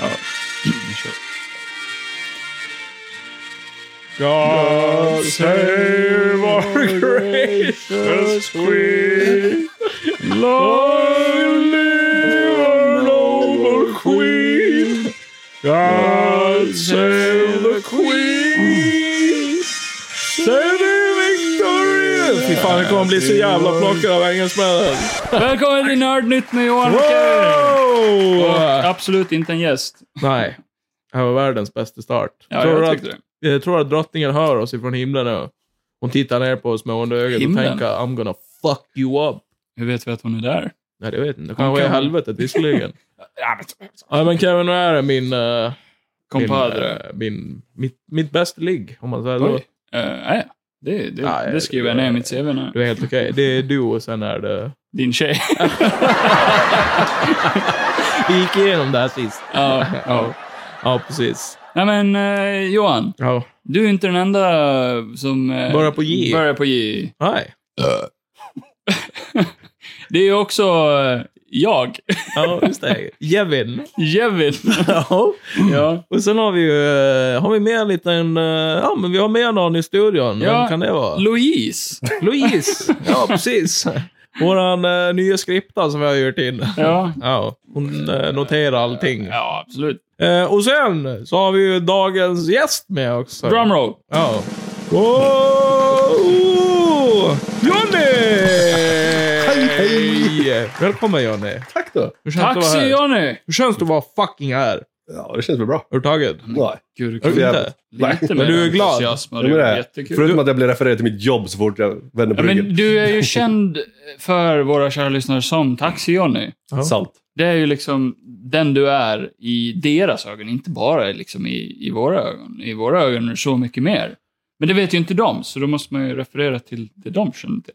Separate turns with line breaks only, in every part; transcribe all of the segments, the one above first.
Ja, vi kör.
God save our gracious queen. Long live our noble queen. God save the queen. Save Victoria. Fy fan, det kommer bli så jävla plockad av engelsmännen.
Välkommen till Nördnytt med Johan Och
Wow!
Absolut inte en gäst.
Nej, det här var världens bästa start.
Ja,
Tror du
jag
att
tyckte det.
Jag tror att drottningen hör oss ifrån himlen nu. Hon tittar ner på oss med onda ögat och
Himlen?
tänker I'm gonna fuck you up.
Hur vet vi att hon är där?
Nej, det vet jag inte.
Hon
Kanske i
kan-
helvetet visserligen. ja, men Kevin O'Hara är min... eh,
Compadre.
Min, eh, min, mitt, mitt bästa ligg, om man säger så.
Oj. Eh, nej, det, det,
Nej,
det skriver jag ner i mitt CV
Du
nu.
är helt okej. Det är du och sen är det...
Din tjej.
Vi gick igenom det här sist.
ja, ja.
Ja, precis.
Nej men eh, Johan,
Ja.
du är inte den enda som... eh,
Börjar på J.
Börjar på J.
Nej.
Det är ju också eh, jag,
Ja, just det. Kevin.
Jevin.
Ja.
ja.
Och sen har vi ju... eh, Har vi med en liten... eh, Ja, men vi har med någon i studion.
Ja.
Vem kan det vara?
Louise.
Louise! Ja, precis. Våran eh, nya skripta som vi har gjort in.
Ja.
Ja, hon eh, noterar allting.
ja, absolut.
Eh, och sen så har vi ju dagens gäst med också.
Drumroll.
Ja. Wow! Johnny! Hej, hej! Välkommen Johnny.
Tack då!
Hur känns det att vara här?
Taxi-Johnny.
Hur känns det att vara fucking här?
Ja, det känns väl bra.
Överhuvudtaget?
Nej.
Gud, du
Är du
kunde
inte?
Nej.
lite mer
Men du är glad?
entusiasm och
Det var
Det är
det.
jättekul.
eh, Förutom att jag blev refererad till mitt jobb så fort jag vände på
Ja,
ryggen.
men du är ju känd för våra kära lyssnare som Taxi-Johnny.
Ja.
Sant.
Det är ju liksom den du är i deras ögon, inte bara liksom i, i våra ögon. I våra ögon är det så mycket mer. Men det vet ju inte de, så då måste man ju referera till det de känner till.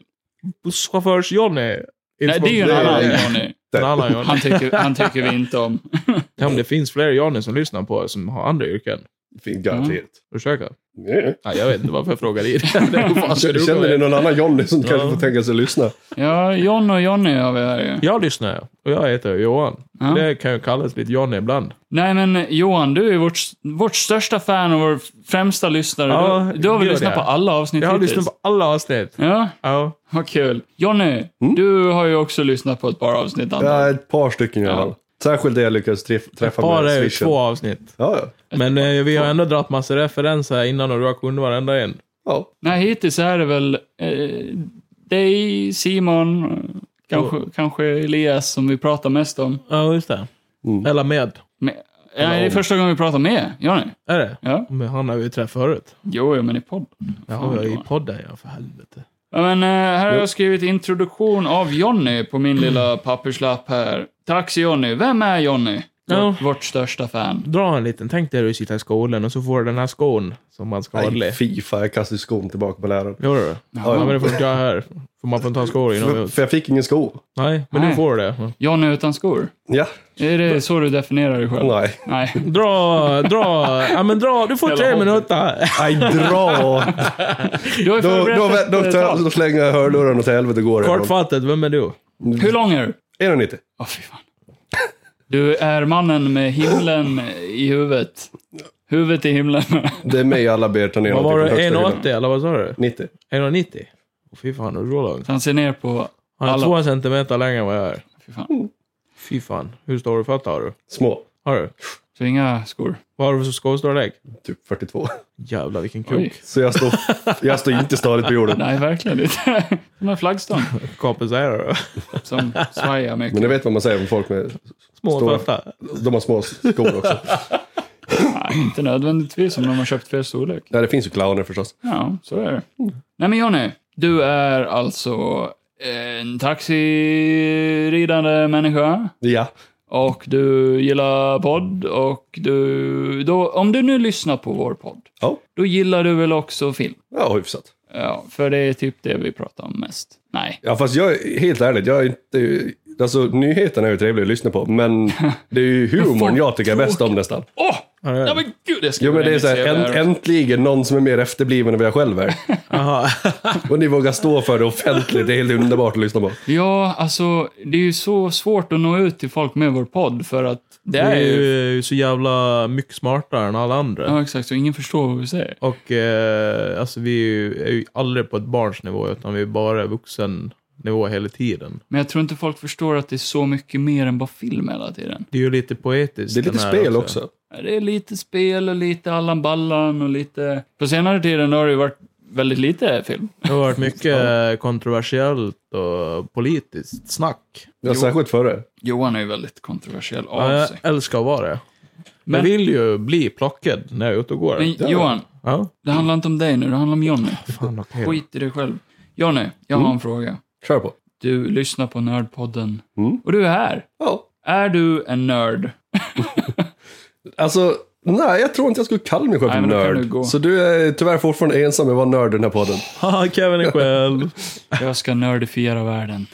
Busschaufförs-Johnny?
Nej, det är ju en
det är-
annan Johnny.
En annan Johnny.
Han tycker, han tycker vi inte om.
Ja, men det finns fler Johnny som lyssnar på oss som har andra yrken.
Fint, garanterat.
Försöka.
Mm.
Nej, jag vet inte varför jag frågar dig. Det är fan så du
Känner
kommer-
ni någon annan Johnny som kanske
Ja.
får tänka sig att lyssna?
Ja, John och Johnny har vi här ju.
Jag lyssnar och jag heter Johan.
Ja.
Det kan ju kallas lite Johnny ibland.
Nej, men Johan, du är vårt, vårt största fan och vår främsta lyssnare.
Ja,
du, du har väl
gör
lyssnat
det.
på alla avsnitt
Jag har
hittills?
lyssnat på alla avsnitt.
Ja,
Ja.
vad kul. Johnny, du har ju också lyssnat på ett par avsnitt, antar jag.
Mm? Ja, ett par stycken i alla fall. Särskilt det jag lyckades tref-
Ett
träffa
par
med
är ju
swishen.
två avsnitt.
Ja, ja.
Men eh, vi har ändå dragit massa referenser innan och du har kunnat varenda en.
ja.
Nej, hittills är det väl eh, dig, Simon, eh, kanske, kanske Elias som vi pratar mest om.
Ja, just det.
Mm.
Eller med.
Men, nej, det är första gången vi pratar med Johnny.
Är det?
Ja.
Men han har vi ju träffat förut.
Jo, jo, men i podden.
Ja,
Fan,
i
Johan.
podden ja, för helvete.
Ja, men, eh, här har jag skrivit introduktion av Jonny på min lilla papperslapp här. Taxi Jonny. Vem är Jonny?
Ja.
Vårt, vårt största fan.
Dra en liten. Tänk dig att du sitter i skolan och så får du den här skon som man ska hålla i.
Nej, fy fan, jag kastade skon tillbaka på läraren.
Gör du? Ja, men det får inte jag här. För man får inte ha skor
För,
inomhus.
för jag fick ingen sko.
Nej, men nu
Nej.
får du det.
Jonny utan skor.
Ja,
Är det så du definierar dig själv?
nej.
Nej.
Dra, dra. Ja, men dra. Du får
Hela
tre
hobbit.
minuter.
Nej, dra!
Du har
Då,
ju
då,
förberett
då,
ett,
då,
eh,
tar-
tal.
då slänger jag hörluren åt helvete och går härifrån.
Kortfattat, vem är du?
Hur lång är du?
1,90.
Åh, fy fan. Du är mannen med himlen i huvudet. Huvudet i himlen.
Det är mig alla ber ta ner
Vad var
någonting
du?
från högsta hyllan.
1,80 eller vad sa du?
90.
1,90? Åh fy fan, du är så lång.
Han ser ner på...
Han är
Alla.
två centimeter längre än vad jag är.
Fy fan.
Fy fan. Hur stor fötter har du?
Små.
Har du?
Så inga skor.
Vad har du för skostorlek?
Typ 42.
Jävlar vilken kuk.
Oj.
Så jag står, jag står inte stadigt på jorden.
Nej, verkligen inte. Som en flaggstång
Kompenserar du?
som svajar mycket.
Men ni vet vad man säger om folk med...
Små
Stora.
fötter.
De har små skor också.
Nej, inte nödvändigtvis om de har köpt fel storlek.
Nej, det finns ju clowner förstås.
Ja, så är det. Nej men Johnny, du är alltså en taxiridande människa
Ja.
och du gillar podd och du... Då, om du nu lyssnar på vår podd,
Ja,
då gillar du väl också film?
ja hyfsat.
Ja, för det är typ det vi pratar om mest. Nej.
Ja, fast jag är helt ärligt, jag är inte... Alltså, nyheterna är ju trevliga att lyssna på, men det är ju humorn jag tycker är bäst om nästan.
Åh! Ja men gud, jag ska
Jo men det är så här,
organisera
änt,
här.
äntligen någon som är mer efterbliven än vad jag själv är.
Aha.
Och ni vågar stå för det offentligt, det är helt underbart att lyssna på.
Ja, alltså det är ju så svårt att nå ut till folk med vår podd för att
Det
det
är
är ju...
ju så jävla mycket smartare än alla andra.
Ja, exakt. Så ingen förstår vad vi säger.
Och eh, alltså vi är ju, är ju aldrig på ett barns nivå, utan vi är bara vuxen nivå hela tiden.
Men jag tror inte folk förstår att det är så mycket mer än bara film hela tiden.
Det är ju lite poetiskt.
Det är lite
den här
spel också.
Det är lite spel och lite Allan Ballan och lite... På senare tiden har det ju varit väldigt lite film.
Det har varit mycket kontroversiellt och politiskt snack.
Ja, särskilt för det.
Johan är ju väldigt kontroversiell av
Ja,
sig.
jag älskar att vara det.
Men-
jag vill ju bli plockad när jag är ute och går.
Men Johan,
Ja.
det handlar inte om dig nu, det handlar om Jonny.
Fan, okej.
Skit i dig själv. Jonny, jag har en fråga.
Kör på.
Du lyssnar på Nördpodden.
Mm.
Och du är här.
Ja.
Är du en nörd?
Alltså, nej jag tror inte jag skulle kalla mig själv
Nej,
för
men då kan du
nörd.
gå.
Så du är tyvärr fortfarande ensam med att vara nörd i den här podden.
Haha, Kevin är själv.
Jag ska nördifiera världen.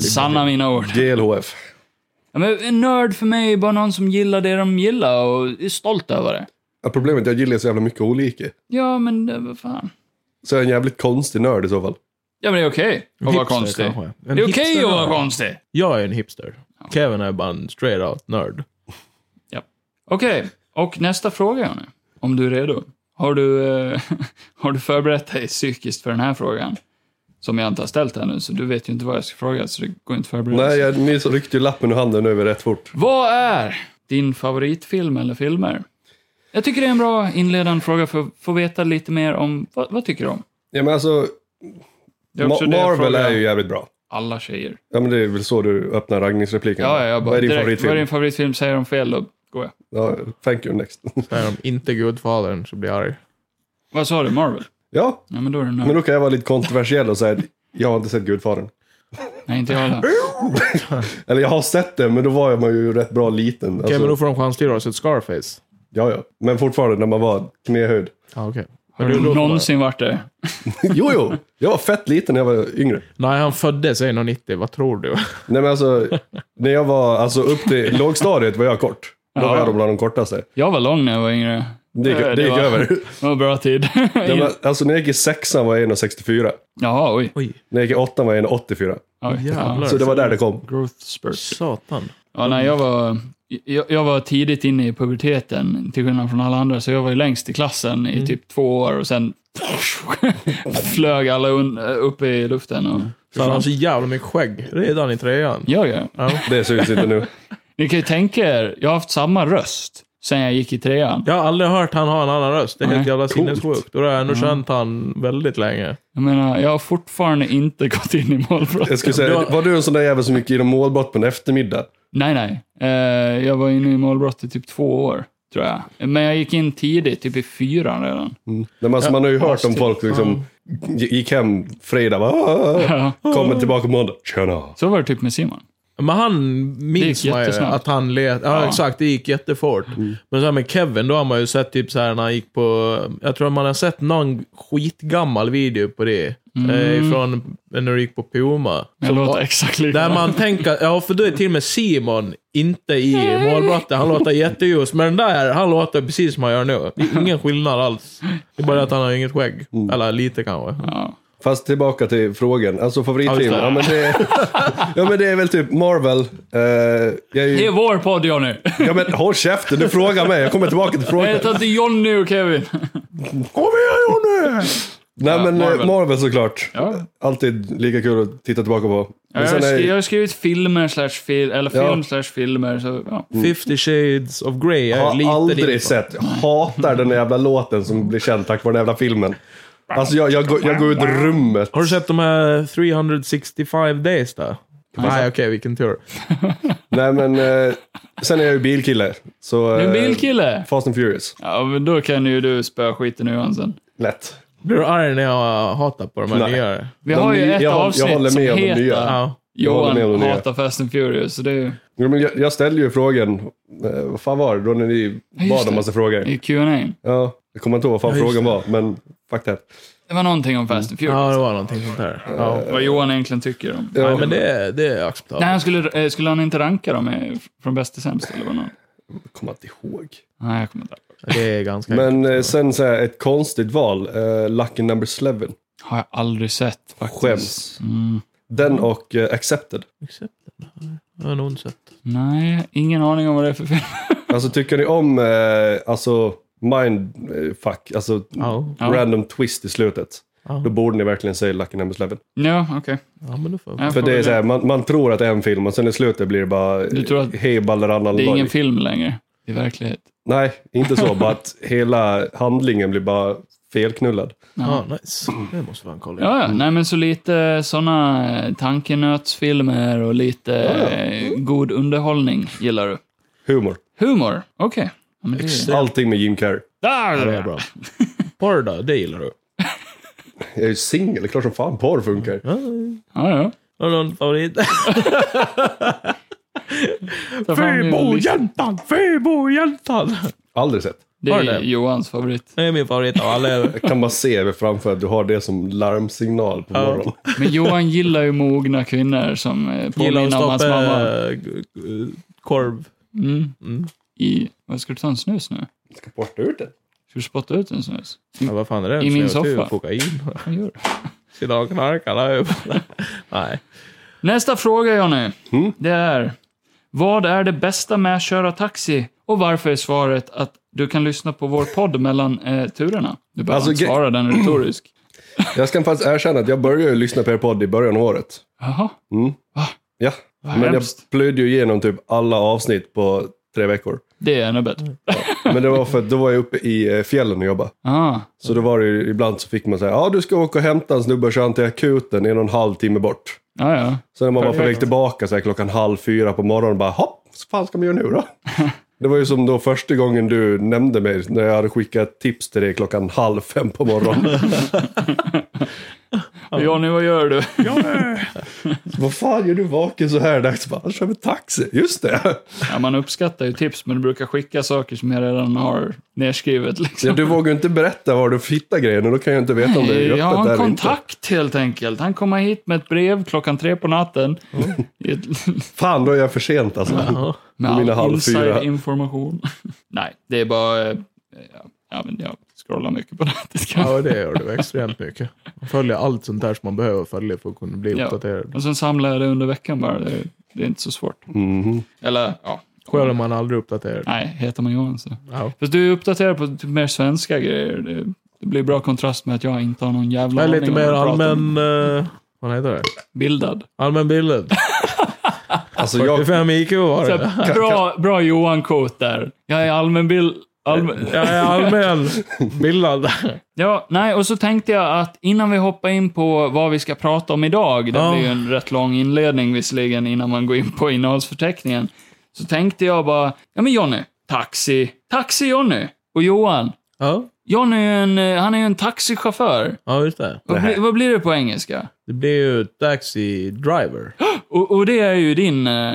Sanna mina ord.
GLHF.
Ja, men en nörd för mig är bara någon som gillar det de gillar och är stolt över det.
Ja, problemet är att jag gillar så jävla mycket olika.
Ja, men det- vad fan.
Så jag är en jävligt konstig nörd i så fall.
Ja, men det är okej att vara konstig.
Det
Det är okej att vara konstig.
Jag är en hipster. Kevin är bara en straight out nörd.
Okej, och nästa fråga nu. Om du är redo. Har du, eh, har du förberett dig psykiskt för den här frågan? Som jag inte har ställt här nu, så du vet ju inte vad jag ska fråga, så det går inte att förbereda
Nej,
sig.
jag nyss ryckte ju lappen ur handen nu rätt fort.
Vad är din favoritfilm eller filmer? Jag tycker det är en bra inledande fråga för att få veta lite mer om, vad, vad tycker du om?
Ja, men alltså,
Det är också
Ma-
det jag
Marvel
frågar
är ju jävligt bra.
alla tjejer.
Ja, men det är väl så du öppnar raggningsrepliken.
Ja, ja, jag bara,
Vad är din
direkt,
favoritfilm?
Vad är din favoritfilm? Säger de fel, då går jag.
Ja, thank you, next.
Säger de inte Gudfadern så blir jag arg.
Vad sa du? Marvel?
ja,
Ja, men då är det
men
nörd.
då kan jag vara lite kontroversiell och säga jag har inte sett Gudfadern.
Nej, inte jag heller.
Eller jag har sett den, men då var man ju rätt bra liten.
Okej,
Alltså,
men då får de chans till att se Scarface.
ja, ja. men fortfarande när man var knähöjd.
Ja, okej.
Har
Men
du
då-
någonsin varit det?
jo, jo, jag var fett liten när jag var yngre.
Nej, han föddes 1,90. Vad tror du?
Nej, men alltså, när jag var alltså, upp till lågstadiet var jag kort. Då var jag bland de kortaste.
Jag var lång när jag var yngre.
Det gick,
Eh,
det gick
var,
över.
Det var bra tid.
Nej, men, alltså, när jag gick i sexan var jag 1,64.
Jaha, oj.
Oj,
När jag gick i åttan var jag 1,84.
oj.
jävlar.
Ja.
Så det var där det kom.
Growth spurt.
Satan.
Ja, nej, jag, var, jag, jag var tidigt inne i puberteten, till skillnad från alla andra, så jag var ju längst i klassen i typ två år och sen flög alla un, upp i luften. Och,
Så han har så jävla mycket skägg redan i trean.
ja, ja.
Det syns inte nu.
Ni kan ju tänka er, jag har haft samma röst sen jag gick i trean.
Jag har aldrig hört han ha en annan röst. Det är helt
Nej.
jävla sinnessjukt. Och då har jag ändå känt han väldigt länge.
Jag menar, jag har fortfarande inte gått in i målbrottet.
Jag skulle säga, var du en sån där jävel som gick inom målbrott på en eftermiddag?
Nej, nej. Eh, jag var inne i målbrottet i typ två år, tror jag. Men jag gick in tidigt, typ i fyran redan.
Nej, men alltså, man har ju hört om folk liksom gick hem fredag, bara, "Ah, ah,
Ja.
ah." kommer tillbaka måndag, tjena.
Så var det typ med Simon.
Men han minns
Det gick
man ju
jättesnabbt.
att han let... Ja, exakt. Det gick jättefort. Men så här med Kevin, då har man ju sett typ så här när han gick på... Jag tror man har sett någon skitgammal video på det. Eh, från när du gick på Puma.
Jag låter exakt
Där
likadan.
man tänker, ja för då är till och med Simon inte i målbrottet. Han låter jätteljus. Men den där, han låter precis som han gör nu. Det är ingen skillnad alls. Det är bara att han har inget skägg.
Mm.
Eller lite kanske.
Ja.
Fast tillbaka till frågan, alltså favoritfilm.
Ja,
Ja, men det är, ja, men det är väl typ Marvel. Eh, jag är
Det är
ju,
vår podd, Johnny.
ja, men håll käften, du frågar mig, jag kommer tillbaka till
Jag
frågan.
heter inte Johnny och Kevin.
Kom igen Jonny! Nej men eh,
Marvel.
Marvel såklart.
Ja.
Alltid lika kul att titta tillbaka på.
Jag,
Men sen
har
är-
skrivit, jag har skrivit filmer slash film, eller
Ja.
film slash filmer, så ja.
50 shades of Grey är
Jag
lite
har aldrig
din-
sett. Jag hatar den där jävla låten som blir känd tack vare den jävla filmen. Alltså jag, jag, går- jag går ut ur rummet.
Har du sett de här 365 days då? Nej okej, vilken tur.
Nej men, eh, sen är jag ju bilkille. Så,
Du är
eh,
en bilkille.
Fast and Furious.
Ja, men då kan ju du spöa skiten nu Johansen.
Lätt.
Blir du arg när jag hatar på de här
Nej.
nya?
Vi
De
har ju
nya-
ett
jag håller- jag
avsnitt
håller
som
med om de
heter
nya.
Ja.
Jag håller med om de
Johan
nya.
hatar Fast and Furious, så det är ju
Jo, men jag, jag ställde ju frågan, eh, vad fan var det då när ni
just
bad om
det.
massa
det är
frågor?
ju Q&A.
Ja, jag kommer inte ihåg vad fan
Ja, just
frågan var, men fuck that.
Det var någonting om Fast and Furious.
ja, det var någonting sånt där. Ja.
Vad Johan egentligen tycker om.
Ja,
Nej, men det, det är acceptabelt.
Nej, han skulle, eh, skulle han inte ranka dem eh, från bäst till sämst? Eller vad någon?
Jag kommer inte ihåg.
Nej, jag kommer inte ihåg.
Det är ganska...
Men eh, sen så här, ett konstigt val. Eh, Lucky Number 11.
Har jag aldrig sett faktiskt.
Skäms.
Mm.
Den och eh, Accepted.
Jag har nog inte sett.
Nej, ingen aning om vad det är för film.
Alltså tycker ni om eh, alltså, mindfuck, alltså
Ja.
Ja.
random twist i slutet.
Ja.
Då borde ni verkligen säga Lucky Number 11.
Ja, okej.
ja, men då får jag...
Jag
För
får
det är
väl-
så här, man, man tror att det är en film och sen i slutet blir det bara
Du tror att-
eh, hej ballerannan
Det är
dag.
ingen film längre. Det är verklighet.
Nej, inte så. bara att hela handlingen blir bara felknullad.
Ja, nice. Det måste fan kolla in.
Ja,
Mm.
ja. Nej, men så lite sådana tankenötsfilmer och lite
Ja, ja.
eh, god underhållning gillar du.
Humor.
Humor, okej. Ja, men det är...
Allting med Jim Carrey.
Ah,
Ja, det är bra. Porr då? Det gillar du?
Jag är ju singel, klart som fan porr funkar.
Mm.
Ja.
Ja, ja.
Har du någon favorit?
Ta fram din lista.
Fäbodjäntan! Fäbodjäntan!
Aldrig sett.
Det
Har du
är
det?
Johans favorit.
Det är min favorit av alla.
Jag kan bara se mig framför att du har det som larmsignal på morgonen.
Men Johan gillar ju mogna kvinnor som eh,
Gillar att
påminner om hans
stoppa
mamma.
eh, g- g- korv.
Mm.
Mm.
I... Vad ska du ta en snus nu?
Jag ska borta ut det.
Ska du spotta ut en snus?
Ja, vad fan är det?
I min
Jag tror jag
soffa.
Kokain.
Vad gör du?
Sitta och knarka där uppe. Nej.
Nästa fråga, Johnny.
Mm.
Det är... Vad är det bästa med att köra taxi? Och varför är svaret att du kan lyssna på vår podd mellan eh, turerna? Du behöver
Alltså,
inte
gre-
svara, den är retorisk.
Jag ska faktiskt erkänna att jag började ju lyssna på er podd i början av året.
Jaha,
Mm.
Va?
Ja.
Vad
Men jag
hemskt.
plöjde ju igenom typ alla avsnitt på tre veckor.
det är ännu bättre.
Men det var för att då var jag uppe i eh, fjällen och jobbade.
Ah,
Så då var det ju, ibland så fick man säga, ja du ska åka och hämta en snubbe och köra han till akuten en och en halv timme bort.
ja, ja.
Sen när man var på väg tillbaka så här, klockan halv fyra på morgonen bara, hopp, vad fan ska man göra nu då? Det var ju som då första gången du nämnde mig, när jag hade skickat tips till dig klockan halv fem på morgonen.
Och Johnny, vad gör du?
Vad fan gör du vaken så här dags? Bara, Jag kör med taxi, just det.
Ja, man uppskattar ju tips, men du brukar skicka saker som jag redan har nedskrivet. Liksom.
Ja, du vågar ju inte berätta var du hittar grejen och då kan jag inte veta om det är
Eh, Jag har
öppet
en
eller inte.
kontakt helt enkelt. Han kommer hit med ett brev klockan tre på natten.
Mm.
I ett-
Fan, då är jag för sent alltså.
med
Mina
all
halv fyra.
inside information. Nej, det är bara... eh, ja, Ja, men jag scrollar mycket på nätet kanske.
Ja, det gör du extremt mycket. Man följer allt sånt där som man behöver följa för att kunna bli
Ja.
uppdaterad.
Och sen samlar jag det under veckan bara. Det, det är inte så svårt.
Mhm.
Eller, ja.
Själv är man aldrig uppdaterad.
Nej, heter man Johan så.
Ja.
Fast du är uppdaterad på typ mer svenska grejer. Det, det blir bra kontrast med att jag inte har någon jävla
Jag är lite
om vad
mer
jag pratar om.
allmän... eh, vad heter det?
Bildad.
Allmänbildad.
Alltså jag,
45 IQ var
Så
det.
här, bra bra Johan-quote där. Jag är allmänbild...
Eh,
Allmän...
Jag är allmänbildad.
Ja, nej, och så tänkte jag att innan vi hoppar in på vad vi ska prata om idag, det
Ja.
blir ju en rätt lång inledning visserligen innan man går in på innehållsförteckningen, så tänkte jag bara, ja men Jonny, taxi, taxi Jonny och Johan.
Ja,
Jonny är ju en, eh, han är ju en taxichaufför.
ja just det.
Vad,
Nähä.
blir- vad blir det på engelska?
Det blir ju Taxi Driver.
Och, och det är ju din, eh,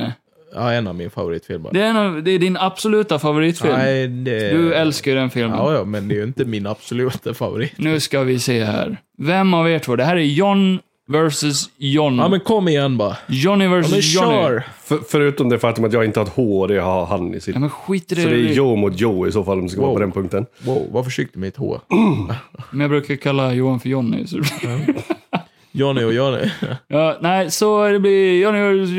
Ja, en av mina favoritfilmer.
det är, en av, det är din absoluta favoritfilm.
Nej, det...
Du älskar ju den filmen.
Ja, ja, men det är ju inte min absoluta favorit.
Nu ska vi se här. Vem av er två? Det här är John versus John.
Ja, men kom igen bara.
Johnny
Ja, men
versus Johnny.
kör!
för, förutom det faktum att jag inte har ett H och det har han i sitt.
Ja, men skit i det.
Så det är Joe mot Joe i så fall om vi ska vara
Wow.
på den punkten.
Wow, var försiktig med ett H.
Men jag brukar kalla Johan för Johnny. Så...
Johnny och Johnny.
ja, nej, så det blir Johnny versus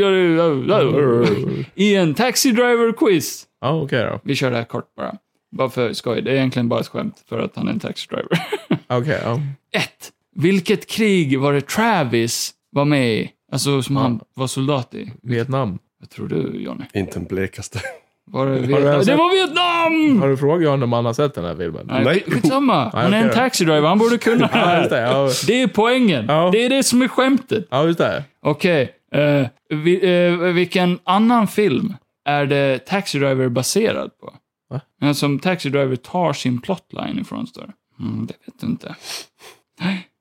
Johnny. I en Taxi Driver-quiz.
Ja, okej då.
Vi kör det här kort bara. Bara för skoj. Det är egentligen bara ett skämt för att han är en taxi driver.
Okej, ja.
1. Vilket krig var det Travis var med i? Alltså som han var soldat i.
Vietnam.
Vad tror du, Johnny?
Inte den blekaste.
Var det,
ens
Vietnam? det
sett-
var Vietnam!
Har du frågat honom om han har sett den här filmen?
Nej,
Nej.
skitsamma.
Nej,
Han är en
okej då.
taxi driver. Han borde kunna det
Ja, just
här.
det. Ja,
Det är poängen.
Ja.
Det är det som är skämtet.
ja just det.
Okej, eh, vi, eh, vilken annan film är det Taxi Driver baserad på?
Va?
Men som Taxi Driver tar sin plotline ifrån, står det. Mm, det vet du inte.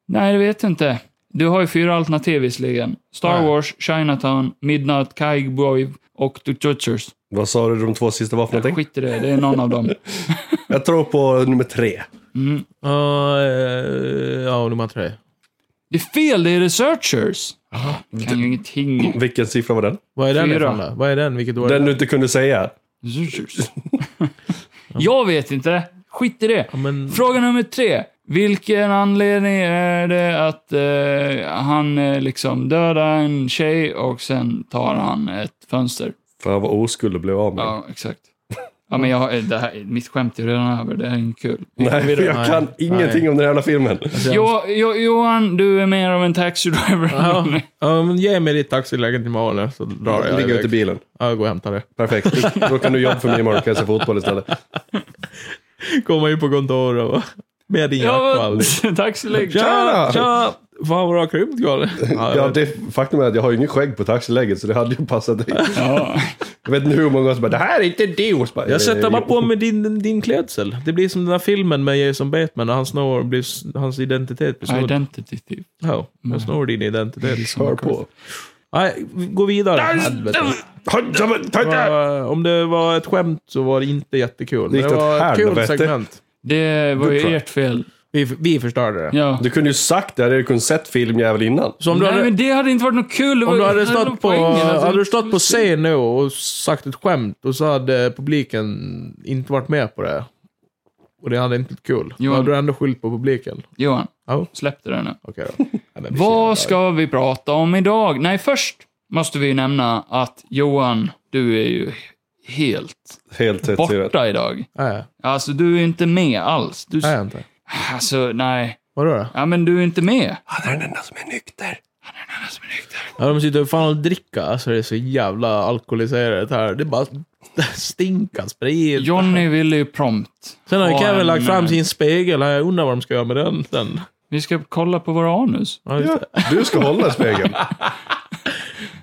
Nej, det vet du inte. Du har ju fyra alternativ visserligen. Star
Nej.
Wars, Chinatown, Midnight, Cowboy och The Judgers.
Vad sa du de två sista var för någonting?
Skit i det, det är någon av dem.
Jag tror på nummer tre.
Ja, eh, ja, nummer tre.
Det är fel, det är Researchers. Jag kan ju ingenting.
Vilken siffra var den?
Vad är den
Fyra.
ifrån då? Vad är den? Vilket år är
Den
den?
du inte kunde säga.
Zzz. Jag vet inte. Skit i det.
Ja, men,
Mm. Fråga nummer tre. Vilken anledning är det att eh, han eh, liksom dödar en tjej och sen tar han ett fönster?
Fan vad oskuld du blev av med.
Mm.
Ja, exakt. Ja, men jag, eh, det här, mitt skämt är redan över. Det här är inte kul.
Nej,
vidare.
jag kan
Nej.
ingenting
Nej.
om den jävla filmen.
Jo, jo, Johan, du är mer av en taxi driver.
ja,
än-
ja, men ge mig ditt taxiläge till Malå så drar jag
Ligger ute i
iväg.
bilen.
Ja, jag går och hämtar det.
Perfekt. Då kan du jobba för mig imorgon, kan jag se fotboll istället.
Kommer in på kontoret och bara, med din jacka
Ja,
aldrig.
men- taxilägg.
Tja,
Tja!
tja! Fan vad du har krympt, Kalle. Ja,
Ja, det, faktum är att jag har ju inget skägg på taxiläget, så det hade ju passat dig.
Ja.
Jag vet inte hur många som bara, det här är inte du! Och så bara,
Jag sätter
"Eh,
bara
jo."
på mig din, din klädsel. Det blir som den där filmen med Jason Bateman när han snor, blir, s- hans identitet blir snodd.
Identity thief.
Ja, jag snor din identitet.
Hör Mm. på.
Nej, gå vidare. Helvete. Det var- Om det var ett skämt så var det inte jättekul.
Det
Men
gick
det var
åt
ett kul
helvete.
segment.
Det var
Good
ju
try.
ert fel.
Vi, vi förstörde det.
Ja.
Du kunde ju sagt det, hade du kunnat sett film jävel innan.
Så om du
Nej,
hade,
men det hade inte varit något kul. Det
om du
var-
hade
det var
stått på,
poängen, alltså.
hade du stått på scen nu och sagt ett skämt och så hade publiken inte varit med på det. Och det hade inte varit kul. Då
Johan.
hade du ändå skyllt på publiken.
Johan,
Ja.
släpp det där nu.
Okej då. Nej, men vi
Vad
ser.
ska vi prata om idag? Nej, först måste vi ju nämna att Johan, du är ju helt
Helt rätt. säger jag.
borta idag.
Nej,
Alltså, du är inte med alls. Du,
nej inte.
alltså, nej.
Vadå då?
Ja, men du är inte med.
Han är den enda som är nykter.
Ja, de sitter fan och dricker. Alltså det är så jävla alkoholiserat här. Det bara stinker sprit.
Johnny ville ju prompt.
Sen har
ha
Kevin
en,
lagt fram
eh,
sin spegel. här. Jag undrar vad de ska göra med den sen.
Vi ska kolla på våra anus.
Ja, just det.
Du ska hålla spegeln.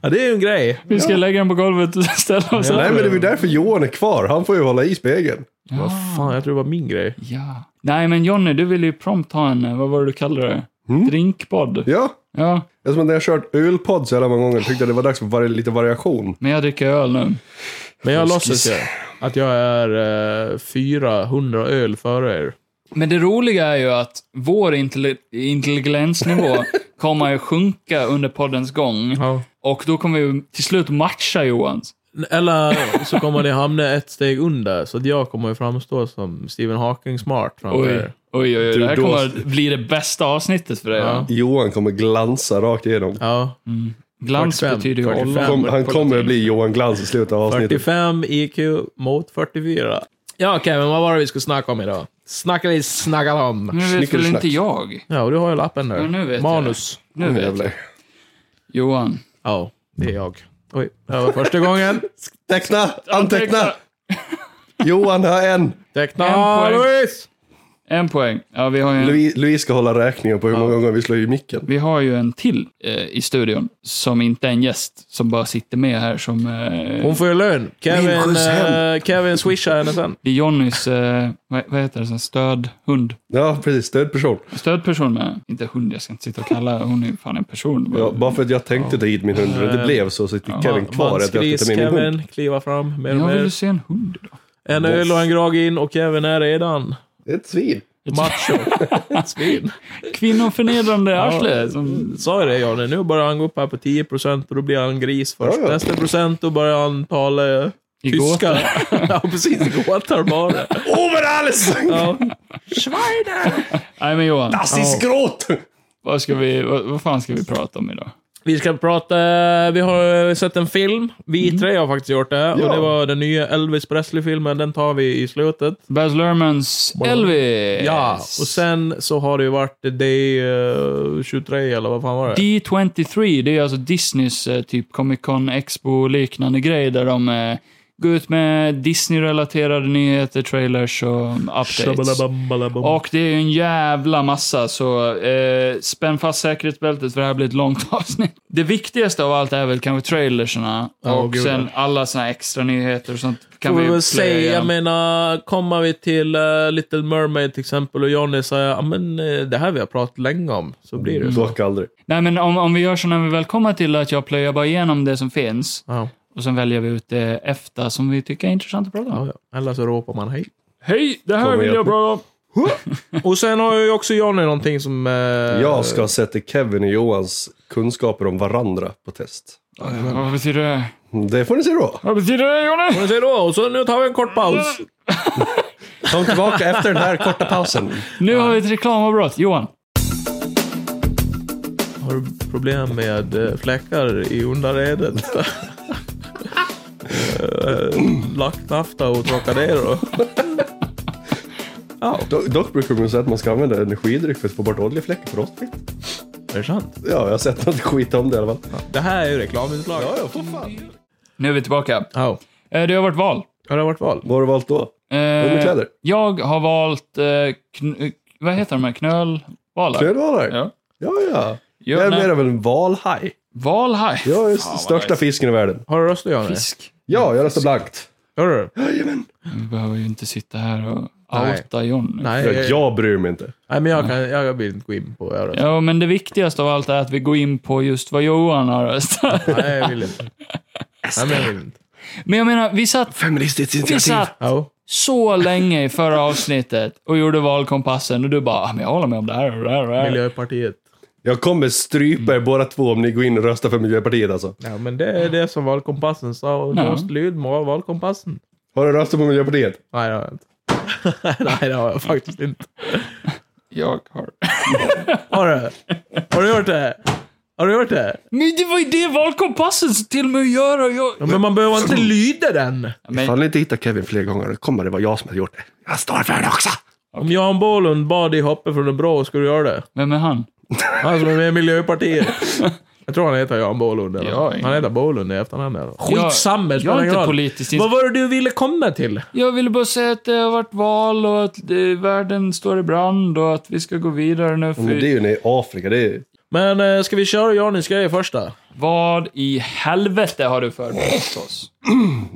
ja, det är ju en grej.
Vi ska lägga den på golvet och ställa oss upp.
Nej, men det är ju därför Johan är kvar. Han får ju hålla i spegeln.
Vad fan, jag tror det var min grej.
Ja. Nej, men Johnny, du ville ju prompt ha en, eh, vad var det du kallade det?
Mm.
Drinkpodd.
Ja,
Ja,
eftersom jag har kört ölpodd så jävla många gånger tyckte jag det var dags för varje, lite variation.
men jag dricker öl nu.
Men jag
Fuskis.
låtsas ju att jag är eh, 400 öl före er.
Men det roliga är ju att vår intelli- intelligensnivå kommer att sjunka under poddens gång.
Ja.
Och då kommer vi till slut matcha Johans.
Eller så kommer ni hamna ett steg under, så att jag kommer framstå som Stephen Hawking smart framför
Oj,
er.
oj, oj.
Du,
Det här
då-
kommer att bli det bästa avsnittet för dig.
Ja.
va?
Johan kommer glansa rakt igenom.
Ja.
Glans
45,
betyder ju
45.
ollon.
Kom, han kommer att bli Johan Glans i slutet av avsnittet.
45 IQ mot 44. Ja, Kevin, vad var det vi skulle snacka om idag? Snacka i snacka om.
Nu vet väl
Snickelsnack.
inte jag.
Ja, och du har ju lappen där.
Ja, nu vet jag.
Manus.
Nu vet jag.
Jävlar.
Johan.
Ja, det är jag. Oj, det var första gången.
Teckna! Anteckna! Johan har en!
Mm.
En
Teckna
poäng.
Louise!
En poäng. Ja, vi har ju en
Louise, Louise ska hålla räkningen på hur många gånger vi slår i micken.
Vi har ju en till eh, i studion som inte är en gäst, som bara sitter med här som... Eh,
Hon får ju lön.
Min
Kevin,
skjuts hem.
eh, Kevin swishar henne sen.
det är Johnnys, eh, vad, vad heter det, sån här stödhund.
Ja, precis. Stödperson.
Stödperson med, inte hund, jag ska inte sitta och kalla, hon är ju fan en person.
Ja, bara för att jag tänkte ta hit min hund och det inte blev så, så sitter Kevin kvar att jag inte
Mansgris
tar med min hund.
Kevin kliva fram mer och
jag vill ju
mer.
se en hund idag.
En öl och en grag in och Kevin är redan
Det är ett svin.
macho. Ett Svin.
Kvinnoförnedrande arsle. Som,
Sa jag det Johnny? Nu börjar han gå upp här på 10% och då blir han gris först.
Ja, ja.
Nästa procent då börjar han tala eh,
I
tyska. ja, precis. Gåtar bara.
Overalls!
Ja. Schweine!
nej men Johan,
Das ist grot!
vad, ska vi, vad, vad fan ska vi prata om idag?
Vi ska prata, vi har sett en film. Vi tre har faktiskt gjort det. Och
Ja.
det var den nya Elvis Presley-filmen. Den tar vi i slutet.
Baz Luhrmanns Elvis.
Ja, och sen så har det ju varit Day eh, 23 eller vad fan var det?
D23, det är alltså Disneys eh, typ Comic Con Expo-liknande grej där de eh, går ut med Disney-relaterade nyheter, trailers och updates.
Och
Och det är ju en jävla massa, så eh, spänn fast säkerhetsbältet för det här blir ett långt avsnitt. Det viktigaste av allt är väl kanske trailerserna
Ja,
och
gud,
sen alla såna extra nyheter och sånt kan
kan vi
vi playa
väl säga, jag
igenom.
menar, kommer vi till eh, Little Mermaid till exempel och Johnny säger ja men eh, det här vi har pratat länge om, så blir det så.
Dock aldrig.
Nej, men om, om vi gör så när vi väl kommer till att jag plöjer bara igenom det som finns
Ja,
och sen väljer vi ut det efter som vi tycker är intressant att prata om.
ja, ja. Eller så ropar man hej.
Hej, det här
Kom
vill
igen.
jag prata om.
Och sen har ju också Johnny någonting som... eh,
Jag ska sätta Kevin och Johans kunskaper om varandra på test.
Vad betyder det?
Det får ni se då.
Vad betyder det, Jonny?
Men säg då, och så nu tar vi en kort paus.
Kom tillbaka efter den här korta pausen.
Nu har vi ett reklamavbrott. Johan.
Har du problem med eh, fläckar i underredet? Eh, Lacknafta och Trocadero?
Do- dock brukar man säga att man ska använda energidryck för att få bort oljefläckar på rostfritt.
Är det sant?
Ja, jag har sett något skit om det i alla fall.
Det här är ju reklaminslag.
Ja, ja, för fan.
Nu är vi tillbaka.
Ja.
Eh, Det har varit val.
Har det varit val?
Vad har du valt då?
Eh,
Underkläder?
Jag har valt... eh, kn- eh, vad heter de här? Knölvalar?
Knölvalar?
Ja.
Ja, ja.
Jo,
Jag är
nej.
mer av en valhaj.
Valhaj.
Jag är
Fan, vad
största
nice.
fisken i världen.
Har du röstat, Janne?
Fisk.
Ja, jag röstar blankt.
Har du? det?
Vi behöver ju inte sitta här och
Nej.
outa Jonny.
Nej,
Jag,
jag,
jag bryr mig inte.
nej, men jag, kan, jag vill inte gå in på vad jag röstar.
Ja, men det viktigaste av allt är att vi går in på just vad Johan har röstat.
Nej, jag vill inte. Nej, men jag vill inte.
Men jag menar, vi satt,
Feministiskt
vi satt
Ja.
så länge i förra avsnittet och gjorde valkompassen och du bara, "Ah, men jag håller med om det här och det här och det här.
Miljöpartiet.
Jag kommer strypa er båda två om ni går in och röstar för Miljöpartiet alltså.
Ja, men det är det som valkompassen sa. Och du
Ja.
måste lyda mot valkompassen.
Har du röstat på Miljöpartiet?
Nej, det har jag inte. Nej, det har jag faktiskt inte.
Jag har...
Har du? Har du gjort det? Har du gjort det?
Men det var ju det valkompassen såg till mig att göra. och Jag...
Ja, men man behöver inte lyda den.
Men-
ni inte hittar Kevin fler gånger kommer det vara jag som har gjort det. Jag står för det också!
Om Jan Bolund bad dig hoppa från en bro, skulle du göra det?
Vem är han?
Han som är med i Miljöpartiet. Jag tror han heter Jan Bolund. Eller?
Ja, ingen-
han heter Bolund i efternamn. Eller? Skitsamma,
jag är
spelar ingen
inte
roll.
politiskt ins-
Vad var det du ville komma till?
Jag ville bara säga att det har varit val och att eh, världen står i brand och att vi ska gå vidare nu. För...
Men det är ju nere i Afrika, det är
Men eh, ska vi köra Jannis grej först då?
Vad i helvete har du förberett oss?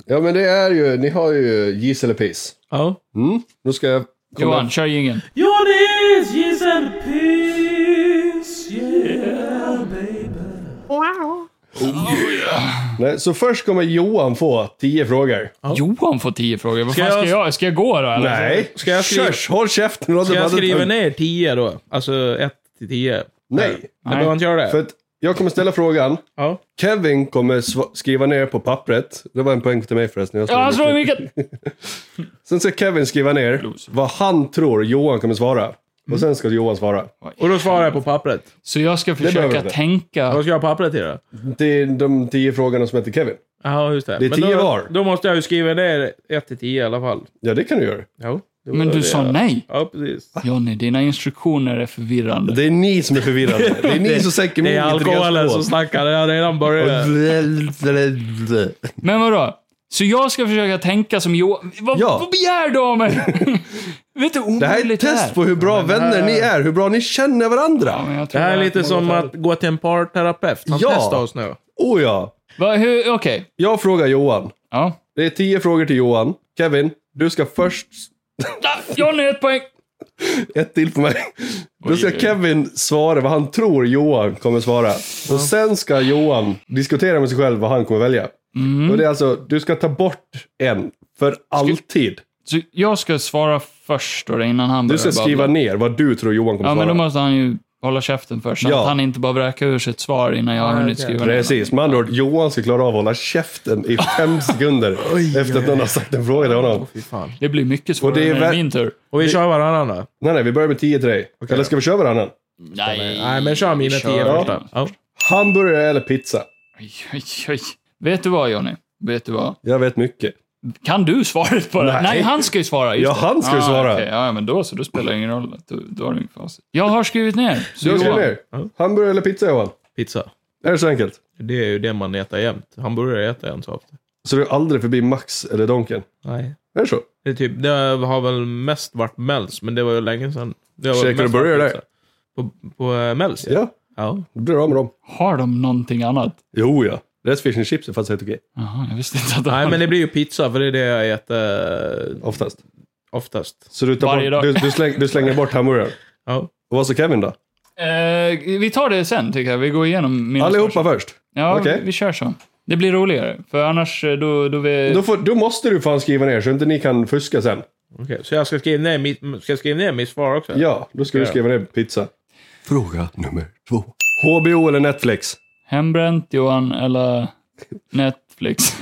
Ja men det är ju, ni har ju Gis eller Piss.
Ja.
Mm. Nu ska jag... komma-
Johan, kör ingen.
Johnny's Giss and Peace, yeah baby.
Nej, så först kommer Johan få 10 frågor.
Johan får tio frågor. Vad
Ska
fan ska
jag-
jag... Ska jag gå då eller?
Nej!
Ska jag skriva-
Körs, håll käften!
Ska jag skriva ner 10 då? Alltså 1 till 10?
Nej!
Jag behöver inte göra det?
För att jag kommer ställa frågan.
Ja.
Kevin kommer sv- skriva ner på pappret. Det var en poäng till mig förresten. Jag
Ja, han slår i micken!
Sen ska Kevin skriva ner vad han tror Johan kommer svara. Och sen ska Johan svara.
Och då svarar jag på pappret.
Så jag ska
behöver
försöka
inte.
Vad
tänka...
ska jag ha pappret till då?
Det är de tio frågorna som heter Kevin.
Ja, just det.
Det är
Men
10
då,
var.
Då måste jag ju skriva ner 1 till 10 i alla fall.
Ja, det kan du göra.
Jo, det var
Men du
det
sa
jag-
nej.
Ja, precis.
Johnny, dina instruktioner är förvirrande.
Det är ni som är förvirrade. Det är ni som säkert
Det är alkoholen som snackar, det har redan börjat.
Men vadå? Så jag ska försöka tänka som Johan? Vad,
Ja.
vad begär du av mig? Vet du hur
Det här är ett
omöjligt
test på hur bra vänner ni är, hur bra ni känner
Ja,
varandra.
men jag
Det
tror
här är
att-
lite som att gå till en parterapeut. Han
Ja.
testar oss nu.
Oh ja.
Va, hur, okej.
Jag frågar Johan.
Ja.
Det är tio frågor till Johan. Kevin, du ska först...
Ah, Johnny, ett poäng!
Ett till på mig. Då ska
Oj, oj.
Kevin svara vad han tror Johan kommer svara. Och sen ska Johan diskutera med sig själv vad han kommer välja.
Mm.
Och det är alltså, du ska ta bort en. För alltid.
Så jag ska svara först då, innan han
Du ska
börjar
skriva
babbla.
ner vad du tror Johan kommer
Ja, men då
svara.
måste han ju hålla käften först, så
Ja.
att han inte bara vräker ur sitt svar innan jag har
Ja,
hunnit
okej.
skriva ner.
Precis, med andra ord, Johan ska klara av att hålla käften i fem sekunder efter att någon har sagt en fråga till honom.
Fy fan.
Det blir mycket
Och det
svårare
är
när det är
väl-
min tur.
Och vi kör varannan då?
Nej, nej, vi börjar med 10 till dig. Eller ska vi köra varannan?
Nej,
Nej, men kör mina 10
kör.
första. Ja.
Hamburgare eller pizza?
Oj, oj, oj. Vet du vad, Johnny? Vet du vad?
Jag vet mycket.
Kan du svaret på det?
Nej.
Nej, han ska ju svara. Just
Ja,
det.
han ska ju
ah,
svara.
okej. Ja, men då så. Då spelar det ingen roll. Då, då har du ingen facit. Jag har skrivit ner. Så
Du har skrivit
Johan,
ner. Hamburgare eller pizza, Johan?
Pizza.
Är det så enkelt?
Det är ju det man äter jämt. Hamburgare äter jag inte så ofta.
Så du är aldrig förbi Max eller Donken?
Nej.
Är det så?
Det, är typ, det har väl mest varit Mells, men det var ju länge sedan. Det har väl
Käkar du
mest
burgare
varit
där?
pizza. På, på eh, Mells? Ja.
Ja,
ja.
då blir du av med dem.
Har de någonting annat?
Jo, ja. Rest fish and chips är faktiskt helt okej.
Jaha, jag visste inte att
Nej,
han...
men det blir ju pizza, för det är det jag äter eh,
Oftast.
oftast.
Så du, tar
Varje dag.
bort, du, du, släng, du slänger bort hamburgaren.
Ja.
Och vad sa Kevin då?
Eh, vi tar det sen, tycker jag. Vi går igenom mina
Allihopa först.
Ja,
Okej.
vi, vi kör så. Det blir roligare, för annars eh, då... då vi...
Då, får, då måste du fan skriva ner så inte ni kan fuska sen.
Okej, så jag ska skriva ner mitt, ska jag skriva ner mitt svar också?
Ja, då ska du skriva ner pizza. Fråga nummer två. HBO eller Netflix?
Hembränt, Johan, eller Netflix?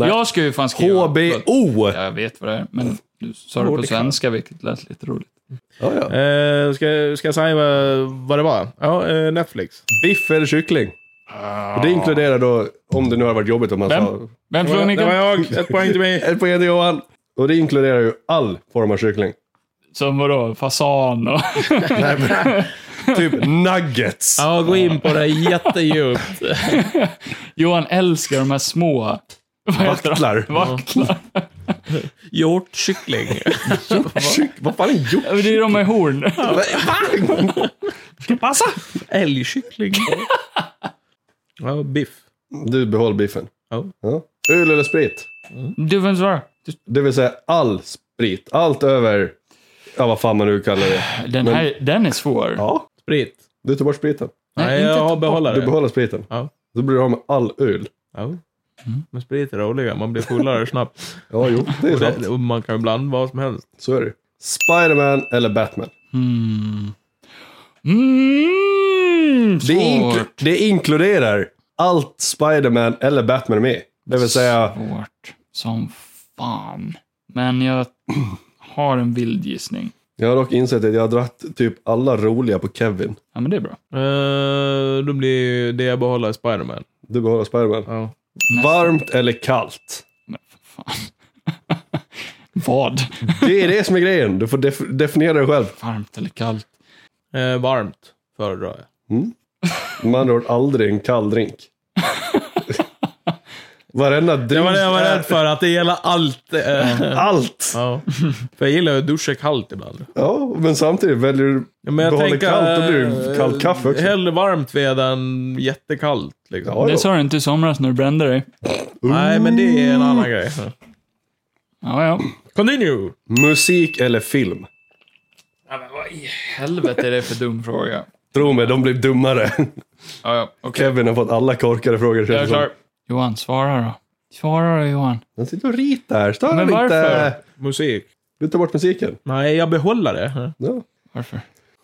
jag ska ju fan skriva.
HBO!
Jag vet vad det är, men du sa det på
Mordecai.
svenska, vilket lät lite roligt.
Ja, ja.
Eh, ska, ska jag säga vad, vad det var? Ja, eh, Netflix.
Biff eller kyckling? Och det inkluderar då, om det nu har varit jobbigt om man
Vem?
sa...
Vem
Det
från
var, det var
Niklas?
jag. Ett poäng till mig.
Ett poäng till Johan. Och det inkluderar ju all form av kyckling.
Som vadå? Fasan och...
Nej, men, typ nuggets.
Ja, gå in på det jättedjupt.
Johan älskar de här små... Vad heter de?
Vaktlar.
Vaktlar.
Hjortkyckling.
Kyck, vad fan är en
Ja, men Det är de med horn.
hjort?
Passa!
Älgkyckling. ja, biff.
Du, behåll biffen.
Ja.
Öl eller sprit?
Du får inte svara.
Det vill säga all sprit. Allt över... Ja, vad fan man nu kallar det.
Den här, den är svår.
Ja,
Sprit.
du tar bort spriten.
Nej,
Nej,
inte ta
jag
bort.
behåller
Du
det.
behåller spriten.
Ja.
Då blir du av med all öl.
Ja. Men sprit är roligare, man blir fullare snabbt.
Ja, jo, det är
Och,
sant.
det, och man kan ju blanda vad som helst.
Så är det Spiderman eller Batman?
Mm. Mm,
Det,
svårt.
inkl- det inkluderar allt Spiderman eller Batman är med. Det vill säga,
Svårt som fan. Men jag har en vild gissning.
jag har dock insett att jag har dragit typ alla roliga på Kevin.
Ja, men det är bra.
Uh, då blir ju det jag behåller Spiderman.
Du behåller Spiderman.
Ja.
Nästa.
Varmt eller kallt?
Men för fan. Vad?
Det är det som är grejen. Du får def- definiera dig själv.
Varmt eller kallt?
Eh, varmt föredrar jag.
Med andra ord, aldrig en kall drink. Varenda drink
Det var det jag var
är-
rädd för, att det gäller allt. eh.
Allt!
ja. För jag gillar ju att duscha kallt ibland.
Ja, men samtidigt väljer du...
Ja, men jag
Behåller
tänker,
kallt, då blir det
eh,
kallt kaffe också.
Hellre varmt ved än jättekallt. Liksom.
Ja,
Det
ja.
sa du inte i somras när du brände dig.
Nej, men det är en
Mm.
annan grej.
Ja, ja.
Continue!
Musik eller film?
ja men vad i helvete är det för dum fråga?
Tro mig, de blir dummare.
Ja, ja. Okej,
Kevin har fått alla korkade frågor. känns
jag är
det som.
klar. Johan, svara då. Svara då, Johan.
Han sitter och ritar. Stör
Men
han
varför?
inte?
Musik.
Du tar bort musiken.
Nej, jag behåller det.
Ja.
Varför?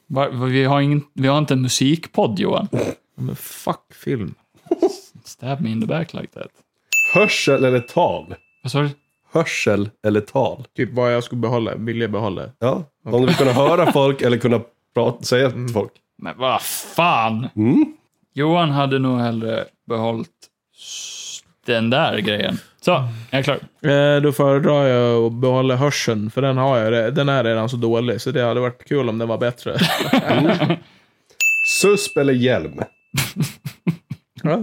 Var, vi, har ingen, vi har inte en musikpodd, Johan.
Oh.
Men fuck film.
Stab me in the back like that.
Hörsel eller tal?
Vad sa du?
Hörsel eller tal?
Typ vad jag skulle behålla, vilja behålla.
Ja. Om du vill kunna höra folk eller kunna prata, säga till folk.
Men vad fan!
Mm.
Johan hade nog hellre behållit s- den där grejen. Så, jag är klar.
Eh, då föredrar jag att behålla hörseln, för den har jag. re- Den är redan så dålig, så det hade varit kul om den var bättre.
Susp eller hjälm?
Ja.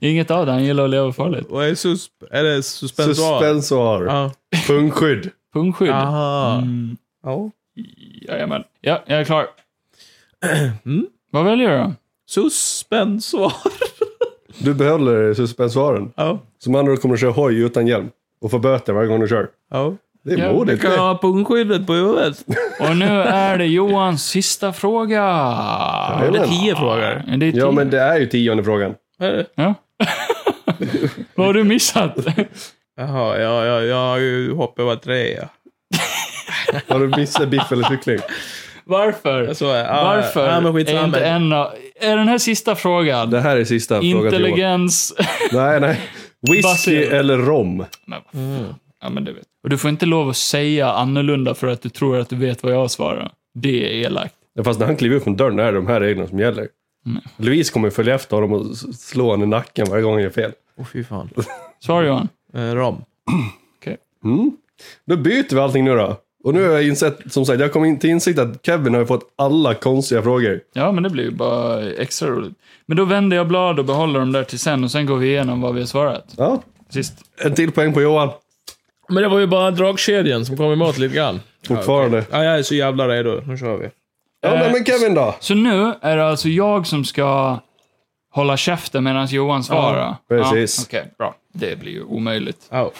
Inget av det, han gillar att leva farligt.
Vad är susp? Är det suspensoar?
Suspensoar.
Ja.
Pungskydd.
Pungskydd.
Aha.
Mm,
Ja.
jajamän. Ja, jag är klar.
Mm.
Vad väljer du då?
Suspensoar.
Du behåller suspensoaren.
Ja.
Som andra ord kommer du köra hoj utan hjälm. Och få böter varje gång du kör.
Ja.
Det är
Ja,
Du
modigt.
kan
det.
ha pungskyddet på huvudet.
Och nu är det Johans sista fråga.
Är det
Jajamän.
tio frågor?
Det är
Ja, men det är ju tionde frågan.
Är det?
Ja. Vad har du missat?
Jaha, ja, ja, jag har ju hoppat över tre. Ja.
Har du missat biff eller cykling?
Varför?
Så, ja,
Varför
Ja, men
är
skitsamma.
inte en av... Är den här sista frågan?
Det här är sista frågan till Johan.
Intelligens.
Nej, nej. Whisky
Basil.
eller rom?
Men vad
Mm.
fan. Ja, men det vet. Och du får inte lov att säga annorlunda för att du tror att du vet vad jag svarar. Det är elakt.
Ja, Fast när han kliver upp från dörren, då är det de här reglerna som gäller. Louise kommer följa efter honom och s- slå honom i nacken varje gång han gör fel.
Åh, fy fan.
Svar Johan.
Eh, rom.
Då byter vi allting nu då. Och nu har jag insett, som sagt, jag kom in till insikt att Kevin har ju fått alla konstiga frågor.
Ja, men det blir ju bara extra roligt. Men då vänder jag blad och behåller dem där till sen och sen går vi igenom vad vi har svarat.
Ja,
Sist.
en till poäng på Johan.
Men det var ju bara dragkedjan som kom emot lite grann.
Fortfarande.
Ja, jag är så jävla redo. Nu kör vi.
Ja, men, men Kevin då?
Så nu är det alltså jag som ska hålla käften medan Johan svarar? Ja,
precis.
Okej, bra. Det blir ju omöjligt.
Ja.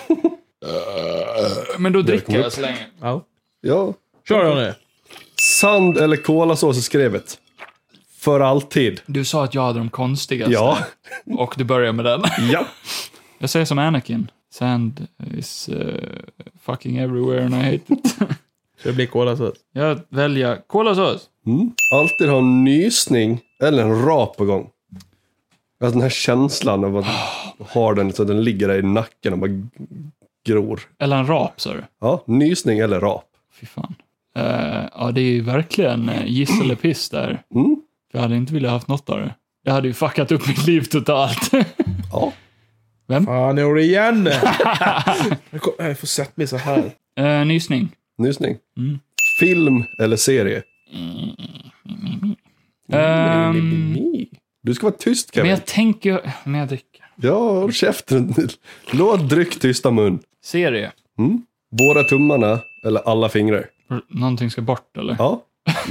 Men då dricker
kommer
jag så länge.
Ja.
Ja.
Kör då nu.
Sand eller kolasås i skrevet? För alltid.
Du sa att jag hade de konstigaste.
Ja.
Och du börjar med den.
Ja.
Jag säger som Anakin. Sand is eh, fucking everywhere and I hate it.
Så det blir kolasås.
Jag väljer kolasås.
Alltid ha nysning Eller en rap på gång. Alltså den här känslan av att ha den så att den ligger där i nacken och bara gror.
Eller en rap, sa du?
Ja, nysning eller rap.
Fy fan. Eh, ja, det är ju verkligen eh, giss eller piss där.
Mm.
Jag hade inte velat haft något av det. Jag hade ju fuckat upp mitt liv totalt.
Ja.
Fan, jag gjorde det igen! Jag kom- jag får sätta mig så här.
Eh, nysning.
Nysning.
Mm.
Film eller serie?
Ehm,
Du ska vara tyst
men
Kevin.
jag tänker ju... Men jag dricker.
Ja, håll käften. Låt dryck tysta mun.
Serie.
Mm. Båda tummarna eller alla fingrar?
R- Någonting ska bort, eller?
Ja.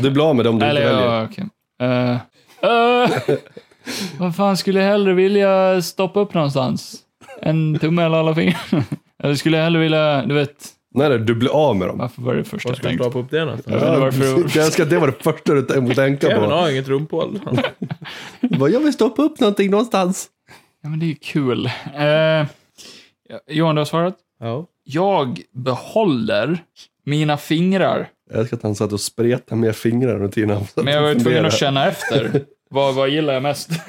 Du blir av med dem du
eller
inte väljer.
ja, okej. Eh, eh, vad fan skulle jag hellre vilja stoppa upp någonstans? En tumme eller alla fingrar? Eller skulle jag hellre vilja... Du vet,
Nej, nej, du blir av med dem.
varför var det första
Var
jag
ska du
tänkte?
dra upp det någonstans?
Jag vet inte varför det
jag önskar att det var det första du tänkte tänka
Kevin
på.
har inget rumphål.
Bara, Jag vill stoppa upp någonting någonstans.
Ja, men det är ju kul. Eh, Johan, du har svarat?
Ja.
Jag behåller mina fingrar,
Jag älskar att han satt och spretade med fingrarna under tiden han satt
men jag
och
var ju tvungen
funderade.
att känna efter. Vad, vad gillar jag mest?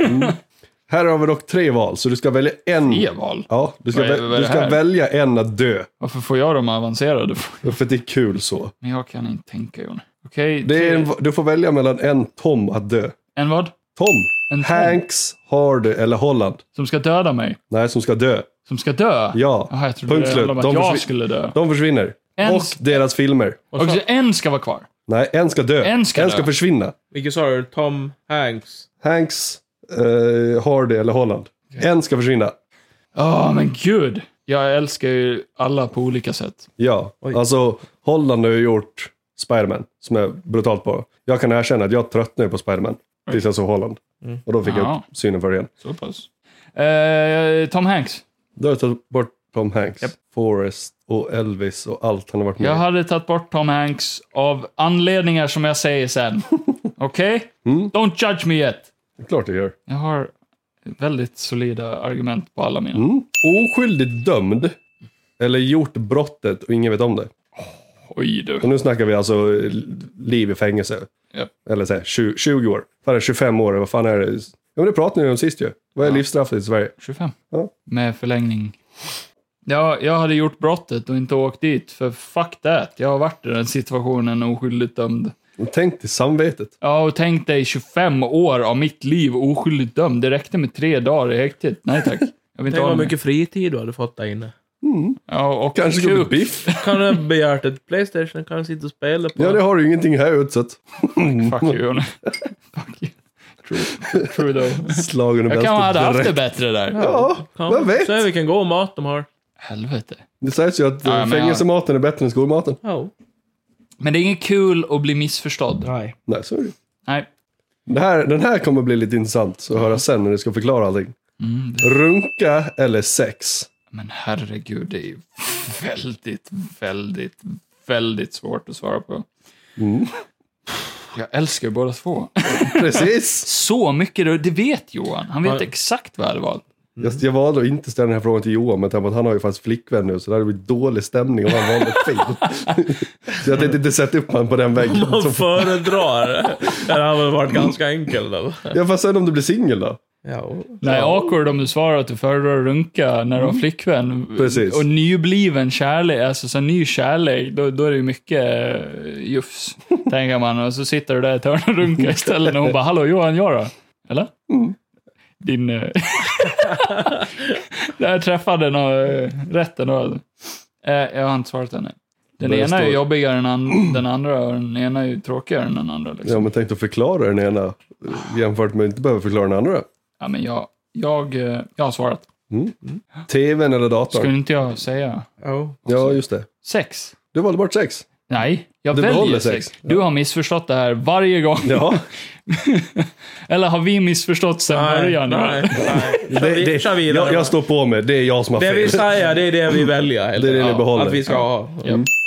Här har vi dock tre val, så du ska välja en.
E-val?
Ja, du ska,
Vad är-
väl-
vad är
du
det
ska
här?
välja en att dö.
Varför får jag de avancerade?
För det är kul så.
Men jag kan inte tänka, Jon. Okej,
Det är
tre-
en, du får välja mellan en Tom att dö.
en vad?
Tom!
En Tom
Hanks, Hard eller Holland.
som ska döda mig.
Nej, som ska dö.
Som ska dö?
Ja.
Jaha, jag trodde
Punkt
det
slut.
handlade om att
De
jag
försvin-
skulle dö.
De försvinner.
En-
Och deras filmer.
Och så- en ska vara kvar.
Nej, en ska dö.
En ska
en
dö.
ska försvinna.
Vilken sa du? Tom Hanks?
Hanks, eh, Hardy eller Holland. En ska försvinna.
Ja, men gud. Jag älskar ju alla på olika sätt.
Ja,
Oj.
alltså Holland har ju gjort Spiderman, som är brutalt på. Jag kan erkänna att jag tröttnade på Spiderman tills jag såg Holland. Och då fick jag
Mm. Ja.
upp synen för det igen.
Så pass. Eh, Tom Hanks.
Då har jag tagit bort Tom Hanks, Forrest och Elvis och allt han har varit med
Jag
i.
hade tagit bort Tom Hanks av anledningar som jag säger sen. Okej?
Mm.
Don't judge me yet.
Det är klart jag gör.
Jag har väldigt solida argument på alla mina.
Mm. Oskyldigt dömd eller gjort brottet och ingen vet om det.
Oj du.
Och nu snackar vi alltså eh, liv i fängelse.
Japp.
Eller så här, 20, 20 år. Fan, 25 år, vad fan är det? Ja, men det pratade ni om sist ju. Vad är livsstraffet i Sverige?
25.
Ja.
Med förlängning. Ja, jag hade gjort brottet och inte åkt dit, för fuck that. Jag har varit i den situationen oskyldigt dömd.
Och Tänk till samvetet.
Ja, och tänk dig 25 år av mitt liv oskyldigt dömd. Det räckte med tre dagar i häktet. Nej tack. Jag vill inte
Tänk
ha
vad
det.
mycket fritid du hade fått där inne.
Ja, och
Kanske gå
kuk.
på biff.
Kan du ha begärt ett Playstation? Kan du sitta och spela på?
Ja, det har du ju ingenting här utsatt.
Fuck you, Johnny. Fuck you. True, true though.
Slagen i
Jag kanske hade haft
direkt.
det bättre där.
Ja,
Kan-
vem vet?
Se vilken god mat de har.
Helvete.
Det sägs ju att eh,
Ja, men jag-
fängelsematen är bättre än skolmaten.
Ja.
Men det är inget kul att bli missförstådd.
Nej.
Nej, så är det.
Nej.
Det här, Den här kommer bli lite intressant att höra sen när du ska förklara allting.
Mm, det,
Runka eller sex?
men herregud, det är ju väldigt, väldigt, väldigt svårt att svara på.
Mm.
Jag älskar ju båda två.
Precis!
Så mycket, det- det vet Johan. Han vet
Ja.
exakt vad jag hade valt.
Jag, jag valde att inte ställa den här frågan till Johan med tanke på att han har ju faktiskt flickvän nu så det hade blivit dålig stämning om han valde fel. så jag tänkte inte sätta upp honom på den väggen.
Man föredrar. Det hade väl varit ganska enkelt. Då.
Ja, fast sen om du blir singel då?
Ja. och-
Nej, awkward om du svarar att du föredrar att runka när du har flickvän.
Precis.
Och nybliven kärlek, alltså så ny kärlek, då, då är det ju mycket eh, jufs, tänker man. Och så sitter du där i ett hörn och runkar istället och hon bara, hallå Johan, jag då? Eller? Din... eh, Där träffade någon, rätten och... Eh, jag har inte svarat ännu. Den
Börjar
ena är
stå-
ju jobbigare än an- den andra och den ena är ju tråkigare än den andra. Liksom.
Ja, men tänkte förklara den ena eh, jämfört med att inte behöva förklara den andra.
Ja, men jag, jag, eh, jag har svarat.
TVn eller datorn?
Skulle inte jag säga?
Ja.
Ja, just det.
Sex.
Du valde bort sex.
Nej, jag
Du behåller
väljer
sex.
sex. Du har missförstått det här varje gång.
Ja,
Eller har vi missförstått sedan
Nej,
början?
nej, nej. Kör
det,
vi-
det,
kör vidare.
jag, jag står på mig. Det är jag som har
Det vi
fel.
säger, det är det vi väljer. helt
Det är det ni
enkelt.
behåller.
Att vi ska ha.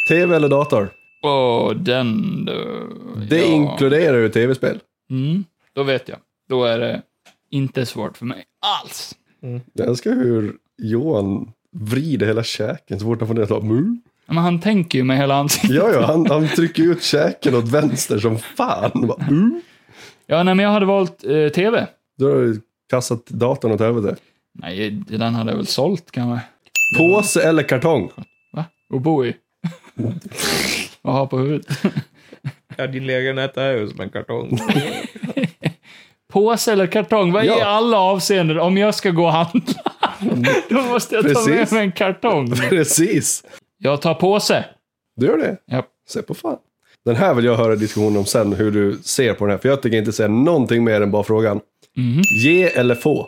TV eller dator?
Åh, den du.
Det inkluderar ju tv-spel.
Mm, då vet jag. Då är det inte svårt för mig alls.
Jag älskar hur Johan vrider hela käken så fort han får ner slag. Mm.
Men han tänker ju med hela ansiktet.
Ja, ja, han, han trycker ut käken åt vänster som fan. Bara, mm.
Ja, nej, men jag hade valt eh, tv.
Då har du kastat datorn åt huvudet.
Nej, den hade jag väl sålt kanske.
Påse eller kartong?
Va? Och bo i. Och ha på huvudet.
Ja, din lägenhet är ju som en kartong.
Påse eller kartong? Vad i
Ja.
alla avseenden? Om jag ska gå och handla, då måste jag ta med
Precis.
mig en kartong.
Precis.
Jag tar påse.
Du gör det?
Ja.
Se på fan. Den här vill jag höra diskussion om sen, hur du ser på den här. För jag tänker inte säga någonting mer än bara frågan.
Mhm.
Ge eller få?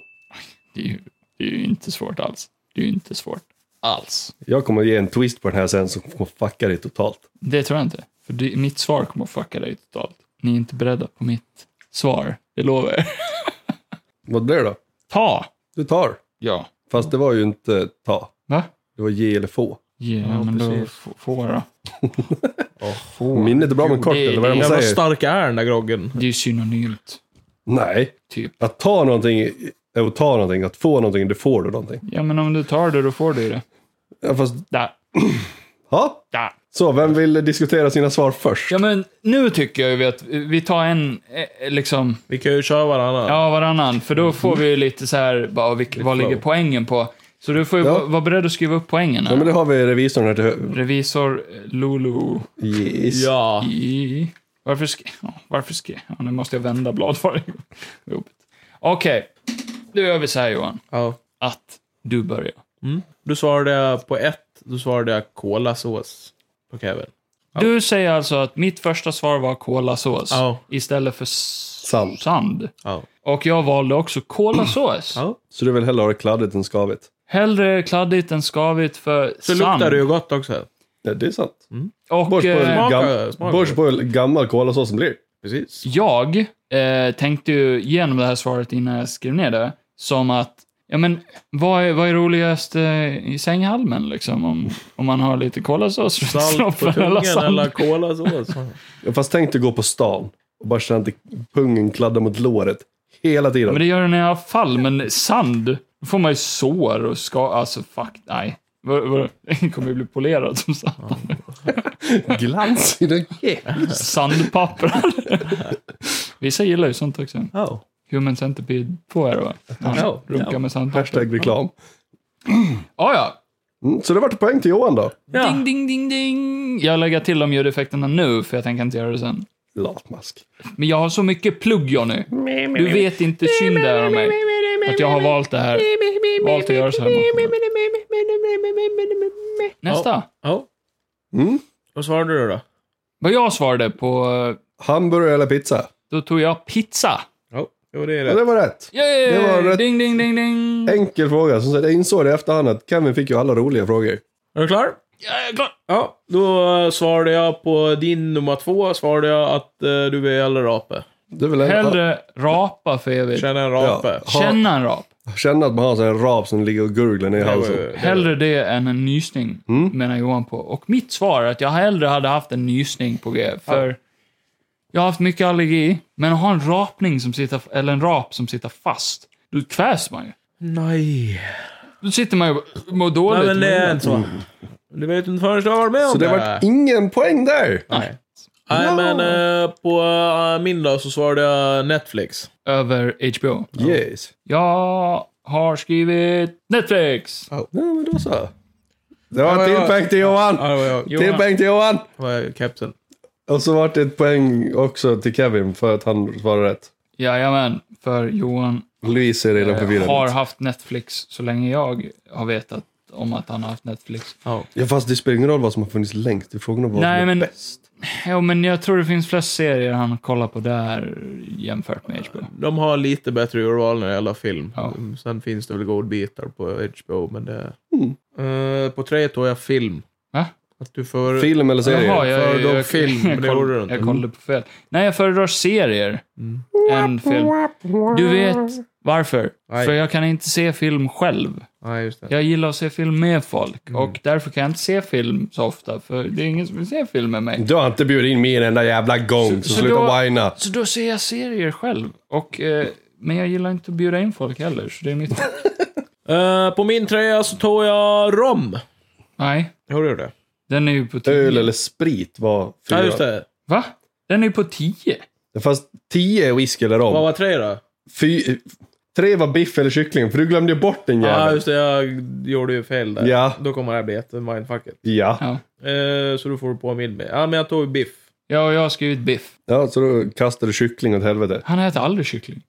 Det är, ju, det är ju inte svårt alls. Det är ju inte svårt alls.
Jag kommer ge en twist på den här sen som kommer fucka dig totalt.
Det tror jag inte. För det, mitt svar kommer att fucka dig totalt. Ni är inte beredda på mitt svar. Det lovar jag.
Vad blir det då?
Ta!
Du tar.
Ja.
Fast det var ju inte ta.
Va?
Det var ge eller få.
Ja, men då
precis.
f- får jag då.
Minnet är bra men kort,
det-
eller vad är det man
Jävla
säger?
stark är den där groggen.
Det är ju synonymt.
Nej.
Typ.
Att ta någonting är att ta någonting. Att få någonting, det får du någonting.
Ja, men om du tar det, då får du det.
Ja, fast,
Där.
ja.
Där.
Så, vem vill diskutera sina svar först?
Ja, men nu tycker jag ju att vi tar en, eh, liksom,
Vi kan ju köra varannan.
ja, varannan. För då får vi ju lite så här, bara, vilk, vad ligger poängen på? Så du får ju
Ja.
va- vara beredd att skriva upp poängen
Ja,
här.
men det har vi revisorn här till höger.
Revisor eh, Lulu
Yes.
Ja.
I... Varför ska... ja, Varför ska... Ja, nu måste jag vända blad varje gång. Vad jobbigt. Okej, då gör vi så här Johan.
ja.
Att du börjar.
Du svarade jag på ett, då svarade jag kolasås på Kevin.
Du säger alltså att mitt första svar var kolasås
Ja.
istället för s-
Sand.
sand.
Ja.
Och jag valde också kolasås.
Ja.
Så du vill hellre ha det kladdigt än skavigt?
Hellre kladdigt än skavigt för
Så
sand.
luktar det ju gott också.
Ja, det är sant.
Och
Bors på,
eh,
Smaka-
gam-
smaka.
bors på gammal kolasås som blir.
Precis.
jag eh, tänkte ju igenom det här svaret innan jag skrev ner det, som att Ja men, vad är, vad är roligast eh, i sänghalmen liksom? Om, om man har lite kolasås runt
Salt på
snoppen eller
tungan
sand?
eller kolasås.
Ja, Fast tänk dig gå på stan och bara känna att pungen kladdar mot låret hela tiden.
Men det gör den i alla fall, men sand, då får man ju sår och ska... Alltså fuck, nej. Vad- vad- Den kommer ju bli polerad som satan.
Glans i den
Sandpapper. Vissa gillar ju sånt också.
Oh.
Human Centipede 2 är det va? Han
Ja,
runkar
ja.
med sandpapper.
Hashtag reklam.
Ah, ja,
Mm, så det vart poäng till Johan då.
Ding,
Ja.
ding, ding, ding. Jag lägger till de ljudeffekterna nu, för jag tänker inte göra det sen.
Latmask.
Men jag har så mycket plugg, Johnny. Du vet inte synd det är om mig. Att jag har valt det här. Valt att göra så här. mot mig. Nästa.
Ja.
Mm.
Vad svarade du då?
Vad jag svarade på,
Hamburgare eller pizza?
då tog jag pizza.
Ja. Jo, det är
Ja,
rätt.
det var rätt.
Yay!
Det var rätt.
Ding, ding, ding, ding.
Enkel fråga. Som sagt, jag insåg det i efterhand att Kevin fick ju alla roliga frågor.
Är du klar?
Jag är klar.
Ja. Då eh, svarade jag på din nummer två, svarade jag att eh, du är hellre rape.
Det är väl en-
Hellre rapa för evigt.
Känner en
Ja,
rape.
ha-
Känna en rap.
Känna att man har en sån här rap som ligger och gurglar ner i
Det var
halsen.
ju- det- Mm.
Hellre det än en nysning, menar Johan på. Och mitt svar är att jag hellre hade haft en nysning på G, för jag har haft mycket allergi. Men att ha en rapning som sitter, eller en rap som sitter fast, då kvävs man ju.
Nej.
Då sitter man ju och mår dåligt.
Nej, men det är
Men-
inte så. Du vet inte förrän du har varit med om
Så det vart ingen poäng där.
Nej. Nej, men eh, på eh, min dag så svarade jag Netflix.
Över HBO.
Yes.
Jag har skrivit Netflix.
Ja, men då så. Det var
men
en
jag-
till poäng till
Ja,
Johan.
det var jag.
Till
Johan.
poäng till Johan.
Det var jag, kepsen.
Och så vart det ett poäng också till Kevin för att han svarade rätt.
Jajamän, för Johan
Louise är redan
eh, har
förvirrad.
haft Netflix så länge jag har vetat om att han har haft Netflix.
Ja.
Ja, fast det spelar ingen roll vad som har funnits längst. Det är frågan om vad som
Nej,
är
men-
bäst.
Jo, men jag tror det finns flest serier han kollar på där jämfört med HBO.
De har lite bättre urval när det gäller film.
Ja.
Sen finns det väl godbitar på HBO, men det... Eh, på tre tog jag film.
Va?
Att du får...
Film eller serie?
Jaha, jag,
föredrar
jag, jag,
film, men det
koll-
gjorde du inte. Mm.
jag kollade på fel. Nej, jag föredrar serier än film. Du vet varför?
Nej.
För jag kan inte se film själv.
Ja, just det.
Jag gillar att se film med folk
Mm.
och därför kan jag inte se film så ofta, för det är ingen som vill se film med mig.
Du har inte bjudit in mig en enda jävla gång, så,
så
sluta
då-
whina.
Så då ser jag serier själv. Och, eh, men jag gillar inte att bjuda in folk heller, så det är mitt...
Eh, på min trea så tog jag rom.
Nej,
Hur du det?
den är ju på
Öl
tio.
eller sprit var fyra.
Ja, just det.
Va? Den är ju på tio.
Det fanns tio whisky eller
Vad
rom.
var tre då?
Fy, tre var biff eller kyckling, för du glömde ju bort den
Ja, ah,
jäveln.
just det. Jag gjorde ju fel där.
Ja.
Då kommer det här bli ett mindfucket.
Ja.
Ja.
Eh, så du får du påminna mig. Ja, men jag tog biff.
ja, och jag har skrivit biff.
ja, så då kastade du kyckling åt helvete.
Han äter aldrig kyckling.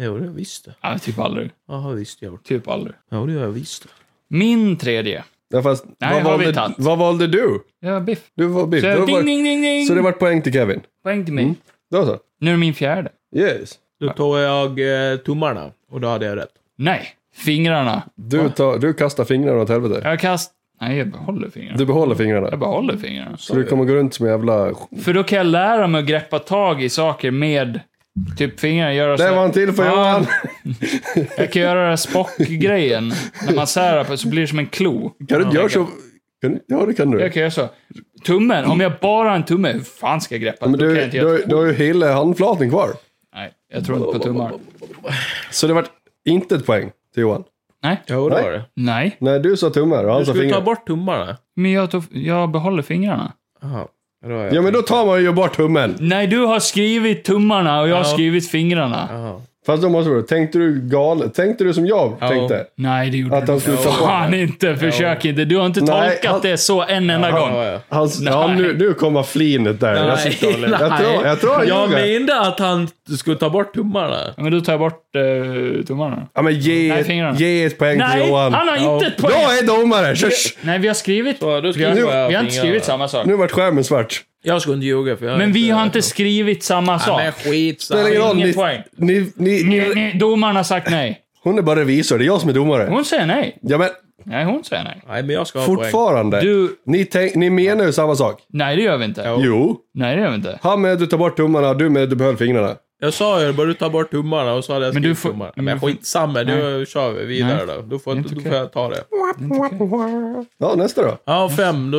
Jo, det visste jag.
Ja, typ aldrig.
Jaha, visst jag gjort.
Typ aldrig.
Ja, det gör jag visst.
Min tredje.
Ja, fast,
Nej,
vad,
har vi
valde,
tagit.
vad valde du?
Ja, biff.
Du var biff.
Så,
Då
jag,
var,
ding, ding, ding, ding.
så det var Mm. poäng till Kevin?
Poäng till mig.
Då så.
Nu är det min fjärde.
Yes.
Då tog jag eh, tummarna och då hade jag rätt.
Nej, fingrarna.
Du, tar, du kastar fingrarna åt helvete.
Jag kast... Nej, jag behåller fingrarna.
Du behåller fingrarna.
Jag behåller fingrarna.
Så du kommer gå runt som en jävla...
För då kan jag lära mig att greppa tag i saker med typ fingrarna. Göra så
Det
här-
var en till för
Ja,
Johan!
Jag kan göra den här spockgrejen. När man särar på det så blir det som en klo.
Kan du inte göra så? Kan, du- ja, det kan du.
Jag kan göra så. Tummen, om jag bara har en tumme, hur fan ska jag greppa?
Men
Då kan jag
du,
inte göra...
du, du har ju hela handflatan kvar.
Nej, jag tror inte på tummar.
Så det vart inte ett poäng till Johan.
Nej,
Jo, det
Nej.
var det.
nej.
Nej, du sa tummar och han
Du
sa
skulle ta
fingrar.
bort tummarna.
Men jag, tog, jag behåller fingrarna.
Jaha. Då har jag
Ja, men då tar man ju bort tummen.
Nej, du har skrivit tummarna och jag har
Ja.
skrivit fingrarna.
Jaha.
Fast då måste du... Tänkte du galet? Tänkte du som jag
Ja.
tänkte?
Nej, det gjorde
Att
du
han skulle ta bort...
fan inte. Försök inte. Du har inte
Nej,
tolkat
han-
det så en enda
Ja,
gång.
ja, ja.
Han, ja, nu, nu kommer flinet där. Jag,
Nej,
sitter och ler. jag
nej.
tror jag tror han
Jag
ljuger.
menade att han skulle ta bort tummarna.
Ja, Men då tar jag bort eh, tummarna.
Ja, men ge,
Nej, fingrarna.
ett, ge ett poäng
Nej,
till Johan.
han har
Ja.
inte ett
Jag
poäng.
är domare! Shush.
Nej, vi har skrivit...
Så, då
Vi har,
skriver jag
vi har
fingrarna.
inte skrivit samma sak.
Nu vart skärmen svart.
Jag skulle inte ljuga för jag är
Men vi har inte skrivit samma
Ja,
sak.
men skit
Spelar ingen roll.
Ingen
Ni,
poäng.
ni, ni,
Nej,
ni,
nej, Domaren har sagt nej.
hon är bara revisor, det är jag som är domare.
Hon säger nej.
Ja, men
Nej, hon säger nej.
Nej, men jag ska ha poäng.
fortfarande.
Du,
Ni, tänk, ni menar ju samma sak.
nej det gör vi inte.
Jo.
Jo.
Nej det gör vi inte.
Han med att du tar bort tummarna, du med att du behöll fingrarna.
Jag sa ju bara du tar bort tummarna och så hade jag
Men
skrivit
du får-
tummarna.
men
Men
du får-
skitsamma, nu kör vi vidare då. Då får,
Det är inte
då får
okej.
jag ta det.
Ja, nästa då.
Ja, fem, då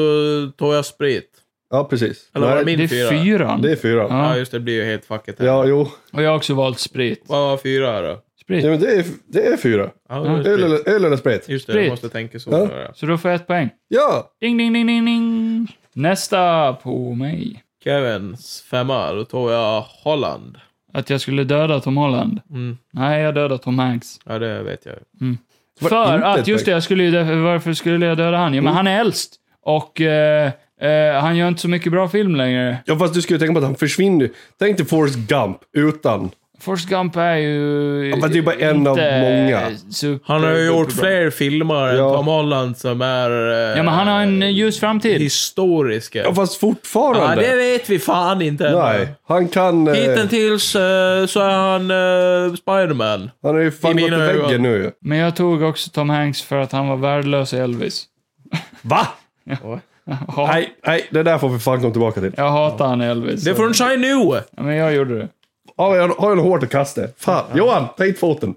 tar jag sprit.
Ja, precis.
Eller var det
Det
min
är
fyra?
fyran.
Det är fyra.
Ja.
Ja, just det, det blir ju helt fucket här.
Ja, jo.
Och jag har också valt sprit.
Vad var fyra här då?
Ja,
Sprit.
men det, är, det är fyra.
Ja, det var
Öl
sprit.
eller, öl eller sprit?
Just det,
Sprit.
jag måste tänka så.
Ja.
då, ja.
Så då får jag ett poäng.
Ja!
Ding, ding, ding, ding, ding. Nästa på mig.
Kevins femma, då tar jag Holland.
Att jag skulle döda Tom Holland.
Mm.
Nej, jag dödade Tom Hanks.
Ja, det vet jag.
Var
För
inte
att,
ett
just det,
poäng.
jag skulle ju, därför- varför skulle jag döda han? Ja, men han är äldst. Och eh, eh, han gör inte så mycket bra film längre.
Ja, fast du skulle tänka på att han försvinner ju. Tänk dig Forrest Gump utan.
Forrest Gump är ju...
men det är bara en av
inte
många.
super-
Han har ju gjort
superbra.
fler filmer
Ja.
än Tom Holland som är eh,
Ja, men han har en ljus framtid.
historiska.
Ja, fast
Ja,
fortfarande.
det vet vi fan inte. än.
Nej, han kan... eh,
Hittills eh, så är han eh, Spiderman.
Han har ju fan
I
gått i
mina ögon.
väggen nu ju.
Men jag tog också Tom Hanks för att han var värdelös i Elvis.
Va?
Ja,
Nej, nej, det där får vi fan komma tillbaka till.
jag hatar han i Elvis.
Det får han säga nu!
Ja, Men jag gjorde det.
Ja, jag har en hårt att kasta. Fan, Johan, ta hit foten.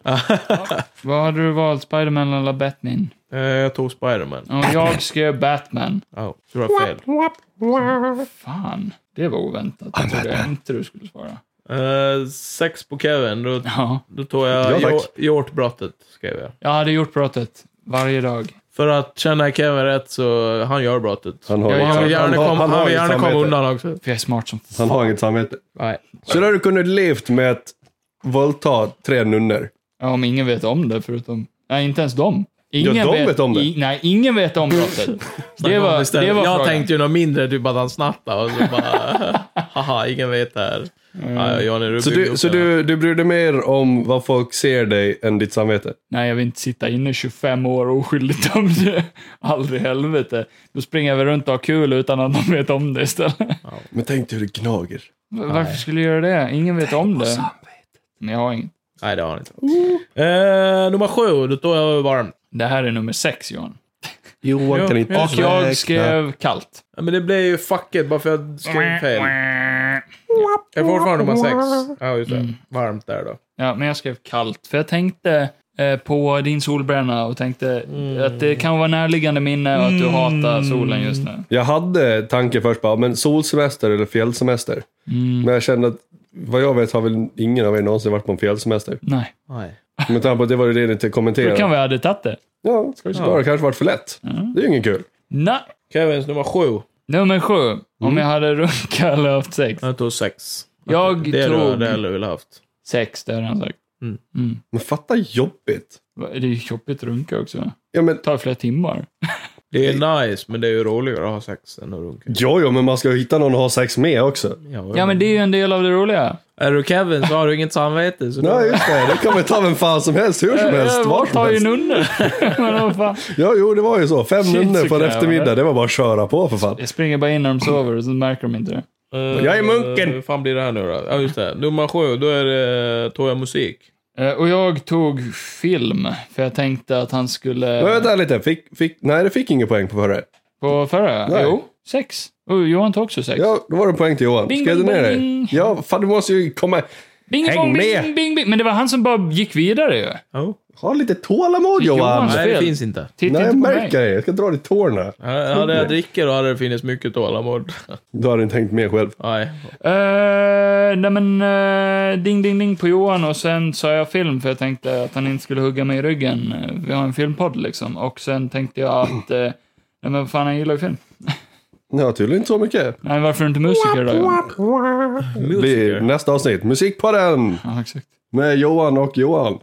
Vad hade du valt? Spiderman eller Batman?
Eh, jag tog Spiderman.
Och jag skrev Batman.
Ja, tror jag fel.
Fan, det var oväntat. Det trodde jag inte du skulle svara.
Eh, sex på Kevin, då,
Ja,
då tog jag
Ja,
ja,
tack.
Hjortbrottet, skrev jag.
jag hade gjort brottet varje dag.
För att känna Kevin rätt så, han gör brottet.
Han har,
Ja,
inget
jag
Han
sam-
vill gärna,
har-
komma- han
har
vill
inget
gärna komma
samvete.
undan också.
För jag är smart som
Han har inget samvete.
Nej.
Så där du kunde levt med att våldta tre nunnor.
Ja, om ingen vet om det förutom... Nej, inte ens dem. Ingen
de vet om det.
I, nej, ingen vet om brottet. det var, det var
jag
frågan.
tänkte ju något mindre, typ att han snattade och så bara, haha, ingen vet det här. Ja, Johnny Rubin
Så, du,
gjorde
så
det.
du, du bryr dig mer om vad folk ser dig än ditt samvete?
Nej, jag vill inte sitta inne 25 år oskyldigt dömd. Aldrig i helvete. Då springer vi runt och har kul utan att de vet om det istället.
Men tänk dig hur det gnager.
V- Varför skulle jag göra det? Ingen vet om det. Men jag har inget.
Nej, det har han inte. Eh, nummer sju, då tog jag varmt.
Det här är nummer sex, Johan.
Johan kan inte
Och jag skrev kallt.
Ja, men det blev ju fucket bara för att jag skrev fel. Jag är fortfarande nummer sex. Ja, just det. Varmt där då.
Ja, men jag skrev kallt, för jag tänkte eh, på din solbränna och tänkte att
Mm.
det kan vara närliggande minne och att du hatar solen just nu.
Jag hade tanken först bara, men solsemester eller fjällsemester? Men jag kände att vad jag vet har väl ingen av er någonsin varit på en fjällsemester.
Nej,
Nej.
Med tanke på att det var ju det ni inte
då
kommenterade.
kan vi ha tagit det.
Ja, ska vi svara. Det kanske varit för lätt. Det är ju ingen kul.
Nej.
Kevins nummer sju.
Mm.
Nummer sju. Om jag hade runkat eller haft sex.
Jag tog sex.
Jag
det du
tog
hade eller vill haft.
sex, det hade han sagt.
Mm.
Men fatta jobbigt.
Va, Det är ju jobbigt att runka också.
Ja, men,
Det tar flera timmar.
Det är nice, men det är ju roligare att ha sex än att runka.
jo, jo, men man ska ju hitta någon att ha sex med också.
Ja, men det är ju en del av det roliga.
Är du Kevin så har du inget samvete. Så
Nej,
då...
just det. Det kan vi ta vem fan som helst, hur som helst, var som
Eh, tar ju
helst.
nunnor. Men vad fan.
Ja, jo, det var ju så. Fem
Shit,
nunnor
så
på en
krävande.
eftermiddag, det var bara att köra på för fan.
Jag springer bara in när de sover och så märker de inte det.
Eh,
Jag är munken.
Hur fan blir det här nu då? Ja, just det. Nummer sju, då är det Toja Musik.
Eh, Och jag tog film, för jag tänkte att han
Men
skulle...
vänta lite, fick, fick, nej det fick ingen poäng på förra.
På förra?
Nej.
Jo, sex. Och Johan tog också sex.
Ja, då var det poäng till Johan.
Bing,
Skrev du
bing,
ner
bing.
dig? Ja, fan du måste ju komma...
Bing,
Häng
bong, bing,
med.
bing, bing. Men det var han som bara gick vidare ju.
Oh.
Ha lite tålamod
Johan.
Johan!
Nej,
Nej,
fel.
det finns inte.
Titta
Nej, jag
inte på
märker
mig.
det. Jag ska dra ditt tårna.
Ja, Hade jag dricker då hade det funnits mycket tålamod.
Du har inte tänkt med själv.
Nej.
Eh, nej men, eh, ding, ding, ding på Johan och sen sa jag film för jag tänkte att han inte skulle hugga mig i ryggen. Eh, Vi har en filmpodd liksom. Och sen tänkte jag att, eh, nej men vad fan han gillar ju film.
Ja, tydligen inte så mycket.
Nej, varför är du inte musiker då? Johan?
Det blir nästa avsnitt. Musik på den!
Ja, exakt.
Med Johan och Johan.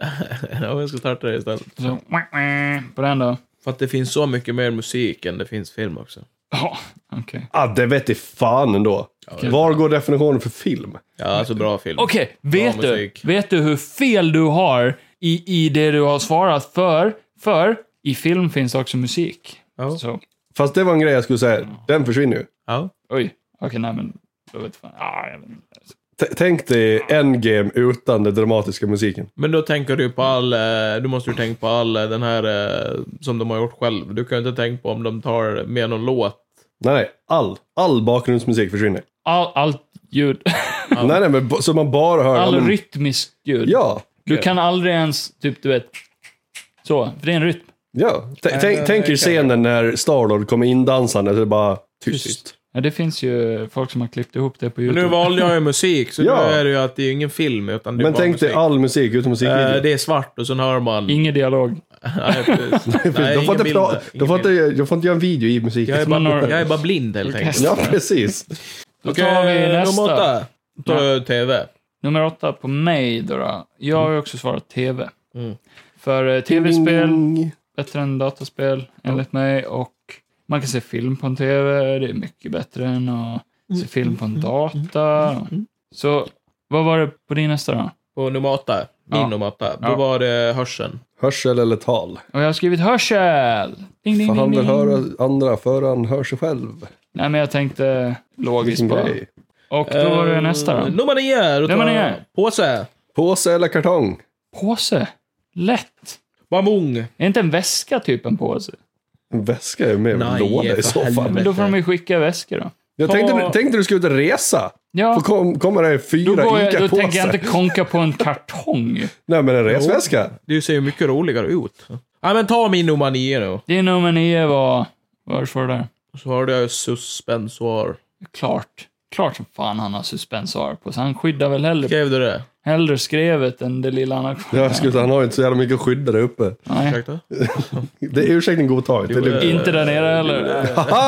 Ja, jag ska starta det istället.
Så, på den då?
För att det finns så mycket mer musik än det finns film också.
Ja, okej.
Ah, det vet i fan ändå. Var går definitionen för film?
Ja, alltså bra film.
Okej, vet,
Bra
du,
musik.
vet du hur fel du har i, i det du har svarat för? För i film finns också musik.
Ja.
Så,
Fast det var en grej jag skulle säga. Den försvinner ju.
Ja.
oj. Okej, nej men. Jag vet fan. Ah, jag vet inte.
T- tänk dig Endgame utan den dramatiska musiken.
Men då tänker du på all, eh, du måste ju tänka på all eh, den här eh, som de har gjort själv. Du kan ju inte tänka på om de tar med någon låt.
Nej, nej. All, all bakgrundsmusik försvinner.
All, allt ljud.
Nej, nej, men b- så man bara hör... ja,
All
men,
rytmiskt ljud.
Ja,
Du kan aldrig ens, typ du vet. Så, för det är en rytm.
ja. T- tänk-
men-
tänk er scenen när Starlord kommer indansande så det är bara tyst.
Tyst.
Ja, det finns ju folk som har klippt ihop det på
Men
YouTube.
nu valde jag ju musik, så
Ja.
nu är det ju att det är ju ingen film utan det är
Men
bara
tänk dig
musik.
all musik utan musik.
Eh, det är svart och sen hör man...
Ingen dialog.
Nej, precis. Nej,
de,
ingen
får inte
bild
pra-
där,
de,
ingen
får inte,
bild.
de får inte göra en video i musiken.
Jag är,
Man har-
bara, jag är bara blind helt enkelt. Eh,
Ja, precis.
Då tar vi nästa.
Nummer åtta. Då tar jag TV.
Nummer åtta på mig då. då. Jag har ju också svarat TV.
Mm.
För eh, tv-spel,
Ding.
bättre än dataspel enligt mig. Och man kan se film på en tv, det är mycket bättre än att
Mm,
se film på en data. Så vad var det på din nästa då?
På nummer åtta, min
Ja.
nummer åtta, då
Ja.
var det hörseln.
Hörsel eller tal?
Och jag har skrivit hörsel! Ding, ding,
För
ding,
han vill
ding.
höra andra före han hör sig själv.
Nej, men jag tänkte logiskt
Vilken
bara.
grej.
Och då var det nästa
Eh,
då.
Nummer nio. Då tar
Nummer
jag
nio.
Påse.
Påse eller kartong?
Påse. Lätt.
Bamung.
Är inte en väska typ en påse?
En väska är med en
Nej,
låda
för
i så
helvete.
fall.
Men då får de ju skicka väskor då.
Jag
Ta-
tänkte, tänkte du skulle ut och resa.
Ja.
Får kom, kommer det
Då, går
fyra
jag, då tänker jag
ICA-påsar.
inte konka på en kartong.
Nej, men en resväska.
Det ser ju mycket roligare ut. Ja, men ta min nummer nio nu.
Det är nummer nio var... Varför där?
Så har jag suspensoar.
Klart. Klart som fan han har suspensar på sig. Han skyddar väl hellre,
Skrev du det?
hellre skrevet än det lilla han har
Ja, Jag skulle säga, han har inte så jävla mycket att skydda där uppe.
Nej,
Ursäkta?
Det, ursäkten godtaget. Det är
Jo,
lugnt.
eh.
Inte där nere heller.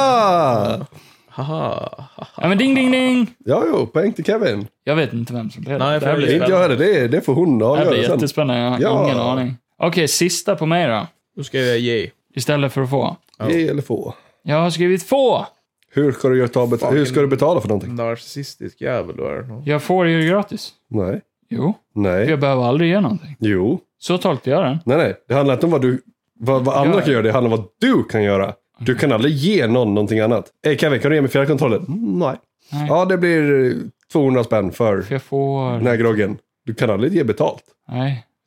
Haha!
Haha.
Ja, men ding, ding, ding!
Ja, jo, poäng till Kevin.
Jag vet inte vem som leder.
Nej,
det här
för-
blir,
Det är inte jag heller. Det, är- det får hon
det här blir
avgöra sen.
jättespännande. Jag har
Ja.
ingen aning. Okej, sista på mig då.
Då skrev jag J.
Istället för att få.
Ge eller få.
Jag har skrivit få!
Hur ska du, göra- ta bet- hur ska du betala för någonting?
Narcissistisk jävel du är.
Jag får ju gratis.
Nej.
Jo, för
Nej.
jag behöver aldrig ge någonting.
Jo.
Så tolkade jag den.
Nej, nej. Det handlar inte om vad, du, vad, vad andra
Ja.
kan göra. Det handlar om vad du kan göra. Du kan aldrig ge någon någonting annat. Hey Kevin, kan du ge mig fjärrkontrollen? Mm, nej.
Nej.
Ja, det blir eh, 200 spänn för
För jag får...
den
Nej,
här groggen. Du kan aldrig ge betalt.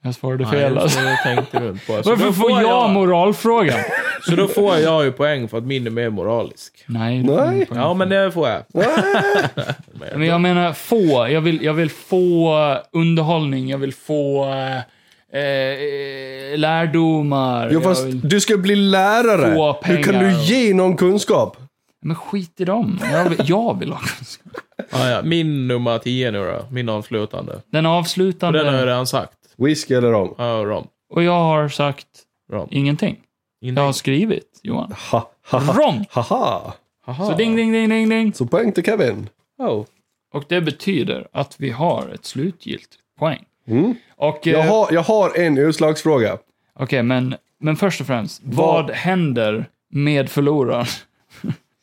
jag svarade fel alltså.
Det tänkte du inte på. Så
Varför
då
får jag moralfrågan?
Så då får jag ju poäng för att min är mer moralisk.
Nej. det får
Nej.
ingen poäng.
Ja, men det får jag.
Men jag menar få. Jag vill, jag vill få eh, underhållning, jag vill få eh, eh, lärdomar.
Jo, fast
jag vill...
du ska bli lärare.
Få
Hur kan
pengar.
du ge någon kunskap?
Men skit i dem. Jag vill, jag vill ha kunskap.
Ja, ja. Min nummer 10 nu då. Min avslutande.
Den
Och
avslutande.
den har jag redan sagt.
Whisky eller rom?
Ja, rom.
Och jag har sagt
Rom.
ingenting. Jag har skrivit, Johan.
Ha, ha, ha.
Rom!
Haha.
Aha.
Så ding, ding, ding, ding, ding.
Så poäng till Kevin.
Oh.
Och det betyder att vi har ett slutgiltigt poäng.
Mm.
Och, eh,
Jag har, jag har en utslagsfråga.
Okej, men, men först och främst, vad händer med förloraren?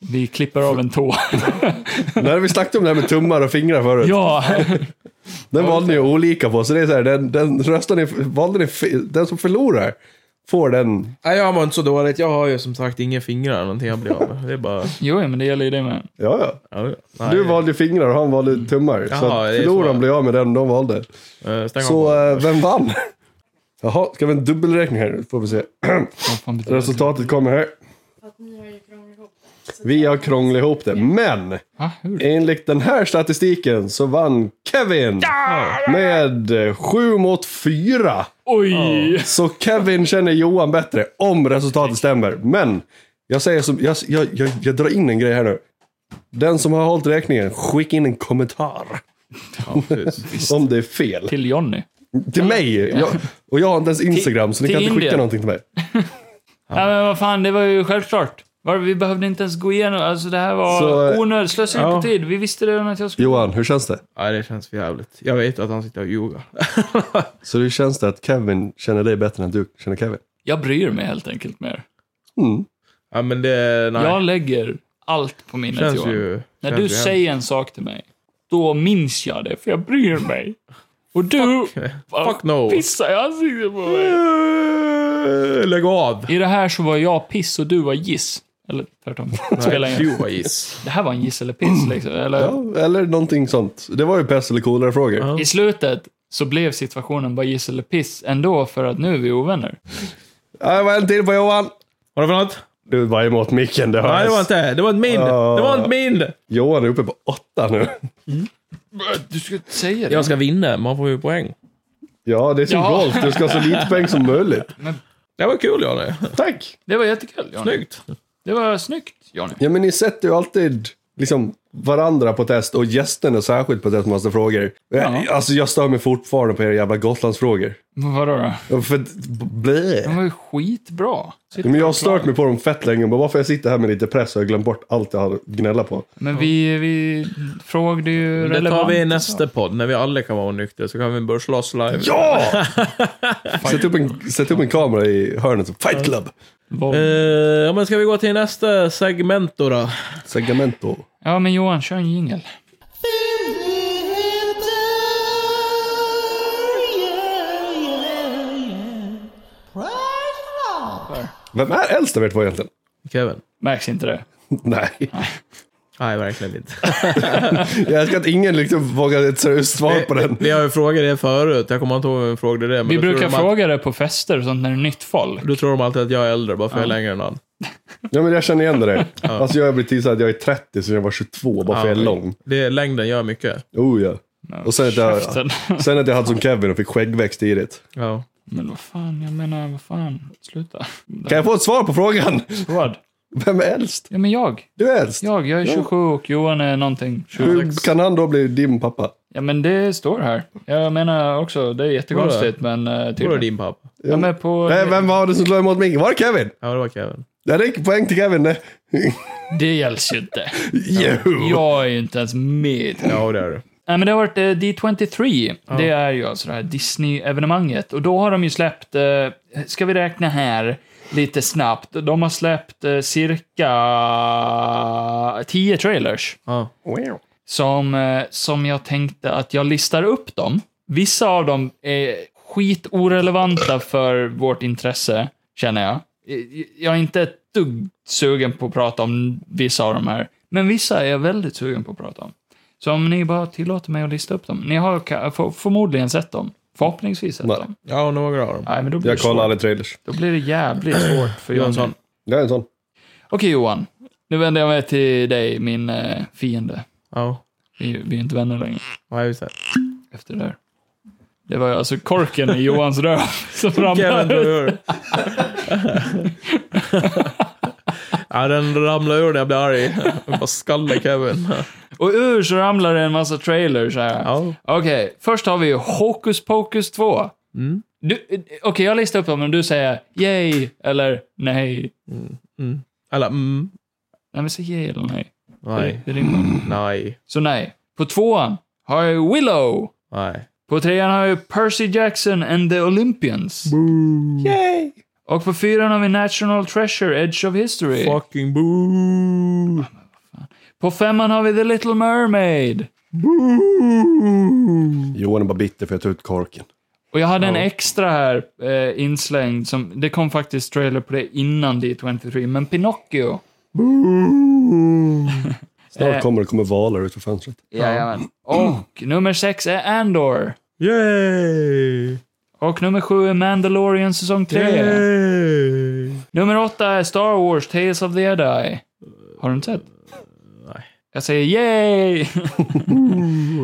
Vi klipper av en tå.
När vi snackade om det här med tummar och fingrar förut.
ja,
Den valde ni ju olika på, så det är så här, den, den röstar ni, valde ni, fel- den som förlorar får den.
Nej, jag mår inte så dåligt. Jag har ju som sagt inga fingrar eller någonting jag blir av med. Det är bara...
jo, men det gäller ju det med.
Ja, ja.
Ja,
Du valde fingrar och han valde tummar. så
Jaha,
att
det är så.
förloraren blev av med den de valde.
Eh, Stäng av.
Så eh, vem vann? Jaha, ska vi ha en dubbelräkning här nu? Får vi se.
Vad fan betyder
Alltså-
det?
Resultatet kommer här.
Att ni har ju krånglat ihop det. Så
Vi har krånglat ihop det, men
Va? Hur?
enligt den här statistiken så vann Kevin med 7 mot 4.
Oj!
Så Kevin känner Johan bättre, om resultatet stämmer. Men, jag säger som, jag, jag, jag, jag drar in en grej här nu. Den som har hållit räkningen, skicka in en kommentar.
Ja, precis.
Om det är fel.
Till Jonny.
Till mig! Jag, och jag har inte ens Instagram, så ni
Till-
kan inte
till
skicka
Indien.
någonting till mig.
Ja, men vad fan, det var ju självklart. Var, vi behövde inte ens gå igenom, alltså det här var
Så, eh,
onödigt slöseri
ja.
på tid. Vi visste redan att jag skulle...
Johan, hur känns det?
Nej, det känns för jävligt. Jag vet att han sitter och ljuger.
Så hur känns det att Kevin känner dig bättre än du känner Kevin?
Jag bryr mig helt enkelt mer.
Mm.
Ja, men det... Nej.
Jag lägger allt på minnet
känns
Johan.
ju...
När
känns
du
ju
säger en sak till mig, då minns jag det, för jag bryr mig. Och du
hemskt.
bara
Fuck no.
pissar i ansiktet på mig.
Eh, Lägg av!
I det här så var jag piss och du var giss. Eller tvärtom. Det Spelar ingen roll.
Cuba is.
Det här var en giss eller piss liksom. Eller,
Ja, eller någonting sånt. Det var ju pest eller coolare frågor.
Ja.
I slutet så blev situationen bara giss eller piss ändå för att nu är vi ovänner.
Ja, det var en till på Johan.
Var det för något?
Du var emot micken, det hörs.
Nej, det var inte. Det var ett min. Det var ett min!
Johan är uppe på åtta nu.
Du ska inte säga det.
Jag ska vinna. Man får ju poäng.
Ja, det är som
Ja.
golf. Du ska ha så lite poäng som möjligt.
Det var kul, Johnny.
Tack!
Det var jättekul, Johnny.
Snyggt.
Det var snyggt, Johnny.
Ja, men ni sätter ju alltid liksom varandra på test och gästerna särskilt på test massa frågor. Jag, alltså, jag stör mig fortfarande på era jävla Gotlandsfrågor.
Men Vadå då?
För att-
De
blä.
var ju skitbra.
Ja, Men jag har stört mig på dem fett länge, men varför jag sitter här med lite press och har glömt bort allt jag har att gnälla på.
Men vi, vi frågade ju
Det tar vi i
relevanta
nästa podd, när vi alla kan vara nyktra, så kan vi börja slåss live.
Ja! sätt, upp en, sätt upp en kamera i hörnet, så Fight Club!
saker.
Eh, ja, men ska vi gå till nästa segment då? då?
Segamento.
Ja, men Johan, kör en jingel.
Vem är äldst av er två egentligen?
Kevin?
Märks inte det?
Nej.
Nej, verkligen inte.
Jag älskar att ingen liksom vågar ett seriöst svar på den.
Vi har ju frågat det förut. Jag kommer inte ihåg vem vi frågade det. Men
Vi
då
brukar
tror de
fråga det på fester och sånt när det är nytt folk.
Att, då tror de alltid att jag är äldre, bara för jag är längre än han.
Ja, men jag känner igen det där. Alltså jag har blivit tillsagd att jag är 30 sen jag var 22, bara för jag är lång.
Det är längden gör mycket.
Oh ja. Och sen att, jag,
Käften.
sen att jag hade som Kevin och fick skäggväxt tidigt.
Ja.
Men vad fan, jag menar, vad fan. Sluta.
Kan jag få ett svar på frågan?
Vad?
Vem är äldst?
Ja, men jag.
Du är äldst.
Jag, jag är 27 och Johan är någonting. 20.
Hur kan han då bli din pappa?
Ja, men det står här. Jag menar också, det är jättekonstigt, men eh,
Det var
tydligen.
din pappa.
Ja, men på,
Nej, vem var det som slog emot mig? Var det Kevin?
Ja, det var Kevin.
Ja, det är poäng till Kevin. Nej.
det gälls ju inte.
Jo.
Jag är ju inte ens med i det.
Ja, det är du.
Nej, men det har varit eh, D23. Det är ju alltså det här Disney-evenemanget. Och då har de ju släppt, eh, ska vi räkna här lite snabbt. De har släppt eh, cirka 10 trailers.
Ja.
Som, eh, som jag tänkte att jag listar upp dem. Vissa av dem är skitorelevanta för vårt intresse, känner jag. Eh, Jag är inte ett dugg sugen på att prata om vissa av de här. Men vissa är jag väldigt sugen på att prata om. Så om ni bara tillåter mig att lista upp dem. Ni har ka- för- förmodligen sett dem. Förhoppningsvis sett
Nej.
dem.
Ja, och några av dem.
Nej, men då blir, det
Jag kollar
svårt.
aldrig trailers.
då blir det jävligt svårt för Johansson.
Johansson.
Okej
Jag är en sån.
Johan, nu vänder jag mig till dig, min eh, fiende.
Ja.
Vi, vi är inte vänner längre.
Ja, just det.
efter det där. Det var ju alltså korken i Johans röv som
Kevin
ramlade
drog
ut.
ur. ja, den ramlade ur när jag blev arg. Jag bara skallade Kevin.
Och ur så ramlade det en massa trailers här.
Ja.
Okej, först har vi ju Hocus Pocus 2.
Mm.
Du- eh, Okej, jag listar upp dem, men du säger yay eller nej.
Eller mm.
Nej, men säg yay eller nej.
Nej.
Det rimmar.
Nej.
Så nej. På tvåan har jag ju Willow.
Nej.
På trean har jag ju Percy Jackson and the Olympians.
Yay!
Och på fyran har vi National Treasure, Edge of History.
Fucking boo!
På femman har vi The Little Mermaid.
Johan är bara bitter för att jag tog ut korken.
Och jag hade en extra här eh, inslängd, som, det kom faktiskt trailer på det innan D23, men Pinocchio.
Äh.
Snart kommer det kommer valar ut för fönstret.
Jajamän. Och nummer sex är Andor.
Yay!
Och nummer sju är Mandalorian säsong 3.
Yay!
Nummer åtta är Star Wars Tales of the Jedi. Har du inte sett?
nej.
Jag säger yay!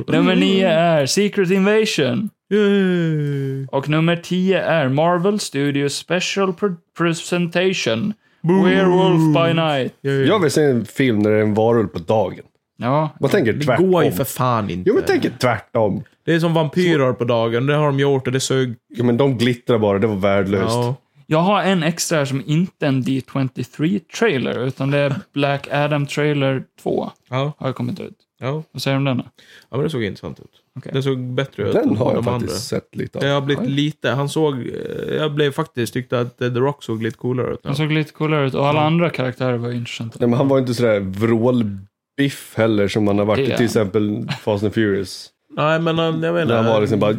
nummer nio är Secret Invasion.
Yay!
Och nummer tio är Marvel Studios Special Pre- Presentation. Werewolf by Night.
Yay.
Jag vill se en film när det är en varulv på dagen.
Ja,
Man tänker
Det
tvärtom.
går ju för fan inte.
Jo, men tänker tvärtom.
Det är som vampyrer på dagen. Det har de gjort och det sög.
Jo, men de glittrar bara, det var värdelöst.
Ja.
jag har en extra här som inte är en D23-trailer, utan det är Black Adam Trailer 2.
Ja.
Har kommit ut.
Ja.
Vad säger du om den? då?
ja, men det såg intressant ut.
Okej.
Det såg bättre ut
Den
än
har jag
de
faktiskt sett lite av.
andra. Jag har blivit lite... Han såg... eh, Jag blev faktiskt... Tyckte att eh, The Rock såg lite coolare ut. nu.
Den såg lite coolare ut och alla andra karaktärer var ju intressanta.
Nej, men han var inte sådär vrålbiff heller som han har varit
Det är
i till
han.
exempel Fast and Furious.
Nej, men eh, jag menar...
Där han var liksom bara,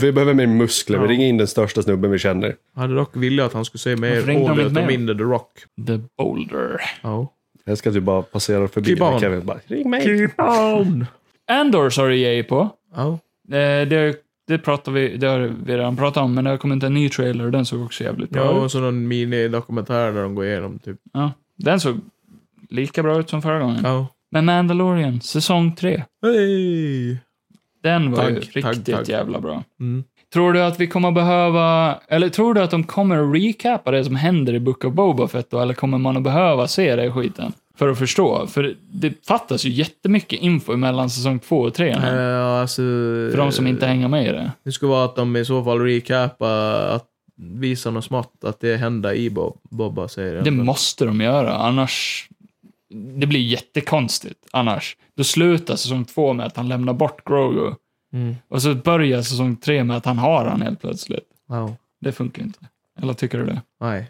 vi behöver mer muskler, vi ringer in den största snubben vi känner.
Hade dock velat att han skulle se mer
Varför ringde de
Hollywood
inte
ut och
med?
mindre The Rock.
The Boulder.
Ja.
Jag ska typ bara passera förbi
Keep
med
on.
Kevin. Bara, Ring mig.
on!
Andor sa du yay på.
Ja.
Eh, det, det, pratar vi, det har vi redan pratat om, men det har kommit en ny trailer och den såg också jävligt bra
Ja,
ut.
och så någon minidokumentär där de går igenom typ.
Ja, den såg lika bra ut som förra gången.
Ja.
Men Mandalorian, säsong 3.
Hej!
Den var ju
Tack, tack,
riktigt
tack.
jävla bra.
Mm.
Tror du att vi kommer behöva, eller tror du att de kommer att recapa det som händer i Book of Boba Fett då, eller kommer man att behöva se det skiten? För att förstå, för det fattas ju jättemycket info mellan säsong 2 och 3
Eh,
här.
alltså,
För de som inte hänger med i det.
Det skulle vara att de i så fall recapar, att visa något smått att det hände i Bob, Bobba, säger den.
Det måste de göra, annars... Det blir jättekonstigt annars. Då slutar säsong två med att han lämnar bort Grogu.
Mm.
Och så börjar säsong tre med att han har han helt plötsligt.
Ja.
Det funkar ju inte. Eller tycker du det?
Nej.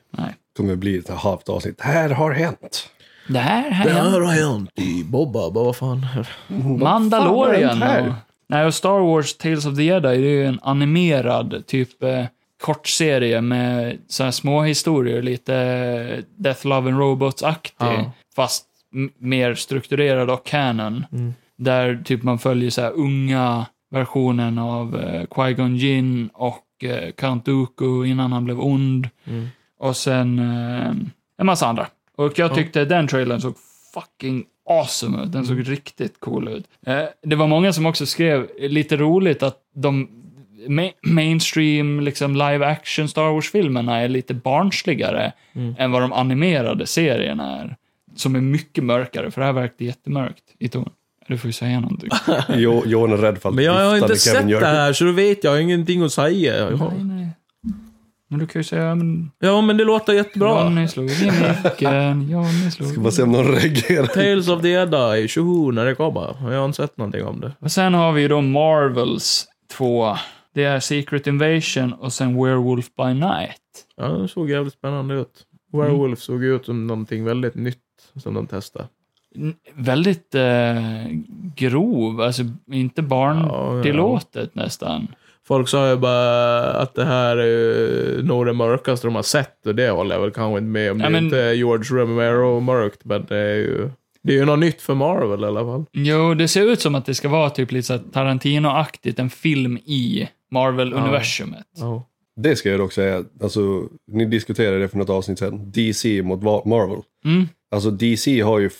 kommer bli ett halvt avsnitt. Det här har hänt.
Det här, här
har hänt i Bobba, bara vad fan.
Mandalorian.
Vad fan har hänt här?
och, nej, och Star Wars Tales of the Jedi, det är ju en animerad typ eh, kortserie med så här små historier, lite eh, Death, Love and Robots-aktig,
Ja.
fast m- mer strukturerad och canon. Där typ man följer så här unga versionen av eh, Qui-Gon Jinn och eh, Count Dooku innan han blev ond. Och sen eh, en massa andra. Och jag tyckte den trailern såg fucking awesome ut. Den såg riktigt cool ut. Eh, det var många som också skrev, eh, lite roligt, att de ma- mainstream liksom live action Star Wars-filmerna är lite barnsligare än vad de animerade serierna är. Som är mycket mörkare, för det här verkade jättemörkt i ton. Du får ju säga någonting.
Jo, Johan är rädd för att
Men jag har
vifta
inte
med
sett
Jörgen.
det här, så då vet jag ingenting att säga. Ja,
Nej, nej. Men du kan ju säga, men
ja men det låter jättebra.
Johnny slog i micken, Johnny slog i
Ska bara se om någon reagerar.
Tales of the Jedi, tjoho, när det kommer. Jag har inte sett någonting om det.
Och sen har vi ju då Marvels två. Det är Secret Invasion och sen Werewolf by Night.
Ja, det såg jävligt spännande ut. Werewolf såg ut som någonting väldigt nytt som de testade.
N- väldigt eh, grov, alltså
Ja, ja.
inte barntillåtet nästan.
Folk sa ju bara att det här är nog det mörkaste de har sett och det håller jag väl kanske inte med om. Det
Ja,
är
men-
inte George Romero mörkt, men det är ju... Det är ju något nytt för Marvel i alla fall.
Jo, det ser ut som att det ska vara typ lite så här Tarantino-aktigt, en film i Marvel-universumet.
Ja.
Det ska jag dock säga. Alltså, ni diskuterade det för något avsnitt sedan. DC mot Va- Marvel.
Mm.
Alltså DC har ju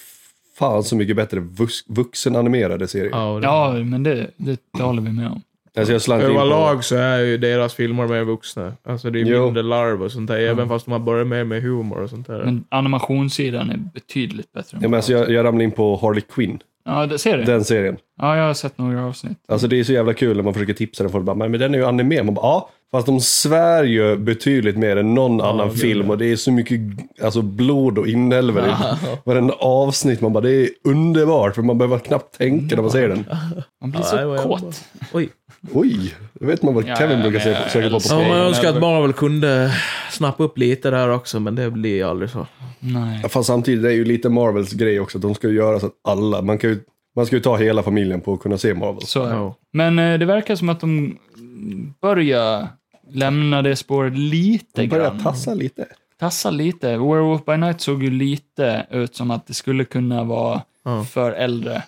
fan så mycket bättre vux- vuxenanimerade serier.
Ja, det-
Ja, men det, det, det håller vi med om.
Alltså jag slant in på...
Överlag så är ju deras filmer mer vuxna. Alltså det är
Jo.
mindre larv och sånt där, även fast de har börjat mer med humor och sånt där.
Men animationssidan är betydligt bättre.
Ja, men alltså jag, jag ramlade in på Harley Quinn,
Ja, det, ser du?
den serien.
Ja, jag har sett några avsnitt.
Alltså det är så jävla kul när man försöker tipsa den. Folk bara, men men den är ju anime. Man bara, ja, Fast de svär ju betydligt mer än någon annan film och det är så mycket alltså, blod och inälvor i varenda avsnitt. Man bara, det är underbart för man behöver knappt tänka när man ser den.
Man blir
Ja, det var
så
jag
kåt.
Oj.
Oj, då vet man vad
Ja,
Kevin
ja,
brukar
men
se-
jag
söka på.
älskar-
Ja,
Okej,
man
men-
önskar att Marvel kunde snappa upp lite där också, men det blir aldrig så.
Nej.
Ja, Fast samtidigt, det är ju lite Marvels grej också. att De ska ju göra så att alla, man, kan ju, man ska ju ta hela familjen på att kunna se Marvel.
Så är det.
Ja.
Men eh, det verkar som att de börjar lämna det spåret lite
De börjar
grann.
tassa lite.
Tassa lite. Werewolf by Night såg ju lite ut som att det skulle kunna vara
Ja.
för äldre.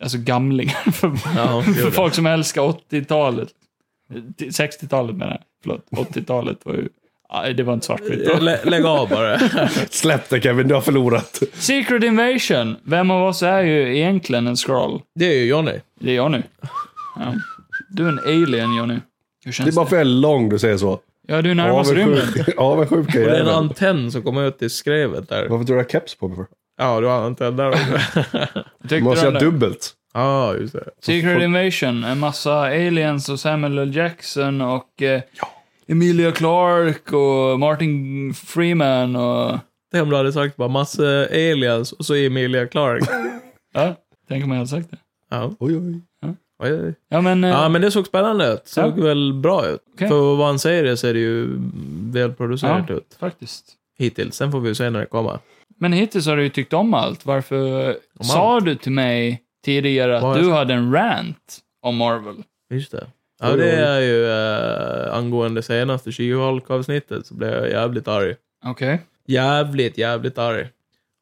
Alltså gamlingar. För,
Ja, det
för
gjorde det.
folk som älskar 80-talet. Eh, 60-talet menar jag. Förlåt. 80-talet var ju... Aj, det var inte svartvitt då.
Lä, lägg av bara.
Släpp det Kevin, du har förlorat.
Secret Invasion. Vem av oss är ju egentligen en scroll?
Det är ju Johnny.
Det är jag nu. Ja. Du är en alien, Johnny. Hur
Det är
känns det?
bara för att jag är lång du säger så.
Ja, du är närmast rymden.
Avundsjuk- Avundsjuka
Och det är en
jäveln.
antenn som kommer ut i skrevet där.
Varför tror du jag har keps på mig för?
Ja, du har en antenn där också.
Måste
Tyckte du
jag
den-
ha dubbelt?
Ja, just det.
Secret Invasion, en massa aliens och Samuel L. Jackson och eh, Emilia Clarke och Martin Freeman och...
Tänk om du hade sagt bara massa aliens och så Emilia Clark.
Ja, tänk om jag hade sagt det.
Ja.
Oj, oj.
Oj, oj.
Ja, men... Eh,
ja, men det såg spännande ut. Såg
Ja.
väl bra ut.
Okej.
För vad han säger det så är det ju välproducerat
Ja.
ut.
faktiskt.
Hittills. Sen får vi ju se när det kommer.
Men hittills har du ju tyckt om allt. Varför sa du till mig tidigare
Vad har
att
jag
du hade en rant om Marvel?
Just det. Ja,
Oj,
det
oj.
är ju eh, angående senaste She-Hulk-avsnittet så blev jag jävligt arg.
Okej.
Jävligt, jävligt arg.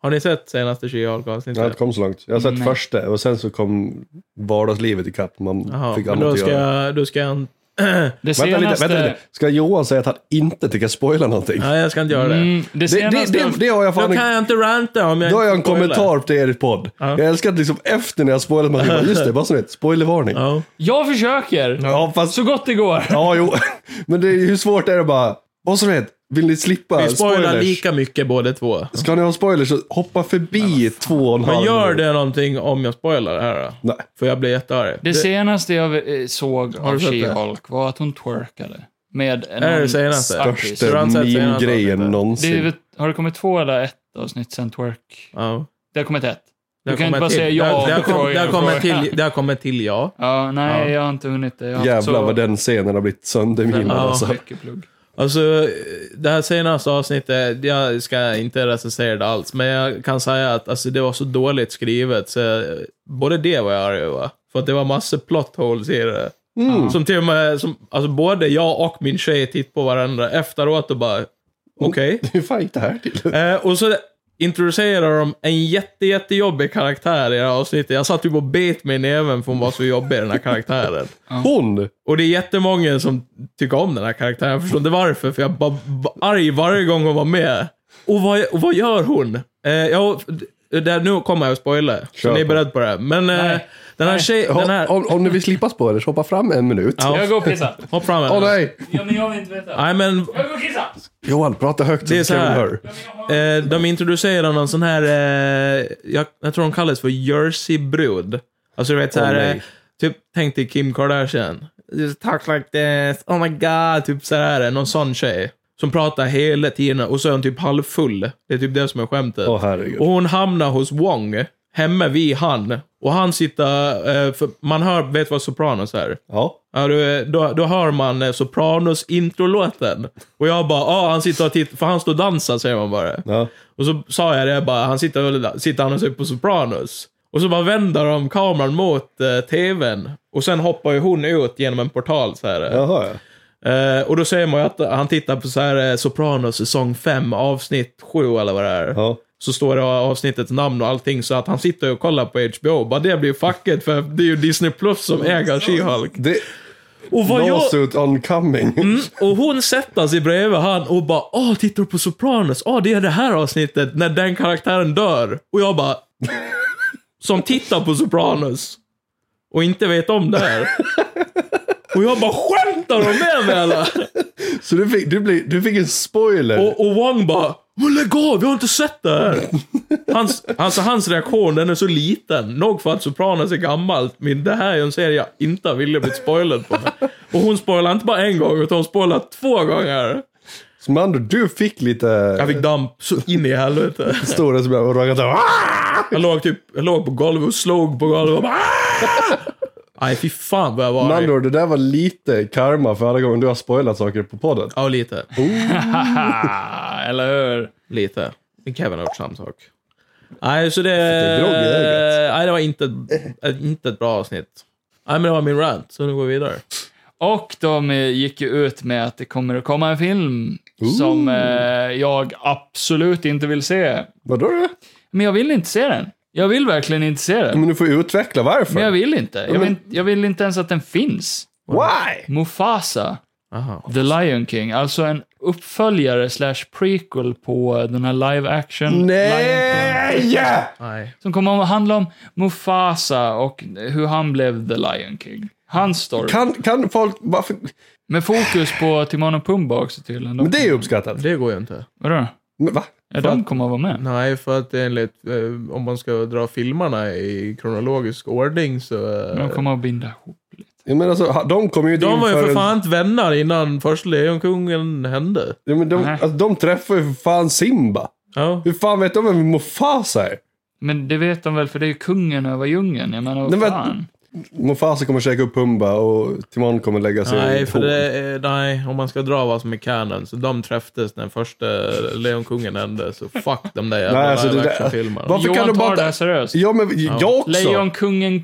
Har ni sett senaste
Jag har inte
She-Hulk-avsnittet?
kommit så långt. Jag har sett
Nej.
första och sen så kom vardagslivet ikapp. Man
Jaha,
fick
men
annat
då
att
ska,
göra.
jag, då ska jag inte...
Det
Vänta lite,
senaste...
vänta lite. Ska Johan säga att han inte tycker spoila någonting?
Nej, jag ska inte göra det.
Mm, det
Det, det,
senaste...
det, det har jag
Då
fan
kan jag inte ranta om jag
Då har jag en
inte spoilar.
kommentar till er podd. Jag älskar att liksom efter när jag spoilat man bara, just det, bara så ni vet, spoilervarning. Ja.
Ja.
Jag försöker!
fast...
Så gott det går.
Ja, jo. Men det, är- hur svårt är det bara, bara så ni vet, vill ni slippa
Vi spoilar
spoilers?
lika mycket båda två.
Ska ni ha spoilers så hoppa förbi två och en halv
Men gör
minut.
det någonting om jag spoilar det här då?
Nej.
För jag blir jättearg.
Det senaste jag eh, såg
du
av
sett det?
She-Hulk var att hon twerkade. Med en
Är det senaste?
artist.
Hur har
Största
han sett sig innan
meme-grejen
avsnittet?
Det är,
någonsin.
väl- har det kommit två eller ett avsnitt sen twerk?
Ja.
Det har kommit ett.
Där
Du
kommer
kan inte bara
till.
säga ja
Där,
och
där, kom,
fråga
där,
och
kommer
fråga.
till, där kommer till ja.
Ja, nej,
Ja.
jag har inte hunnit det. Jag har haft
Jävlar
så
vad den scenen har blivit söndermimad
Ja,
alltså.
mycket plugg.
Alltså, det här senaste avsnittet, jag ska inte recensera det alls, men jag kan säga att alltså, det var så dåligt skrivet, så både det var jag arg över. För att det var massor plot holes i det. Som till och med, som, alltså både jag och min tjej tittade på varandra efteråt och bara, okej.
Hur fan gick det här till?
Eh, och så introducerar de en jätte, jättejobbig karaktär i det här avsnittet. Jag satt typ och bet mig i näven för hon var så jobbig, den här karaktären.
Hon!
Och det är jättemånga som tycker om den här karaktären. Jag förstår inte varför, för jag bara var arg varje gång hon var med. Och vad, och vad gör hon? Eh, ja, det- där, nu kommer jag att spoila, så
Kör
ni är
på.
beredda på det. här. Men eh,
Nej.
den här tjejen, den här...
Om, om ni vill slippa spoilers, hoppa fram en minut. Åh
Ja,
Jag går och pissar.
hopp fram med den.
nej!
Ja, men jag vill inte veta.
Nej, men
Jag går och kissar!
Johan, prata högt så
Det är så
Kevin
här.
hör.
Eh, de introducerar någon sån här, eh, jag, jag tror de kallas för Jersey-brud. Alltså du vet så
Åh,
här,
nej.
eh, typ tänk dig Kim Kardashian. Just talk like this, oh my god, typ så här, någon sån tjej. Som pratar hela tiden och så är hon typ halvfull. Det är typ det som är skämtet.
Åh herregud.
Och hon hamnar hos Wong, hemma vid han. Och han sitter, eh, för man hör, vet vad Sopranos är?
Ja.
Ja, du, då, då hör man eh, Sopranos introlåten. Och jag bara, ja ah, han sitter och tittar, för han står och dansar säger man bara.
ja.
Och så sa jag det bara, han sitter och, sitter han och ser på Sopranos. Och så bara vänder de kameran mot eh, tvn. Och sen hoppar ju hon ut genom en portal så här.
Jaha ja.
Eh, och då ser man ju att han tittar på så här eh, Sopranos säsong 5, avsnitt 7 eller vad det är.
ja.
Så står det avsnittets namn och allting, så att han sitter och kollar på HBO. Bara det blir ju fucket, för det är ju Disney Plus som äger She-Hulk.
Det,
Och vad jag...
lawsuit oncoming.
Mm, och hon sätter sig bredvid han och bara Åh, tittar du på Sopranos? Åh, det är det här avsnittet när den karaktären dör. Och jag bara Som tittar på Sopranos och inte vet om det här. Och jag bara skämtar de med mig eller?
Så du fick, du, blev, du fick en spoiler.
Och, och Wong bara Men lägg av, jag har inte sett det här! Hans, alltså hans reaktion, den är så liten. Nog för att Sopranos är gammalt, men det här är en serie jag inte ville bli spoilad på. Och hon spoilade inte bara en gång, utan hon spoilade två gånger.
Som andra, du fick lite
Jag fick damp så in i helvete.
stora som jag och Ragan sa "Ah!"
Jag låg, typ, jag låg på golvet och slog på golvet och bara "Ah!" Nej, fy fan vad jag var
Med
arg.
andra ord, det där var lite karma för alla gånger du har spoilat saker på podden. Oh.
Ja, lite.
Haha, eller hur?
Lite. Men Kevin har gjort samma sak. Nej, så det...
är grogg i ögat.
Nej, det var inte ett, ett- inte ett bra avsnitt. Nej, men det var min rant, så nu går vi vidare.
Och de eh, gick ju ut med att det kommer att komma en film som eh, jag absolut inte vill se.
Vadå du?
Men jag vill inte se den. Jag vill verkligen inte se den.
Men du får ju utveckla varför.
Men jag vill inte. Jag
men-
vill, jag vill inte ens att den finns.
Why?
Mufasa,
Aha.
The Lion King, alltså en uppföljare slash prequel på den här live action Lion King.
Nej!
Nej.
Som kommer att handla om Mufasa och hur han blev The Lion King. Hans story.
Kan, kan folk... Varför?
Med fokus på Timon och Pumba också tydligen.
Men det är ju uppskattat.
Det går ju inte.
Vadå?
Men va?
Ja, de kommer att vara med.
Nej, för att enligt... Eh, om man ska dra filmerna i kronologisk ordning så...
Mm.
Eh,
De kommer att binda ihop lite.
Jag menar alltså, ha- de kom ju inte
de
in
var ju
förrän-
för fan inte vänner innan första Lejonkungen hände.
Ja, men de,
Nej.
alltså, de träffar ju för fan Simba.
Ja.
Hur fan vet de vem Mufasa är?
Men det vet de väl, för det är ju kungen över djungeln. Jag menar,
Nej,
vad
men-
fan.
Mufasa kommer käka upp Pumba och Timon kommer lägga sig i
Nej,
ett
för
horn.
det, är- nej, om man ska dra vad som är canon, så de träffades när första Lejonkungen hände, så fuck de där jävla
Nej, alltså, det
live
där-
action-filmerna.
Varför
Johan
kan de bara
tar det här
inte...
seriöst.
Ja, men jag också.
Lejonkungen... eh,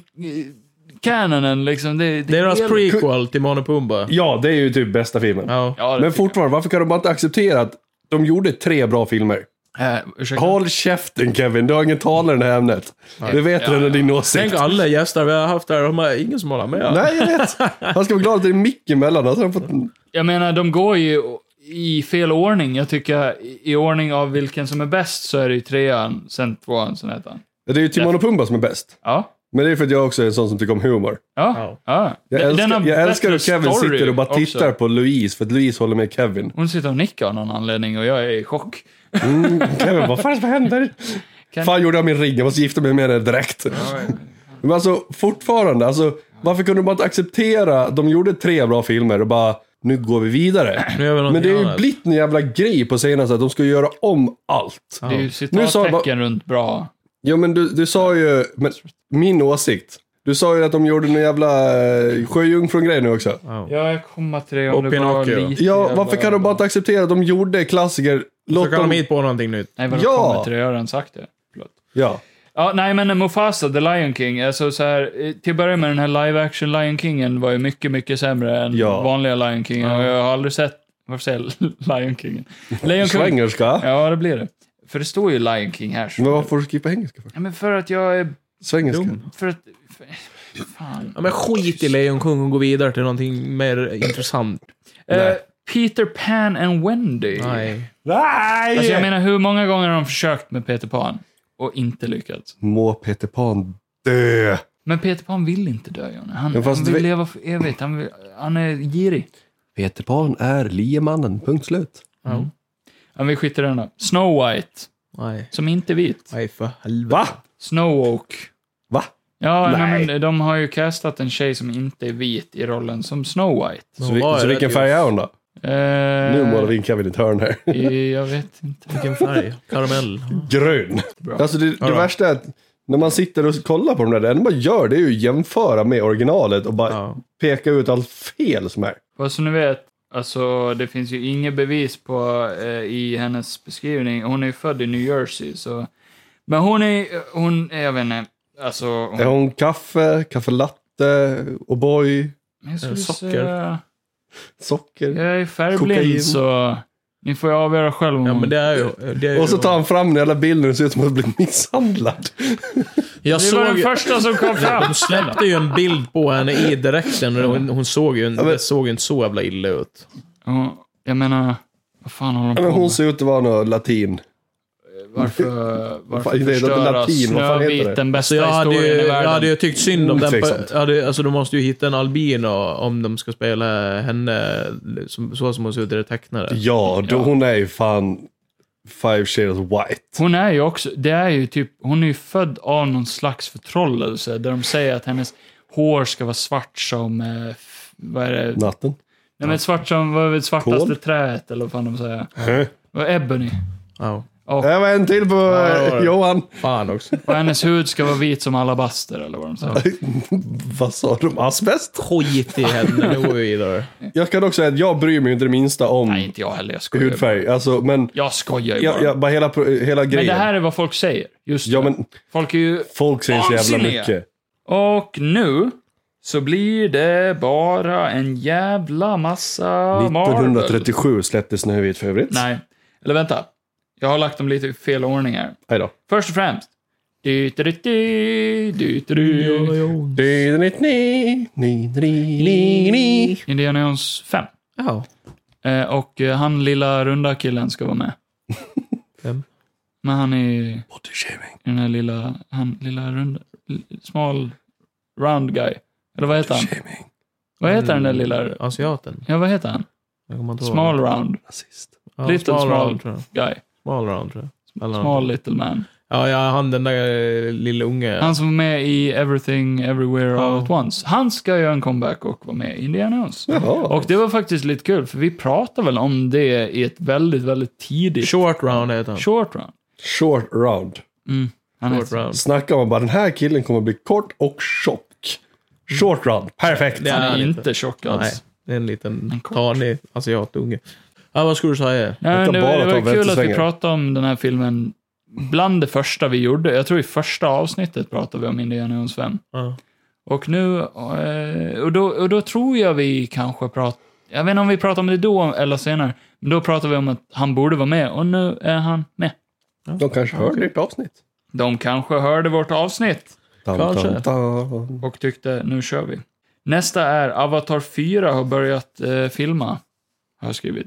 Canonen, liksom. Det, det,
Det är deras
hel-
prequel till Manu Pumba.
Ja, det är ju typ bästa filmen.
Ja.
Ja, det
Men
tycker
fortfarande, varför kan de bara inte acceptera att de gjorde tre bra filmer?
jag. Eh, ursäkta.
Håll käften Kevin, du har ingen tal i det här ämnet. Det vet
Ja,
redan din åsikt.
Tänk alla gäster vi har haft här, de har ingen som håller med.
Nej, jag vet. Han ska vara glad att det är mick emellan. Alltså, han fått...
Jag menar, de går ju i fel ordning. Jag tycker i i ordning av vilken som är bäst så är det ju trean, sen tvåan, sen ettan.
Det är ju Timon och Pumba som är bäst.
Ja.
Men det är för att jag också är en sån som tycker om humor.
Ja.
Ja.
ja.
Jag
Den- den
älskar,
har
jag älskar hur
bättre
Kevin
story
sitter och bara
också.
tittar på Louise, för att Louise håller med Kevin.
Hon sitter och nickar av någon anledning och jag är i chock.
Kevin, vad fan vad händer?
Kan-
Fan gjorde jag min ring, jag måste gifta mig med henne direkt. Men alltså fortfarande, alltså, varför kunde de bara inte acceptera, de gjorde tre bra filmer och bara, nu går vi vidare.
Nu gör vi
Men det är
någonting
ju
annat.
blivit en jävla grej på senaste att de ska göra om allt.
Det är ju
Nu sa jag bara-
citattecken runt bra.
Ja men du, du sa ju, men, min åsikt. Du sa ju att de gjorde någon jävla eh, sjöjungfrun-grej nu också.
Ja, jag kommer till det om
Och
det bara
Pinocchio.
lite
Ja,
jävla-
varför kan de bara inte acceptera att de gjorde klassiker?
Så
Låt
kan
dem...
de hit på någonting nytt.
Nej, vadå
Ja!
kommer till det? Jag har redan sagt det. Förlåt.
Ja.
Ja, nej, men Mufasa, The Lion King, alltså så här, eh, till att börja med den här live action Lion Kingen var ju mycket, mycket sämre än
Ja.
vanliga Lion Kingen. Och jag har aldrig sett, varför säger jag Lion Kingen? Lejonkungen.
Svengelska.
Ja, det blir det. För det står ju Lion King här. Så.
Men varför får du skippa engelska för?
Ja, men för att jag är...
Svengelska.
För att... För, fan.
Ja, men skit i Lejonkungen och gå vidare till någonting mer intressant.
Eh, Peter Pan and Wendy.
Nej.
Nej!
Alltså jag menar, hur många gånger har de försökt med Peter Pan och inte lyckats?
Må Peter Pan dö.
Men Peter Pan vill inte dö, Jonny. Han,
Ja, fast
han vill
vi-
leva för evigt. Han, vill, han är girig.
Peter Pan är liemannen, punkt slut.
Ja.
Ja, vi skiter i den då. Snow White,
Nej.
som inte är vit.
Nej, för helvete.
Va?
Snow Oak.
Va?
Ja,
Nej.
nej. men de har ju castat en tjej som inte är vit i rollen som Snow White.
Så, vi,
vad är
så
det
vilken
till?
färg är hon då?
Eh,
Nu målar vi in Kevin i ett hörn här.
eh, Jag vet inte.
Vilken färg? Karamell?
Grön. Alltså det, det
Ja.
värsta är att när man sitter och kollar på de där, det enda man gör det är ju att jämföra med originalet och bara
Ja.
peka ut allt fel som är.
Vad som ni vet, alltså det finns ju inget bevis på eh, i hennes beskrivning. Hon är ju född i New Jersey, så... Men hon är, hon, jag vet inte, alltså... Hon,
Är hon kaffe, kaffelatte, O'boy,
jag skulle
socker?
säga-
socker?
Jag är färgblind,
Kokain.
så ni får avgöra själv om
Ja,
hon-
men det är ju... Det är ju
Och så tar han fram den jävla bilden och ser ut som att han blivit misshandlad.
jag
Det var
såg
den första som kom fram.
Hon släppte ju en bild på henne i direkten och hon, hon såg ju en, det såg ju inte så jävla illa ut.
Ja, Jag menar, vad fan håller de
Ja,
på
Men hon
med?
ser ut att vara någon latin.
Varför, varför
fan, det är
förstöra
latin, vad fan heter det?
Snövit, den
Så Alltså,
bästa
jag hade, ju,
historien i
jag
världen?
hade ju tyckt synd om den. på-
Otveksamt.
jag Hade, alltså, de måste ju hitta en albino om de ska spela henne som, så som hon ser ut i det tecknade.
Ja, då,
Ja.
hon är ju fan Five Shades of White.
Hon är ju också, det är ju typ, hon är ju född av någon slags förtrollelse där de säger att hennes hår ska vara svart som, eh, f- vad är det?
Natten.
Nej men svart som, vad är det svartaste
Kol?
träet eller vad fan de säger.
Hä?
Och Ebony.
Ja.
Det var en till på
det var det.
Johan.
Fan också.
Och hennes hud ska vara vit som alabaster eller vad de säger.
Vad sa de? Asbest?
Skit i henne, nu går vi vidare.
Jag kan också säga att jag bryr mig inte det minsta om
Nej, inte jag heller. Jag skojar. bara.
hudfärg. Alltså, men
Jag skojar ju
jag,
bara.
jag, bara hela, pro- hela
Men
grejen.
det här är vad folk säger. Just
Ja,
det.
men
Folk är ju...
folk säger så jävla
Vansinniga.
mycket.
Och nu så blir det bara en jävla massa Marvel.
1937 släpptes Snövit för övrigt.
Nej. Eller vänta. Jag har lagt dem lite i fel ordning här.
Nej då.
Först och främst. Du, du, du, du, du, du, du. Indiana Jones 5.
Ja.
Eh, och eh, han lilla runda killen ska vara med.
Vem?
Men han är ju
Bodyshaming.
den här lilla, han lilla runda, l- smal, round guy. Eller vad heter han?
Shaming.
Vad heter den där
Mm.
lilla,
Asiaten.
ja vad heter han?
Jag kommer inte ihåg.
Small round
Rasist.
Ja,
little
small,
small.
round, tror jag.
guy.
Small round, tror jag. Eller
Small
något.
little man.
Ja, ja, han den där eh, lilla unge.
Han som var med i Everything Everywhere All
Ja.
At Once. Han ska göra en comeback och vara med i Indiana Jones.
Jaha.
Och det var faktiskt lite kul, för vi pratade väl om det i ett väldigt, väldigt tidigt
Short round heter han.
short round.
Short round.
Han
Short
heter,
round.
Snackar man bara den här killen kommer bli kort och tjock. Short round. Perfekt.
Det
han är
han
inte tjock
Nej,
alls.
det är en liten
Alltså, kort.
tanig asiatunge. Ja, vad skulle du säga?
Nej,
Jag
men
kan
det,
bara
var- det
ta
var kul att vi
vänstersvängen.
pratade om den här filmen bland det första vi gjorde. Jag tror i första avsnittet pratade vi om Indiana Jones 5.
Ja.
Och nu, eh, och då, och då tror jag vi kanske pratar, jag vet inte om vi pratar om det då eller senare, men då pratar vi om att han borde vara med och nu är han med.
De kanske hörde ditt avsnitt.
De kanske hörde vårt avsnitt
Dun,
Kanske.
dun, dun.
och tyckte nu kör vi. Nästa är Avatar 4 har börjat eh, filma, har jag skrivit.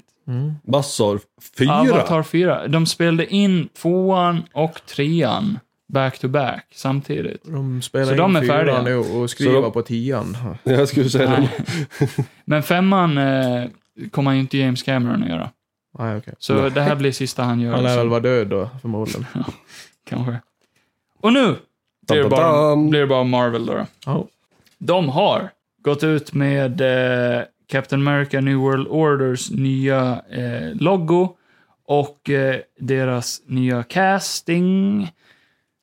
Vad sa du? Fyra?
Avatar 4. De spelade in tvåan och trean back to back samtidigt.
De spelar
Så
in
de är
fyran
färdiga?
nu och skriver
Så de-
på tian.
Jag skulle säga det.
Men femman eh, kommer ju inte James Cameron att göra.
Nej, okej.
Så det här blir sista han gör.
Han lär
liksom.
väl vara död då, förmodligen.
Kanske. Och nu blir
Dam, dam,
det bara,
dam.
blir det bara Marvel då.
Ja.
De har gått ut med eh, Captain America New World Orders nya eh, logo och eh, deras nya casting.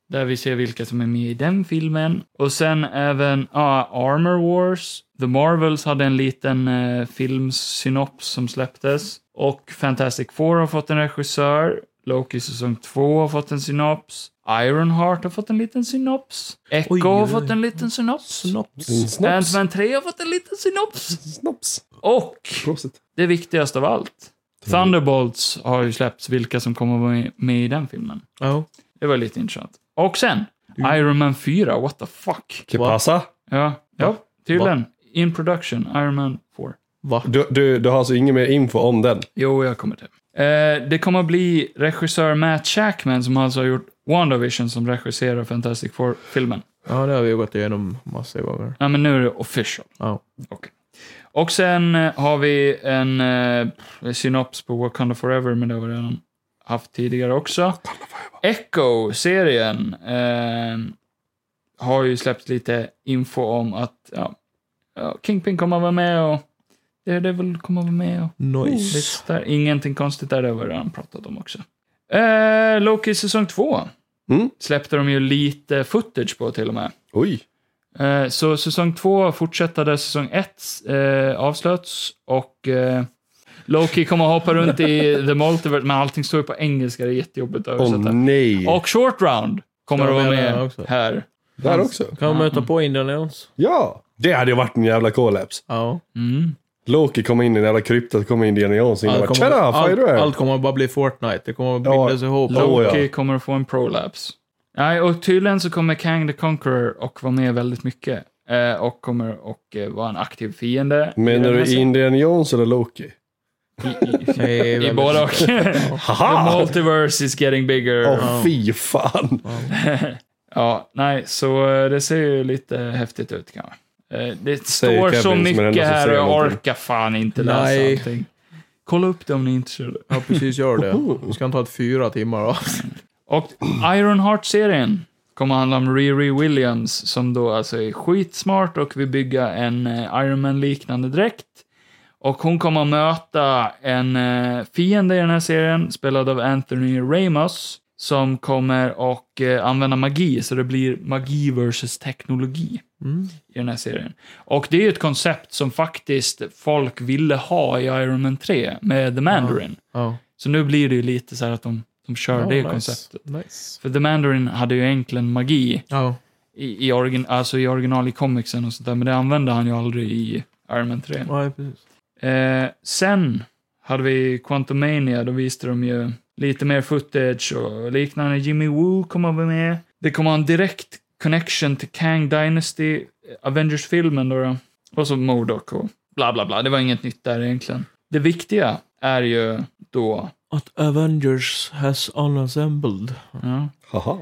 Där vi ser vilka som är med i den filmen. Och sen även ja, Armor Wars. The Marvels hade en liten eh, filmsynops som släpptes. Och Fantastic Four har fått en regissör. Loki säsong 2 har fått en synops. Ironheart har fått en liten synops. Echo
Oj,
har
oj,
fått en liten synops.
Mm,
Snops.
Snaps.
Ant-Man 3 har fått en liten synops.
Snaps.
Och
Prosit.
det viktigaste av allt. Thunderbolts har ju släppts vilka som kommer vara med- med i den filmen.
Ja.
Det var lite intressant. Och sen, Iron Man 4, what the fuck?
Kan passa?
Ja, ja tydligen. In production, Iron Man 4.
Va?
Du, du, du har alltså ingen mer info om den?
Jo, jag kommer till. Eh, det kommer att bli regissör Matt Shackman som alltså har gjort WandaVision som regisserar Fantastic Four-filmen.
Ja, det har vi ju gått igenom massa gånger.
Ja, men nu är det official.
Ja.
Okej. Och sen eh, har vi en eh, synops på Wakanda Forever, men det har vi redan haft tidigare också. Echo-serien eh, har ju släppt lite info om att ja, ja, Kingpin kommer att vara med och Daredevil kommer att vara med och
Nice.
listar. Ingenting konstigt där, det har vi redan pratat om också. Eh, Loki säsong 2
Mm.
släppte de ju lite footage på till och med.
Oj.
Eh, Så säsong två fortsätter där säsong ett eh, avslöts och eh, Loki kommer att hoppa runt i The Multiverse, men allting står ju på engelska, det är jättejobbigt att
Åh
översätta.
nej.
och Short Round kommer
Ja,
att vara
men jag
med
också.
här.
Där också?
Kan man möta på Indian Jones?
Ja. Det hade ju varit en jävla kollaps.
Ja.
Mm.
Loki kom in i den jävla kryptet, kom in i Indiana Jones och bara
kommer,
“Tjena, fan är
allt,
du här?”
allt kommer bara bli Fortnite. Det kommer
Ja.
bindas ihop.
Lo- Åh, ja.
Loki kommer att få en prolapse. Nej, och tydligen så kommer Kang the Conqueror och vara med väldigt mycket. eh, Och kommer och eh, vara en aktiv fiende. i
Menar
den här
du
serien.
Indiana Jones eller Loki?
Det är
I
väldigt-
båda och. The
Haha!
multiverse is getting bigger.
Åh fy fan.
Ja, nej, så eh, det ser ju lite häftigt ut kanske. Eh, Det
Säger
står
Kevin
så
som är den
mycket
enda som
här och
säger
jag
någonting.
orkar fan inte läsa
Nej.
allting. Kolla upp det om ni är intresserade.
Ja, precis. Gör det. Vi ska inte ha ett fyra timmar avsnitt.
Och Ironheart-serien kommer att handla om Riri Williams som då alltså är skitsmart och vill bygga en eh, Iron Man-liknande dräkt. Och hon kommer att möta en eh, fiende i den här serien, spelad av Anthony Ramos, som kommer och eh, använda magi, så det blir magi versus teknologi
Mm.
i den här serien. Och det är ju ett koncept som faktiskt folk ville ha i Iron Man 3 med The Mandarin.
Ja.
Så nu blir det ju lite så här att de, de kör
Ja,
det
nice.
konceptet.
Nice.
För The Mandarin hade ju egentligen magi
Ja.
i, i, origin, alltså i original i comicsen och sånt där, men det använde han ju aldrig i Iron Man 3.
Nej, precis.
Eh, sen hade vi Quantumania, då visste de ju lite mer footage och liknande. Jimmy Woo kommer att vara med. Det kommer ha en direkt connection till Kang Dynasty, eh, Avengers-filmen då, då. Och så Modok och bla bla bla. Det var inget nytt där egentligen. Det viktiga är ju då,
Att Avengers has unassembled.
ja,
Haha.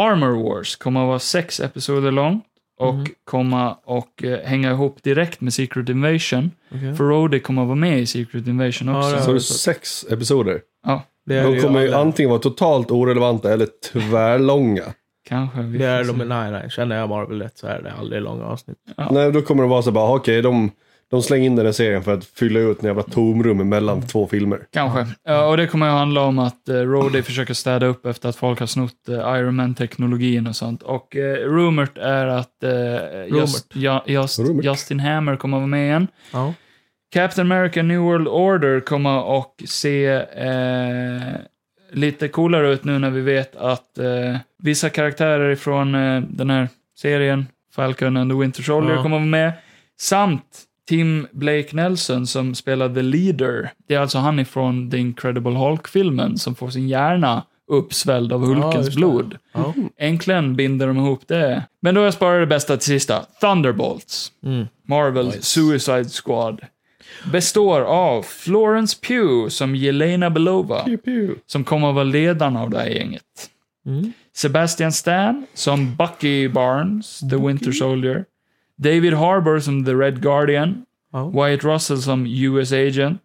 Armor Wars kommer att vara sex episoder lång och
Mhm.
komma och eh, hänga ihop direkt med Secret Invasion.
Okej.
För Rhodey kommer att vara med i Secret Invasion
Ja,
också.
det
Så
är-
har du sex episoder.
Ja,
Det
De kommer ju
alla-
antingen vara totalt orelevanta eller tvärlånga.
kanske. vi
Det är
får
de,
se.
nej, nej, känner jag Marvel rätt så är det aldrig långa avsnitt.
Ja.
Nej, då kommer det vara så bara, okej, de, de slänger in den här serien för att fylla ut en jävla tomrum mellan två filmer.
Kanske. Ja, och det kommer att handla om att eh, Rhodey försöker städa upp efter att folk har snott eh, Iron Man-teknologin och sånt. Och eh, rumort är att eh, just, ja, just,
Rumort.
Justin Hammer kommer att vara med igen.
Ja.
Captain America New World Order kommer och se eh, lite coolare ut nu när vi vet att eh, vissa karaktärer från eh, den här serien, Falcon and the Winter Soldier,
Ja.
kommer vara med. Samt Tim Blake Nelson som spelar The Leader. Det är alltså han ifrån The Incredible Hulk-filmen som får sin hjärna uppsvälld av
Ja,
Hulkens
just det.
blod.
Ja.
Äntligen binder de ihop det. Men då har jag sparat det bästa till sista. Thunderbolts.
Mm.
Marvels Suicide Squad. Består av Florence Pugh som Jelena Belova,
Pew, pew.
som kommer att vara ledaren av det här gänget.
Mm.
Sebastian Stan som Bucky Barnes, The Winter Soldier. David Harbour som The Red Guardian.
Ja.
Wyatt Russell som US Agent.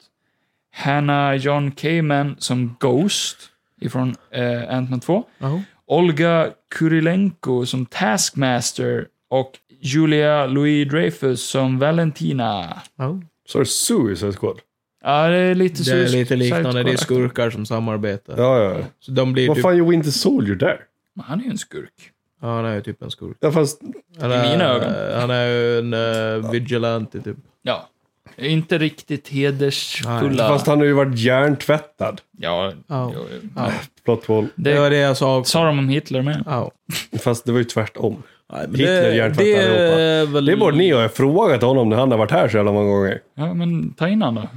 Hannah John Kamen som Ghost ifrån eh, Ant-Man 2.
Ja.
Olga Kurilenko som Taskmaster och Julia Louis-Dreyfus som Valentina.
Ja.
Så är det Suicide Squad.
Ja, det är lite
Det är
så-
lite liknande, det är
sidequest.
skurkar som samarbetar.
Ja, ja, ja.
Så de blir
Vad
typ,
fan gör Winter Soldier där?
Men han är ju en skurk.
ja, han är ju typ en skurk.
Ja, fast,
Han
I
är,
mina ögon.
Han är ju en uh, vigilante typ.
Ja. Inte riktigt hedersfulla.
fast han har ju varit hjärntvättad.
Ja,
Ja.
jo, jo.
Ja.
Plot hole.
Det var
Det
det jag sa också.
sa de om Hitler med.
Ja.
Fast det var ju tvärtom.
Nej, men
Hitler hjärntvättar
är väl-
Det borde ni ha frågat honom när han har varit här så jävla många gånger.
Ja, men ta in han då.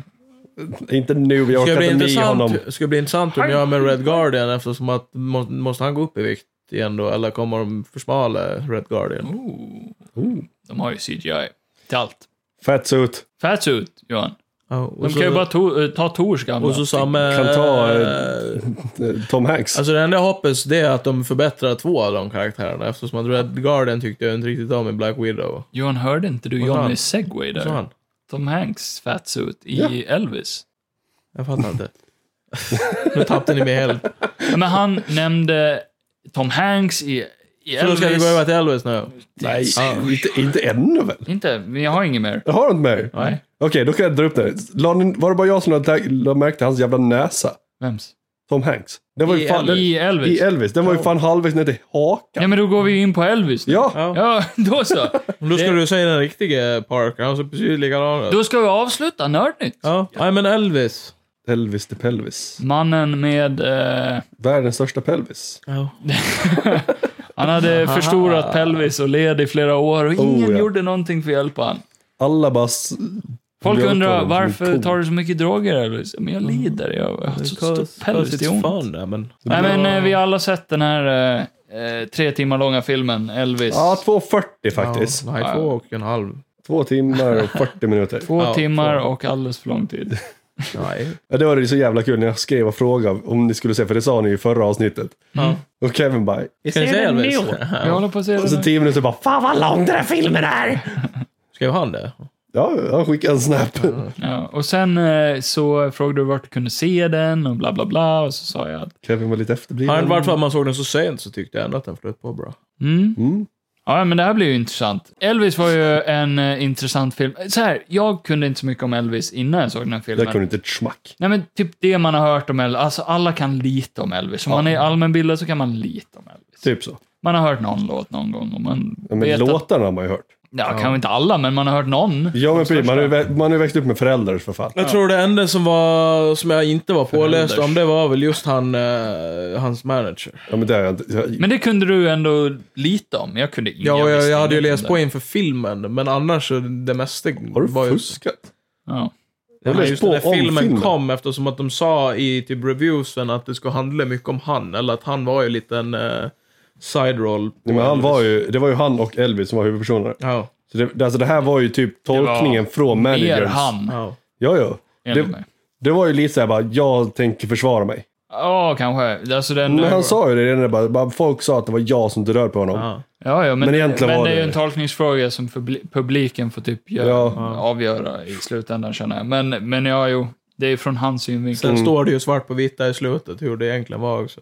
Inte nu, jag
Ska det
orkar
bli
inte med honom.
intressant, ska bli intressant hur ni gör med Red Guardian eftersom att må- måste han gå upp i vikt igen då eller kommer de försmala Red Guardian?
Ooh. De har ju CGI. Till allt.
Fatsuit.
Fats ut, Johan.
Ja, och
De
så-
kan ju bara to- eh, ta Tors gamla.
Och så samma...
Kan ta, eh, Tom Hanks.
Alltså det enda jag hoppas det är att de förbättrar två av de karaktärerna eftersom att Red Guardian tyckte jag inte riktigt om i Black Widow.
Johan, hörde inte du
Vad sa
Johnny
han?
Segway
Så
där?
han.
Tom Hanks fats ut i
Ja.
Elvis.
Jag fattar inte. nu tappade ni mig helt.
Ja, Men han nämnde Tom Hanks i, i
Så då
Elvis.
ska vi gå över till Elvis nu.
Nej, inte, inte ännu väl?
Inte, men jag har inget mer.
Jag har inte med. Okej,
Nej.
då kan jag dra upp det. La ni- Var det bara jag som lade tag- la märke till hans jävla näsa?
Vems?
Tom Hanks. Den var ju
I
fan, den,
I Elvis.
I Elvis. Den var ju fan halvvägs ner till hakan.
Nej, men då går vi in på Elvis.
Ja,
Ja.
Ja, då så.
Men Då ska du säga den riktiga Parker, han ser precis likadan ut.
Då ska vi avsluta Nördnytt.
Ja, nej men Elvis.
Elvis the pelvis.
Mannen med... Eh,
Världens största pelvis.
Ja.
han hade förstorat pelvis och led i flera år och
Oh,
ingen
ja.
gjorde någonting för att hjälpa han.
Alla bara... s-
Folk
mjölkar
undrar
honom som en
varför
ko.
tar du så mycket droger Elvis? Men jag lider, jag jag har så stor pelvis, det är ont.
där, men...
Nej men eh, vi har alla sett den här eh, eh, tre timmar långa filmen, Elvis.
Ja, 2.40 faktiskt.
Ja, nej, två och en halv.
Två timmar och 40 minuter.
Två
Ja,
timmar
två.
och alldeles för lång tid.
Nej.
Ja, det var ju så jävla kul när jag skrev och frågade om ni skulle se, för det sa ni i förra avsnittet.
Ja.
Och Kevin bara...
Ska vi säga Elvis?
Jag håller på att se
Och så
den.
tio minuter bara, fan vad lång den här filmen är!
Skrev han det?
Ja, han skickade en snap.
Ja, och sen eh, så frågade du vart du kunde se den och bla bla bla. Och så sa jag att,
Kevin var lite efterbliven.
Hade det varit för att man såg den så sent så tyckte jag ändå att den flöt på bra.
mm.
Mm.
Ja, men det här blir ju intressant. Elvis var ju en eh, intressant film. Så här, jag kunde inte så mycket om Elvis innan jag såg den här
Jag
filmen.
kunde inte ett smack.
Nej, men typ det man har hört om Elvis. Alltså, alla kan lite om Elvis. Om man är allmänbildad så kan man lite om Elvis.
Typ så.
Man har hört någon låt någon gång. Och man
Ja,
vet
men
att,
låtarna har man ju hört.
ja, kanske inte alla, men man har hört någon.
Ja, men precis. Man har ju
största.
vä- man har ju växt upp med föräldrar för fan.
Jag tror det enda som, var, som jag inte var påläst om, det var väl just han, eh, hans manager.
Ja, men det har jag inte. Jag,
Men det kunde du ändå lite om. Jag kunde inga
Ja, och jag,
visste
jag hade ju
inget om
läst
det.
på inför filmen, men annars så det mesta
har du
var ju...
fuskat?
Ja.
Har du
Ja,
läst
just
på
när
om
filmen,
filmen?
kom, eftersom att de sa i typ reviewsen att det skulle handla mycket om han, eller att han var ju lite en eh, side roll. på
Nej, men han
Elvis.
var ju, det var ju han och Elvis som var huvudpersonerna.
Ja,
Så det, alltså det här var ju typ tolkningen från managers.
Mer han,
ja.
Ja, ja.
enligt
Det-
mig.
Det var ju lite såhär bara, jag tänker försvara mig.
Ja, kanske. Alltså den...
Men han sa ju det redan där, bara, bara, folk sa att det var jag som dödade på honom.
ja.
ja, ja, men,
men
men,
egentligen var
det är
det-
ju en tolkningsfråga som publi- publiken får typ göra,
Ja.
avgöra i slutändan, känner jag. Men, men ja, jo. Det är från hans synvinkel.
Sen
Mm.
står det ju svart på vitt där i slutet hur det egentligen var också.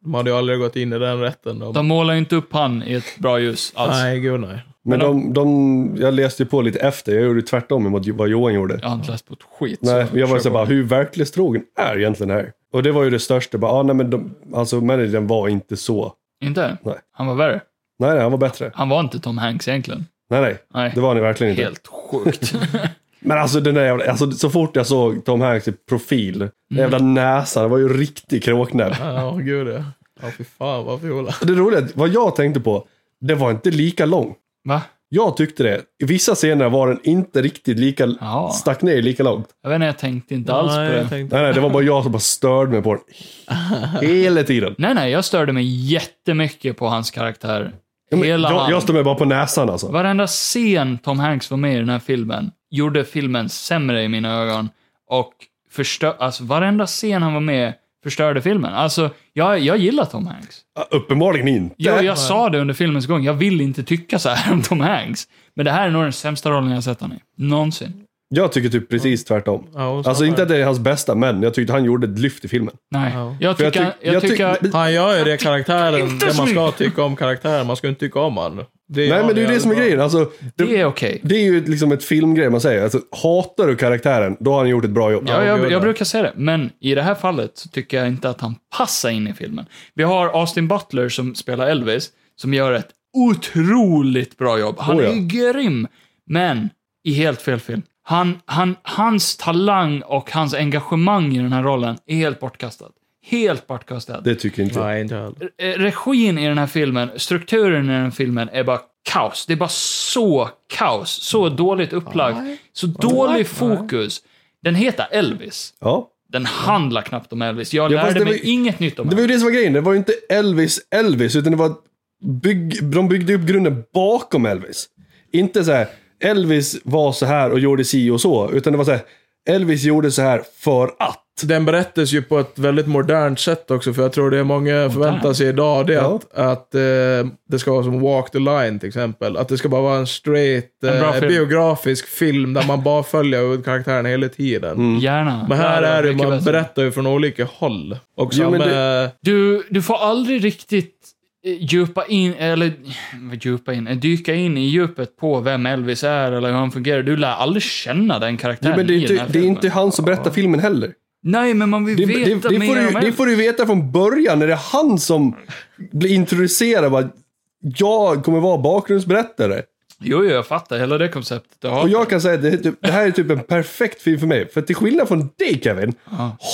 De hade ju aldrig gått in i den rätten. De...
De målar ju inte upp han i ett bra ljus alls.
Nej, gud nej.
Men de, de, jag läste ju på lite efter, jag gjorde tvärtom emot vad Johan gjorde.
Jag har inte läst på ett skit.
Nej,
så
jag var
kör
såhär
på.
bara, hur verklighetstrogen är egentligen det här? Och det var ju det största, bara, ah, nej men de, alltså managern var inte så.
Inte?
Nej.
Han var värre.
Nej, nej, han var bättre.
Han var inte Tom Hanks egentligen.
Nej, nej,
Nej.
det var han ju verkligen inte.
Helt sjukt.
Men alltså den där jävla, alltså så fort jag såg Tom Hanks i profil, den jävla
Mm.
näsan, det var ju riktig kråknäbb.
Ja, gud ja. Ja, fy fan vad fula.
Och Det roliga, är att vad jag tänkte på, det var inte lika lång.
Va?
Jag tyckte det. I vissa scener var den inte riktigt lika,
Jaha.
stack ner lika långt.
Jag vet inte, jag tänkte inte alls på
Nej,
det.
jag tänkte...
Nej, nej, det var bara jag som bara störde mig på den. Hela tiden.
Nej, nej, jag störde mig jättemycket på hans karaktär.
Ja, men
Hela
jag,
han.
jag stör mig bara på näsan alltså.
Varenda scen Tom Hanks var med i den här filmen gjorde filmen sämre i mina ögon. Och förstör, alltså, varenda scen han var med förstörde filmen. Alltså, jag, jag gillar Tom Hanks.
Ja, Uppenbarligen inte.
Jo, jag sa det under filmens gång. Jag vill inte tycka så här om Tom Hanks. Men det här är nog den sämsta rollen jag har sett honom i. Någonsin.
Jag tycker typ precis tvärtom.
Ja, och så-
Alltså inte att det är hans bästa, men jag tyckte han gjorde ett lyft i filmen.
Nej.
Ja.
Jag
För jag
tycker...
tyck-
Jag
jag tyck-
tycker...
Han gör ju det karaktären,
inte
det
så
man ska
mycket.
tycka om karaktären. Man ska inte tycka om han. Det
Nej, men det är ju det som är grejen. Alltså,
Det
det,
är okej.
det är ju liksom ett filmgrej man säger. Alltså, hatar du karaktären, då har han gjort ett bra jobb.
Ja, jag,
gud, ja.
jag brukar säga det, men i det här fallet så tycker jag inte att han passar in i filmen. Vi har Austin Butler som spelar Elvis, som gör ett otroligt bra jobb. Han
Oh, ja.
är ju grym, men i helt fel film. Han, han, hans talang och hans engagemang i den här rollen är helt bortkastat. Helt bortkastat.
Det tycker inte jag.
Nej, inte heller.
Eh, regin i den här filmen, strukturen i den här filmen är bara kaos. Det är bara så kaos. Så dåligt upplagt. Så dålig fokus. Den heter Elvis.
Ja.
Den handlar knappt om Elvis. Jag
Ja, fast
lärde
det
mig
var ju-
inget nytt om
Det var
Elvis.
ju det som var grejen. Det var ju inte Elvis Elvis, utan det var bygg, de byggde upp grunden bakom Elvis. Inte så här, Elvis var så här och gjorde si och så, utan det var så här, Elvis gjorde så här för att.
Den berättas ju på ett väldigt modernt sätt också, för jag tror det är många förväntar sig idag det är
Ja.
att, att eh, det ska vara som Walk the Line till exempel. Att det ska bara vara en straight,
En bra
eh,
film.
biografisk film där man bara följer huvudkaraktären hela tiden.
Mm.
Gärna.
Men här
Ja,
är det,
mycket
man
bättre.
berättar ju från olika håll. Och
Jo,
samma,
men
Du, du får aldrig riktigt eh, djupa in, eller vad djupa in, eh, dyka in i djupet på vem Elvis är eller hur han fungerar. Du lär aldrig känna den karaktären
Ja, men det är,
i den här
inte, det är
filmen.
inte han som berättar filmen heller.
Nej, men man vill
Det, det, det,
veta mer
får
om
du, det
Elvis.
får du veta från början, när det är han som blir introducerad. Bara, jag kommer vara bakgrundsberättare.
Jo, jo, jag fattar hela det konceptet. Jag
Och
har-
jag kan säga att det, är typ, det här är typ en perfekt film för mig. För till skillnad från dig Kevin,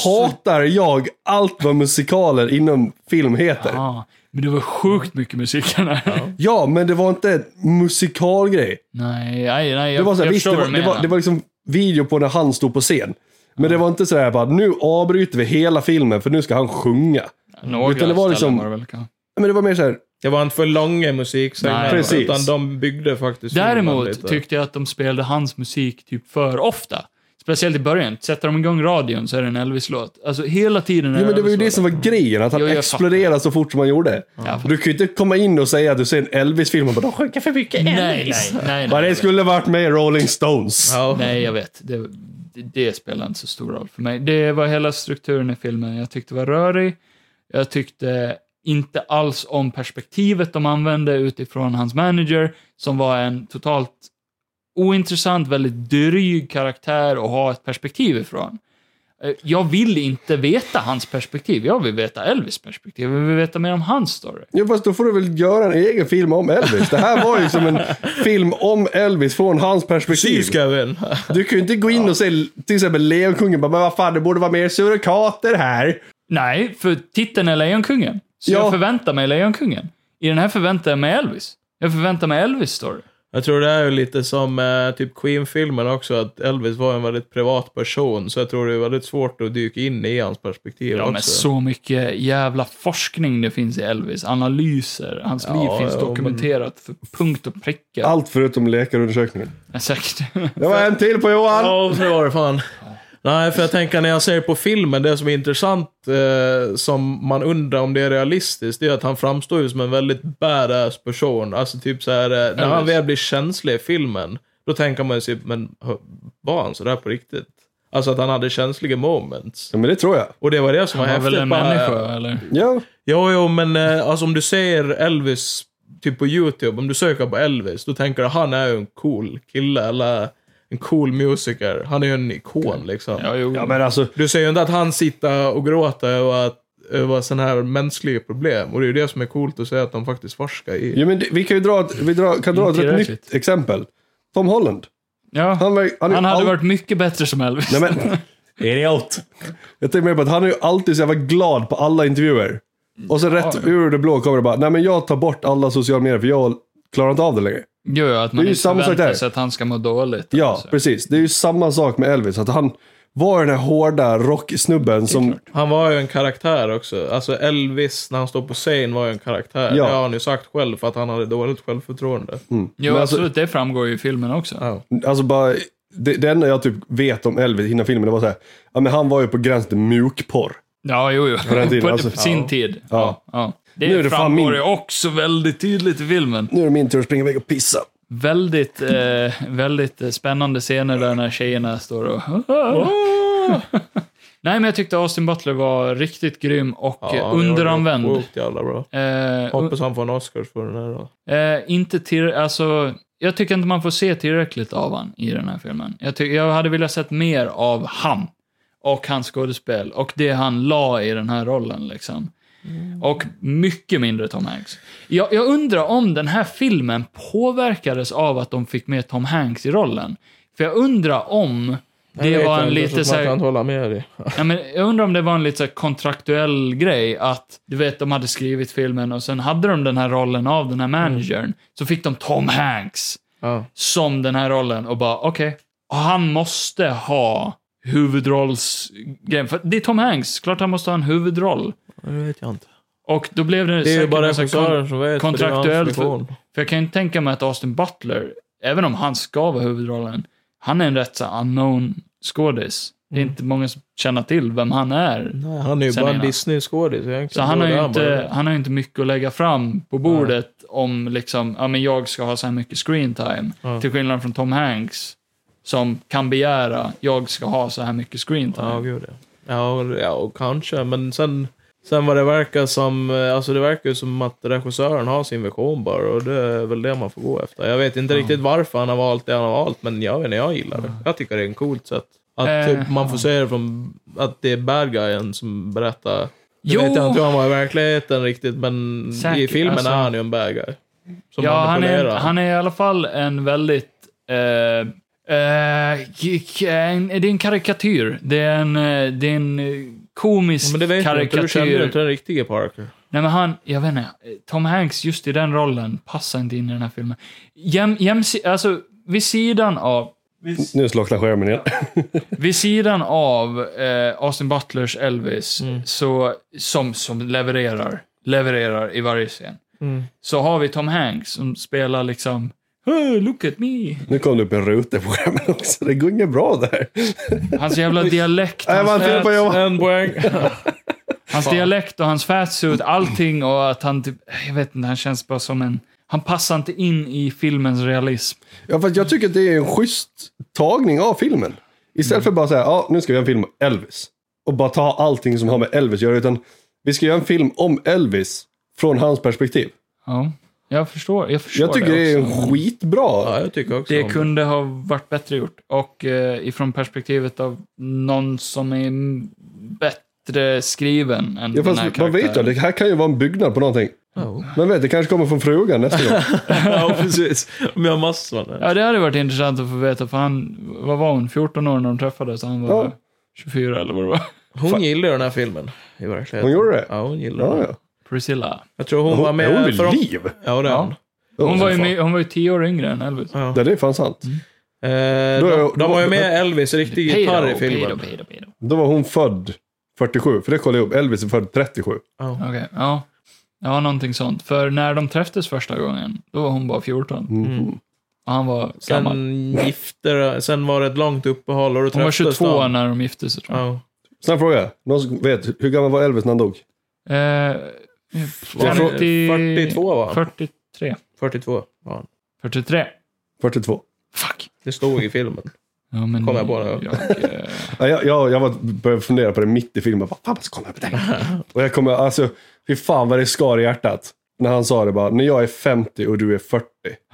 hatar jag allt vad musikaler inom film heter. Ja,
Ja, men det var sjukt mycket musik den här.
men det var inte en musikalgrej.
Nej, nej, nej. Jag,
Det var så här,
jag
visst,
förstår
det var,
vad du
det var,
menar.
det var liksom video på när han stod på scen. Men det var inte sådär bara, nu avbryter vi hela filmen för nu ska han sjunga.
Några
utan det var
ställen
liksom-
var det väl kanske.
Men det var mer såhär,
det var inte för långa musiksegment,
Nej.
Precis.
utan de byggde faktiskt filmen
Däremot
lite.
tyckte jag att de spelade hans musik typ för ofta. Speciellt i början. Sätter de igång radion så är det en Elvis-låt. Alltså hela tiden är
Jo, men det var ju det
Elvis-låt.
som var grejen, att han
Jo, jag
exploderade så fort som han gjorde.
Ja.
Du kan ju inte komma in och säga att du ser en Elvis-film och bara de sjunger för mycket Elvis.
Nej, nej, nej.
Vad
nej,
det skulle varit med i Rolling Stones.
Ja.
nej jag vet. Det, det, det spelar inte så stor roll för mig. Det var hela strukturen i filmen. Jag tyckte var rörig. Jag tyckte inte alls om perspektivet de använde utifrån hans manager, som var en totalt ointressant, väldigt dryg karaktär att ha ett perspektiv ifrån. Eh, Jag vill inte veta hans perspektiv. Jag vill veta Elvis perspektiv. Jag vill veta mer om hans story.
Jo, fast då får du väl göra en egen film om Elvis. Det här var ju som en film om Elvis från hans perspektiv.
Precis Kevin.
Du kan ju inte gå in och säga till exempel Lejonkungen, bara, men vad fan, det borde vara mer surikater här.
Nej, för titeln är Lejonkungen. Så
Ja.
jag förväntar mig Lejonkungen. I den här förväntar jag mig Elvis. Jag förväntar mig Elvis story.
Jag tror det är ju lite som eh, typ Queen-filmen också, att Elvis var en väldigt privat person, så jag tror det är väldigt svårt att dyka in i hans perspektiv
Ja,
också.
men så mycket jävla forskning det finns i Elvis. Analyser. Hans liv finns
ja,
dokumenterat för punkt och pricka.
Allt förutom läkarundersökningen.
Ja, säkert.
Det var en till på Johan.
Ja, det var det fan. Nej, för jag tänker när jag ser på filmen, det som är intressant, eh, som man undrar om det är realistiskt, det är att han framstår ju som en väldigt badass person. Alltså typ så här, eh, när han
Elvis.
väl blir känslig i filmen, då tänker man ju sig, men hö- var han sådär på riktigt? Alltså att han hade känsliga moments.
Ja, men det tror jag.
Och det var det som var
Han var
häftigt.
väl en
bara-
människa, eller?
Ja.
Jo, jo, men eh, alltså om du ser Elvis typ på YouTube, om du söker på Elvis, då tänker du han är ju en cool kille, eller en cool musiker. Han är ju en ikon liksom.
Ja, jo.
ja, men alltså.
Du säger ju inte att han sitter och gråter över, att, över sådana här mänskliga problem. Och det är ju det som är coolt att säga att de faktiskt forskar i.
Jo, men det- vi kan ju dra ett, vi dra, kan dra ett
Inte
rätt
tillräckligt.
nytt exempel. Tom Holland.
ja. Han,
Han, var, han, är ju
hade
all-
varit mycket bättre som Elvis.
Nej, men, Idiot. Jag tänker mer på att han är ju alltid så jävla glad på alla intervjuer. Och så rätt
Mm. Ja, ja.
ur det blå kommer det bara, nej men jag tar bort alla sociala medier för jag klarar inte av det längre.
Jo, ja, att man
Det är ju
inte
samma sak
förväntar
där.
sig att han ska må dåligt.
Ja,
alltså.
precis. Det är ju samma sak med Elvis. Att han var den här hårda rocksnubben som...
Han var ju en karaktär också. Alltså Elvis, när han står på scen, var ju en karaktär.
Ja.
Det har han ju sagt själv, för att han hade dåligt självförtroende.
Jo,
Men alltså-
absolut. Det framgår ju i filmen också.
Ja.
Alltså bara, det, det enda jag typ vet om Elvis innan filmen, det var så här, ja men han var ju på gränsen till mjukporr.
Ja, jo, jo. På,
den tiden, alltså.
på sin tid.
Ja.
ja. Det,
Nu är det fan
framgår
min-
ju också väldigt tydligt i filmen.
Nu är det min tur att springa iväg och pissa.
Väldigt, eh, väldigt eh, spännande scener där när tjejerna står och... Nej, men jag tyckte Austin Butler var riktigt grym och
Ja,
eh,
han gjorde
underanvänd.
det Sjukt jävla bra.
Eh, och-
Hoppas han får en Oscars för den här då.
eh, inte till, alltså, jag tycker inte man får se tillräckligt av han i den här filmen. Jag, ty- jag hade velat sett mer av han och hans skådespel och det han la i den här rollen. Liksom.
Mm.
Och mycket mindre Tom Hanks. Jag, jag undrar om den här filmen påverkades av att de fick med Tom Hanks i rollen. För jag undrar om det
Jag vet
var en
inte,
lite
så
så
man
här,
kan inte hålla med dig.
Ja, men jag undrar om det var en lite så här kontraktuell grej att, du vet, de hade skrivit filmen och sen hade de den här rollen av den här
Mm.
managern. Så fick de Tom Hanks
Ja.
som den här rollen och bara, okej. Och han måste ha huvudrollsgrejen. För det är Tom Hanks, klart han måste ha en huvudroll.
Det vet jag inte.
Och då blev det,
Det är ju
säkert
bara
en sån här kon-
regissören som vet. för det är hans
kontraktuellt för-
vision.
För jag kan ju inte tänka mig att Austin Butler, även om han ska vara huvudrollen, han är en rätt så här unknown skådis. Det är
Mm.
inte många som känner till vem han är.
Nej, han är ju
Sen
bara
är
en
han-
Disney-skådis egentligen.
Så han har,
Då är bara-
ju inte, han har ju inte mycket att lägga fram på bordet om liksom, ja men jag ska ha så här mycket screen time.
Ja.
Till skillnad från Tom Hanks, som kan begära, jag ska ha så här mycket screen time.
Ja, gud ja. Ja, och- ja och kanske, men sen... Sen vad det verkar som, eh, alltså det verkar ju som att regissören har sin vision bara och det är väl det man får gå efter. Jag vet inte riktigt varför han har valt det han har valt, men jag vet inte, jag gillar det. Jag tycker det är en coolt sätt. Att
Eh,
typ, man får se det från, att det är bad guyen som berättar. Nu
Jo!
vet jag inte hur han var i verkligheten riktigt, men i
Säkert,
filmen
alltså.
är han ju en bad guy. Som
ja, han är,
manipulerar.
han är i alla fall en väldigt... Eh, eh, k- k- en, det är en karikatyr. Det är en, eh, det är en eh, komisk
men det vet du inte,
karikatyr.
du känner ju inte den riktiga Parker.
Nej men han, jag vet inte. Tom Hanks just i den rollen passar inte in i den här filmen. Jäm, jäm, alltså, vid sidan av
Nu slocknar skärmen igen.
Vid sidan av eh, Austin Butlers Elvis,
Mm.
så, som, som
Mm.
levererar, levererar i varje scen, så har vi Tom Hanks som spelar liksom Oh, look at me.
Nu kom det upp en ruta på skärmen också. Det går inget bra där. Äh,
Hans jävla dialekt.
Nej, man
Hans,
fel på
fats,
jag.
En poäng.
hans dialekt och hans fatsuit. Allting och att han typ... Jag vet inte, han känns bara som en... Han passar inte in i filmens realism.
Ja, fast jag tycker att det är en schysst tagning av filmen. Istället för bara säga, ja, nu ska vi göra en film om Elvis. Och bara ta allting som har med Elvis att göra. Utan vi ska göra en film om Elvis från hans perspektiv.
Ja, jag förstår. Jag förstår
Jag tycker det
det
är
också.
en skitbra.
Ja, jag tycker också
Det
om
kunde ha varit bättre gjort. Och eh, ifrån perspektivet av någon som är m- bättre skriven än
Ja,
den här
fast man vet ju,
karaktären.
det här kan ju vara en byggnad på någonting.
Ja.
Men vet, det kanske kommer från frugan nästa gång.
ja, precis. Men jag har massor av det.
Ja, det hade varit intressant att få veta, för han, vad var hon, 14 år när de träffades? Han var
Ja.
24 eller vad det var.
Hon gillar ju den här filmen. I verkligheten.
Hon gjorde det?
Ja, hon gillar
Ja,
den.
ja.
Priscilla.
Jag tror hon,
Hon,
var
hon
med...
är
för
vid
hon-
liv.
Ja, det är hon. Eh,
Hon var, ju
Fan.
med, hon var ju 10 år yngre än Elvis.
Ja.
Ja, det är fan sant.
Eh,
Då är-
de,
då-
de har ju med Elvis riktig gitarr i filmen.
Pedo, pedo, pedo.
Då var hon född 47, för det kollade jag upp. Elvis är född 37.
Ja.
Okej, ja. Ja, någonting sånt. För när de träffades första gången, då var hon bara 14.
Mm.
Och han var gammal.
Sen gifter, sen var det ett långt uppehåll och då
Hon var
träffades
22
de.
när de gifte sig, tror jag.
Ja.
Snabb fråga. Någon som vet, hur gammal var Elvis när han dog?
Eh,
Jag frågar-
50...
42 va?
43.
42 var han.
43.
42.
Fuck.
Det stod i filmen.
Ja, men
Kom jag på det?
jag, eh,
Ja, jag jag, jag var, började fundera på det mitt i filmen. Vad fan vad ska jag på det? Och jag kommer, alltså, fy fan vad det skar i hjärtat. När han sa det bara, när jag är 50 och du är 40.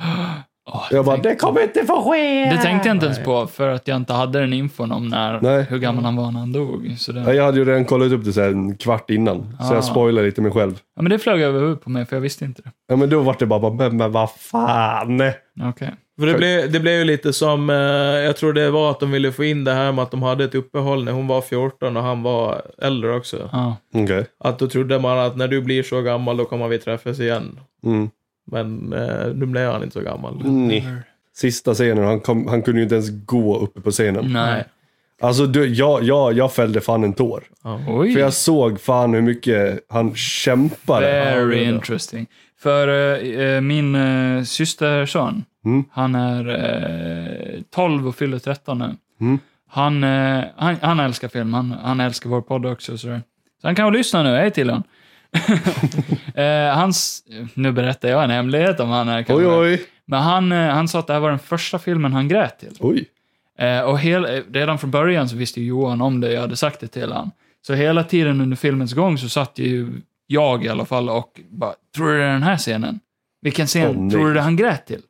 åh,
Jag bara,
tänkte-
det kommer inte få ske!
Det tänkte jag inte ens på för att jag inte hade den infon om när,
Nej.
hur gammal han var när han dog. Så det,
Ja, Jag hade ju redan kollat upp det så här en kvart innan. Så
Ah.
jag spoilade lite mig själv.
ja, men det flög över huvudet på mig för jag visste inte det.
Ja, men då var det bara, bara, men, men vad fan.
Okej.
För det, blev, det blev ju lite som, eh, jag tror det var att de ville få in det här med att de hade ett uppehåll när hon var 14 och han var äldre också.
Ja.
Okej.
Att då trodde man att när du blir så gammal då kommer vi träffas igen.
Mm.
Men eh, nu blev han inte så gammal.
Nej. Sista scenen, han, kom, han kunde ju inte ens gå uppe på scenen.
Nej.
Alltså, du, jag, jag, jag fällde fan en tår.
Oj.
För jag såg fan hur mycket han kämpade.
Very
Ja, det då.
interesting. För eh, eh, min eh, systerson,
Mm.
han är eh, 12 och fyller 13 nu.
Mm.
Han, eh, han, han älskar film, han, han älskar vår podd också. och sådär. Så han kan väl lyssna nu, hej till honom. eh, hans, nu berättar jag en hemlighet om han här
Oj,
kanske.
oj.
Men han, eh, han sa att det här var den första filmen han grät till.
Oj.
Eh, och hel, eh, redan från början så visste ju Johan om det, jag hade sagt det till honom. Så hela tiden under filmens gång så satt ju jag i alla fall och bara, tror du det är den här scenen? Vilken
Åh,
scen
nej.
tror du det han grät till?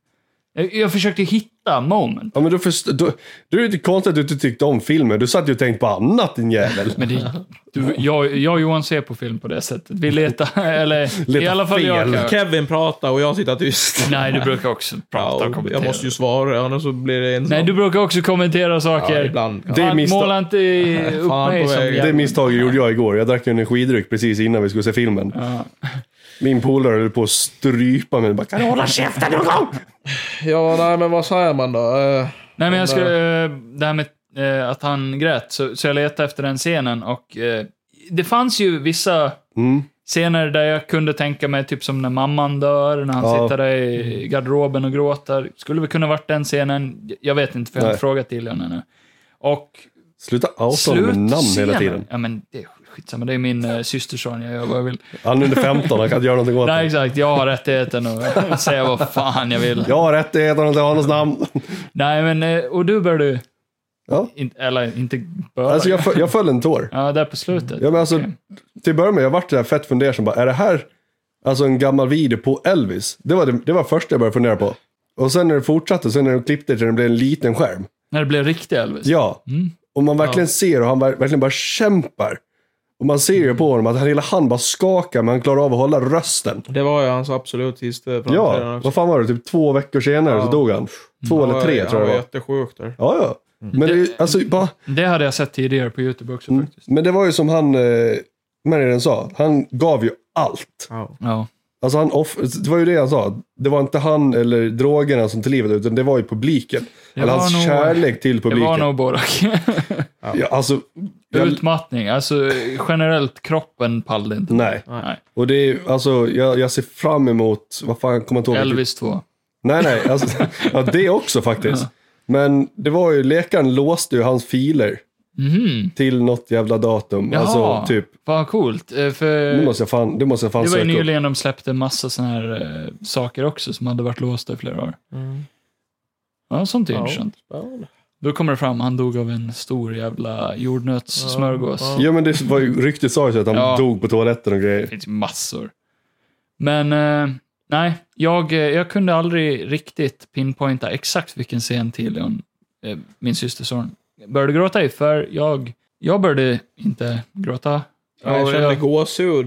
Eh, Jag, jag försökte hitta moment.
Ja, men då först, då, då är det inte konstigt att du inte tyckte om filmen. Du satt ju och tänkte på annat din jävel.
Men det, du, jag, jag och Johan ser på film på det sättet. Vi letar, eller i
Letar
alla fall jag
fel.
kanske.
Mm. Kevin pratar och jag sitter tyst.
Nej, du brukar också prata
Ja,
och
och
kommentera.
jag måste ju svara, annars så blir det ensam.
Nej, du brukar också kommentera saker.
ja, ibland.
Det
Det...
är
Fan,
misstag.
Måla inte upp
Fan
mig
på
som
väg.
jävla-
Det misstaget gjorde jag igår. Jag drack ju energidryck precis innan vi skulle se filmen.
Ja.
Min polare höll på att strypa mig. Bara, kan du hålla käften någon gång?
Ja, nej, men vad säger man då? Eh,
Nej, men jag
Den
skulle... eh, Det här med eh, att han grät, så, så jag letade efter den scenen och eh, det fanns ju vissa
Mm.
scener där jag kunde tänka mig, typ som när mamman dör, när han
Ja.
sitter där i garderoben och gråter. Skulle väl kunna varit den scenen. Jag vet inte, för jag har inte
Nej.
frågat till henne nu. Och
Sluta outa honom med
slutscenen...
namn hela tiden.
Ja, men det är skitsamma. Det är min eh, systerson, jag gör vad jag vill.
Han är under 15, han kan inte göra någonting åt
Nej,
det.
exakt. Jag har rättigheten att säga vad fan jag vill.
Jag har rättigheten att ha hans namn.
Nej, men... eh, Och du bör du...
Ja.
In, eller inte bör.
Alltså, jag, föll- jag föll en tår.
Ja, där på slutet.
Ja, men alltså,
Okej.
Till att börja med, jag vart så här fett fundersam. Bara, är det här alltså en gammal video på Elvis? Det var det, det var första jag började fundera på. Och sen när det fortsatte, sen när de klippte till det blev en liten skärm.
När det blev riktig Elvis?
Mm. Ja. Och man verkligen ser och han ver- verkligen bara kämpar. Och man ser ju på honom att han, hela han bara skakar men han klarar av att hålla rösten.
det var ju hans absolut sista framträdande
Ja,
också.
vad fan var det? Typ två veckor senare så dog han. Två eller tre
han
tror jag
var
det var.
jättesjuk där.
Ja, ja. Men det, är ju- alltså, bara,
Det hade jag sett tidigare på YouTube också faktiskt.
men det var ju som han, eh, managern sa, han gav ju allt.
Ja.
Ja.
Alltså han off- det var ju det han sa. Det var inte han eller drogerna som till livet utan det var ju publiken.
Det
eller
var
hans
nog-
kärlek till
Det var
publiken.
nog både och.
ja, alltså, jag,
Utmattning. Alltså generellt, kroppen pallade inte.
nej.
Nej.
Och det är, alltså, jag, jag ser fram emot, vad fan kommer jag inte ihåg?
Elvis 2.
Nej, nej. Alltså, ja, det också faktiskt. Men det var ju, läkaren låste ju hans filer
Mhm.
till något jävla datum.
Jaha,
Alltså typ,
vad coolt. Eh, För
nu måste jag fan, det måste jag fan
det var ju
söka upp.
nyligen de släppte en massa såna här eh, saker också som hade varit låsta i flera år. Ja, sånt är ju
Mm. Ja.
intressant.
Spännande.
Då kommer det fram, han dog av en stor jävla jordnötssmörgås.
Ja,
Ja, men det var ju, ryktet sa ju så att han
Ja.
dog på toaletten och
Det
grejer.
finns ju massor. Men eh, nej, jag, eh, jag kunde aldrig riktigt pinpointa exakt vilken scen till hon, eh, min systerson började gråta i, för jag, jag började inte gråta.
Ja, jag
Och
kände
jag-
gåshud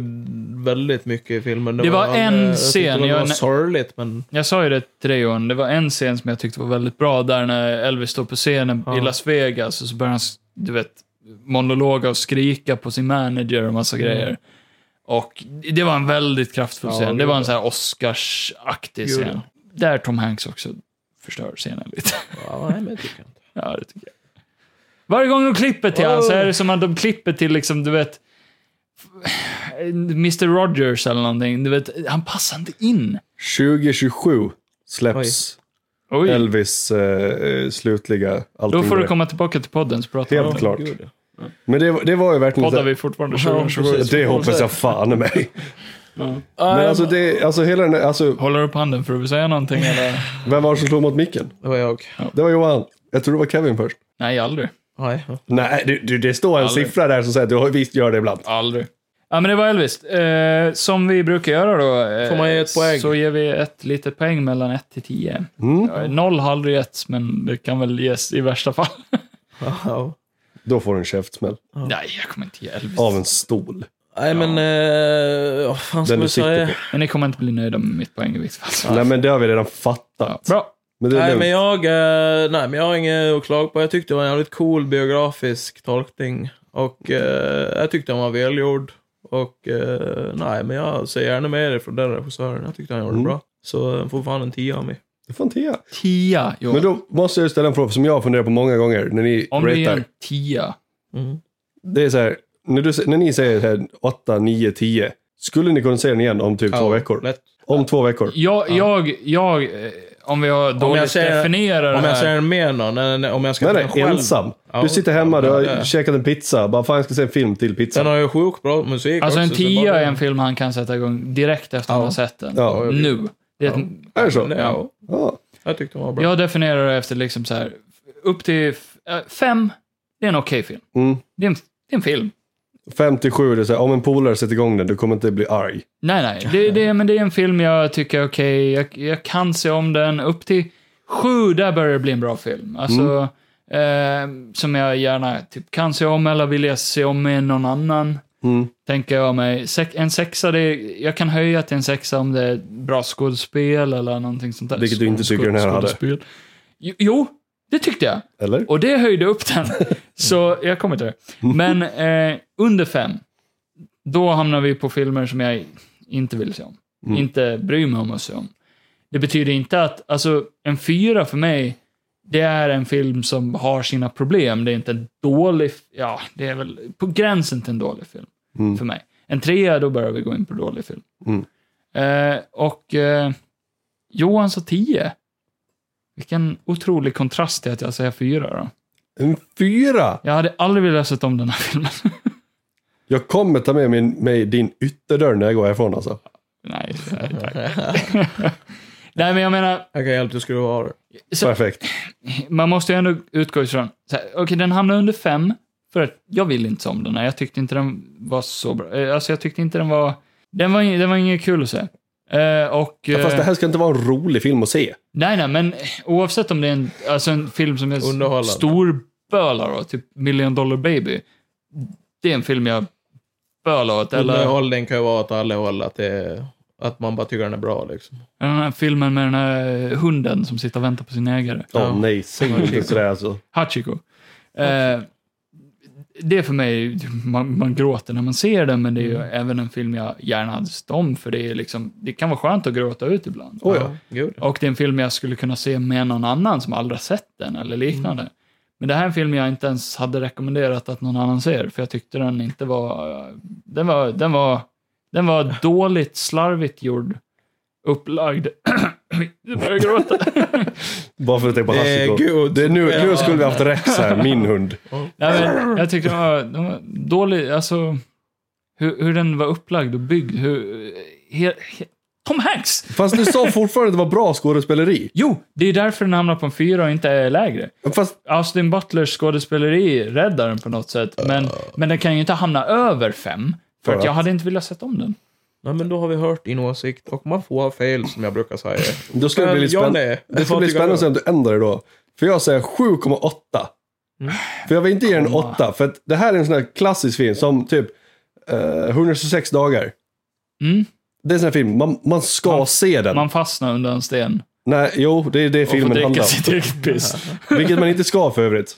väldigt mycket i filmen. eh,
Det var en
jag tyckte
scen,
Det
jag-
var sorgligt, men...
Jag sa ju det till dig Johan, det var en scen som jag tyckte var väldigt bra där när Elvis står på scenen i
Ja.
Las Vegas och så börjar han, du vet, monologa och skrika på sin manager och massa grejer. Och det var en väldigt kraftfull
Ja,
scen. Det
gud,
var en
ja.
sån här Oscars-aktig
Gud,
scen. Där Tom Hanks också förstör scenen lite.
Ja, nej, men det tycker jag inte.
ja, det tycker jag. Varje gång de klipper till han så är det som att de klipper till liksom, du vet, Mr Rogers eller någonting. Du vet, han passar inte in.
2027 släpps
Oj.
Elvis eh, eh, slutliga allting.
Då får
där.
du komma tillbaka till podden så pratar vi om
Helt
det.
klart.
Gud, ja.
Men det, det var ju verkligen...
Poddar
så här-
vi fortfarande
Ja,
2027?
precis.
Det hoppas jag fan i mig. Men
Nej,
Um,
alltså, det, alltså hela den där, alltså,
Håller upp handen för att säga någonting eller?
vem var det som slog mot micken?
Det var jag.
Det var Johan. Jag tror det var Kevin först.
Nej, aldrig.
Nej. ja.
Nej, du, du, det står en
Aldrig.
siffra där som säger att du har- visst gör det ibland.
Aldrig. Ja, men det var Elvis. Eh, som vi brukar göra då. Eh,
Får man ge ett poäng?
Så ger vi ett litet poäng mellan 1 till 10.
Mm.
Ja, Noll har aldrig getts, men det kan väl ges i värsta fall.
Ja.
Då får du en käftsmäll.
Nej, jag kommer inte ge Elvis.
Av en stol.
Nej, men... eh, Vad fan ska
Den du
man
sitter
säga?
på.
Men ni kommer inte bli nöjda med mitt poäng i vilket fall.
Nej, men det har vi redan fattat.
Bra.
Men det är
Nej
lugnt.
men, jag, eh, nej, men jag har inget att klaga på. Jag tyckte det var en jävligt cool biografisk tolkning. Och eh, jag tyckte han var välgjord. Och eh, nej, men jag ser gärna med det från den regissören. Jag tyckte han gjorde det
Mm.
bra. Så eh, får fan en tia av mig.
Det får en tia.
10,
Men
Johan.
då måste jag ställa en fråga som jag har funderat på många gånger när ni
Om du ger en
ratear.
10.
Mm.
Det är så här, när, du, när ni säger så här, 8, 9, 10. Skulle ni kunna säga den igen om typ två
Ja,
veckor?
lätt.
Om två veckor?
Jag, jag, jag, eh, om vi har dåligt
säger-
definierar
Om
det
jag
här.
ser med någon, nej, nej, om jag ska
Nej,
se
nej,
den själv.
ensam.
Ja,
Du sitter hemma, du
ja,
har
det är.
käkat en pizza. Bara, fan, jag ska se en film till
Den
pizza.
har ju sjukt bra musik
Alltså en
också, så det är
tia
bara-
är en film han kan sätta igång direkt efter
Ja.
man har sett den.
Ja.
Nu. Det är ett,
Är det så?
Nej, Ja,
Ja.
jag tyckte den var bra.
Jag definierar det efter liksom så här, upp till f- äh, fem, det är en okej film.
Mm.
Det är en, det är en film.
57, det är så här, om en polare sätter igång den, du kommer inte bli arg.
Nej, nej, det, det, men det är en film jag tycker är okej. Jag, jag kan se om den. Upp till sju, där börjar det bli en bra film. Alltså,
Mm.
eh, som jag gärna typ, kan se om eller vill jag se om med någon annan.
Mm.
tänker jag mig. Sex, en sexa, det är, jag kan höja till en sexa om det är bra skådespel eller någonting sånt där.
Vilket du inte tycker den här hade.
Skådespel. Jo- Jo, det tyckte jag.
Eller?
Och det höjde upp den. Så jag kommer till det. Men eh, under fem, då hamnar vi på filmer som jag inte vill se om. Inte bryr mig om att se om. Det betyder inte att, alltså en fyra för mig, det är en film som har sina problem. Det är inte en dålig, ja, det är väl på gränsen till en dålig film. För mig. En trea, då börjar vi gå in på dålig film.
Mm.
Eh, och eh, Johan sa tio. Vilken otrolig kontrast till att jag säger fyra då.
En fyra!
Jag hade aldrig velat sett om den här filmen.
Jag kommer ta med min, mig din ytterdörr när jag går härifrån alltså.
nej, nej, tack. nej, men jag menar,
Jag kan hjälpa dig skulle vara
så,
Perfekt.
man måste ju ändå utgå ifrån, så här, okej den hamnar under fem, för att jag vill inte se om den här. Jag tyckte inte den var så bra. Eh, Alltså jag tyckte inte den var, den var, in- den var inget kul att se. Eh, och,
Ja, fast det
eh,
här ska inte vara en rolig film att se.
Nej, nej, men oavsett om det är en, alltså en film som är
Underhållande.
storbölar åt, typ Million Dollar Baby. Det är en film jag bölar åt. Eller
Underhållning kan ju vara åt alla håll, att, det, att man bara tycker den är bra liksom.
den här filmen med den här hunden som sitter och väntar på sin ägare.
Åh
Ja.
nej, säg inte sådär alltså.
Hachiko. Eh, det är för mig, man, man gråter när man ser den, men det är ju
Mm.
även en film jag gärna hade sett om, för det, är liksom, det kan vara skönt att gråta ut ibland.
Oh, ja.
Gud.
Och det är en film jag skulle kunna se med någon annan som aldrig har sett den eller liknande.
Mm.
Men det här är en film jag inte ens hade rekommenderat att någon annan ser, för jag tyckte den inte var... Den var, den var, den var dåligt, slarvigt gjord. upplagd. Jag börjar gråta.
Bara för att tänka på
Det är
Hassiko.
gud.
Det är nu, nu skulle vi haft Rex här, min hund.
Nej, men jag tycker den var, den var dålig, alltså hur, hur den var upplagd och byggd. Hur, he, he, Tom Hanks!
Fast du sa fortfarande att det var bra skådespeleri.
Jo, det är därför den hamnar på en fyra och inte är lägre.
Fast
Austin Butlers skådespeleri räddar den på något sätt, men, men den kan ju inte hamna över fem. För att jag hade inte velat sett om den.
Nej, men då har vi hört din åsikt och man får ha fel som jag brukar säga.
Då ska det
Men
bli lite
jag
spännande.
med.
Det ska
Vad
bli
tycker
spännande
du?
att se om du ändrar dig då. För jag säger 7,8.
Mm.
För jag vill inte ge den 8. För att det här är en sån här klassisk film som typ eh, 126 dagar.
Mm.
Det är en sån här film, man, man ska se den.
Man fastnar under en sten
Nej, jo, det är det
och får
filmen handlar
dricka
om.
sitt eget piss.
Vilket man inte ska för övrigt.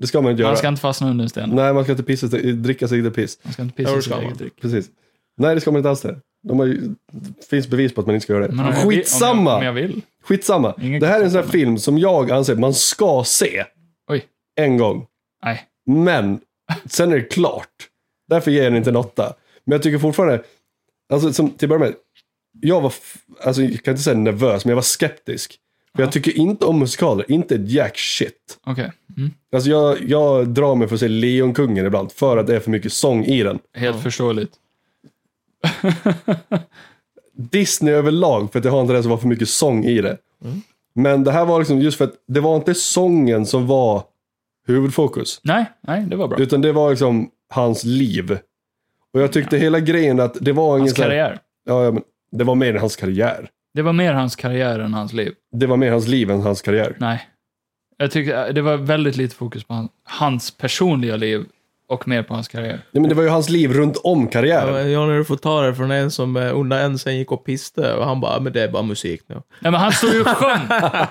Det ska man inte göra.
Man ska inte fastna under en sten.
Nej, man ska inte pissa, dricka sig det piss.
Man ska inte
Ja,
pissa
det
sitt
ska man.
eget dryck.
Precis. Nej, det ska man inte alls det. De har ju, det finns bevis på att man inte ska göra det.
Men om jag vill- Om
Skitsamma!
jag, om jag vill.
Skitsamma.
Ingen
det här är en
kan
sån här
stoppa
film som jag anser man ska se.
Oj.
En gång.
Nej.
Men sen är det klart. Därför ger jag den inte en åtta. Men jag tycker fortfarande, alltså som, till att börja med, jag var, f- alltså, jag kan inte säga nervös, men jag var skeptisk. För jag tycker inte om musikaler, inte ett jack shit.
Okej. Mm.
Alltså jag, jag drar mig för att se Lejonkungen ibland, för att det är för mycket sång i den.
Helt förståeligt.
Disney överlag, för att jag har inte det som var för mycket sång i det. Men det här var liksom just för att det var inte sången som var huvudfokus.
Nej, nej, det var bra.
Utan det var liksom hans liv. Och jag tyckte hela grejen att det var ingen
Hans
så här-
karriär.
Ja, ja, men det var mer än hans karriär.
Det var mer hans karriär än hans liv.
Det var mer hans liv än hans karriär.
Nej. Jag tyckte eh, det var väldigt lite fokus på han- hans personliga liv och mer på hans karriär.
Ja, men det var ju hans liv runt om
Ja,
karriären.
men Johnny, du får ta det från en som eh, under ensen gick och piste och han bara, men det är bara musik nu.
Nej, men han stod ju och sjöng.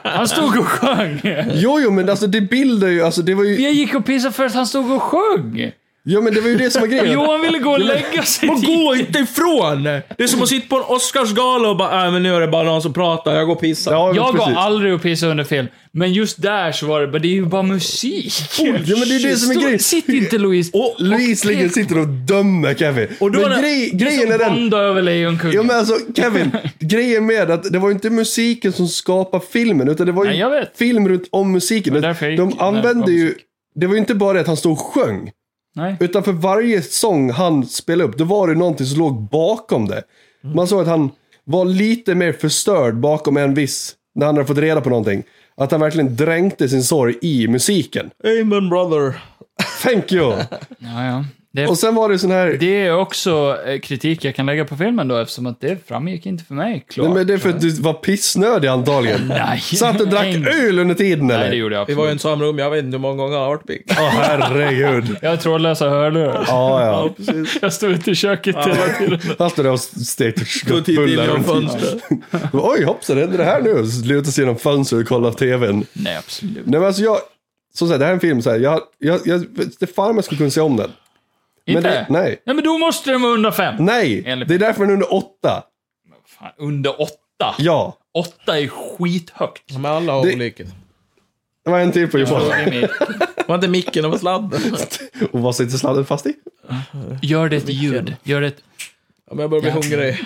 Han stod och sjöng.
Jo, jo, men alltså det bildar ju, alltså det var ju,
Jag gick och pissade för att han stod och sjöng.
ja men det var ju det som var grejen.
Johan ville gå och lägga sig.
Man
tidigt.
går inte ifrån! Det är som att sitta på en Oscarsgala och bara, äh, men nu är det bara någon som pratar, jag går och pissar.
Ja, men
Jag går
precis.
aldrig och pissar under film, men just där så var det, men det är ju bara musik.
Ja, men det är det som är
Stå-
grejen.
Sitt inte Louise.
Och Louise ligger och sitter och dömer Kevin.
Och då
men
är det-
grej,
Det
grejen är
som
den,
Bonda över Lejonkungen.
ja men alltså Kevin, grejen med att det var ju inte musiken som skapade filmen, utan det var ju
Nej, jag vet.
film runt om musiken.
Men därför jag gick-
De använde
Nej,
ju,
musik.
det var ju inte bara det att han stod och sjöng.
Nej.
Utan för varje sång han spelade upp, då var det någonting som låg bakom det.
Mm.
Man såg att han var lite mer förstörd bakom en viss, när han hade fått reda på någonting. Att han verkligen dränkte sin sorg i musiken.
Amen brother.
Thank you!
Ja, ja. Det,
Och sen var det sån här...
det är också eh, kritik jag kan lägga på filmen då, eftersom att det framgick inte för mig klart.
Nej, men det är för att du var pissnödig antagligen.
Nej.
Satt och drack
Nej.
öl under tiden eller?
Nej, det gjorde jag
Vi
absolut.
var ju i ett samma rum, jag vet inte hur många gånger jag har varit pigg.
Åh herregud.
Jag har trådlösa hörlurar.
Ja, ja.
Ja, precis.
Jag stod ute i köket hela tiden.
Han stod där och stekte
Stod och tittade in
bullar
genom
under tiden.
fönstret.
Oj, hoppsan, hände det här nu? Så Lutar sig genom fönstret och kollar tvn.
Nej, absolut.
Nej men alltså jag, som sagt det här är en film så här, jag, jag, jag, det är fan om jag skulle kunna se om den.
Inte?
det- nej.
Nej, men då måste den vara under fem.
Nej,
Enligt-
det är därför den är under åtta.
Fan, under åtta.
Ja,
Åtta är skithögt.
Men alla har
Det-
olika.
det var en till på Johan.
Fråga mig.
Var inte micken, det var sladden.
Och vad sitter sladden fast i?
Gör det ett ljud. Gör det ett...
Ja, men jag börjar bli hungrig.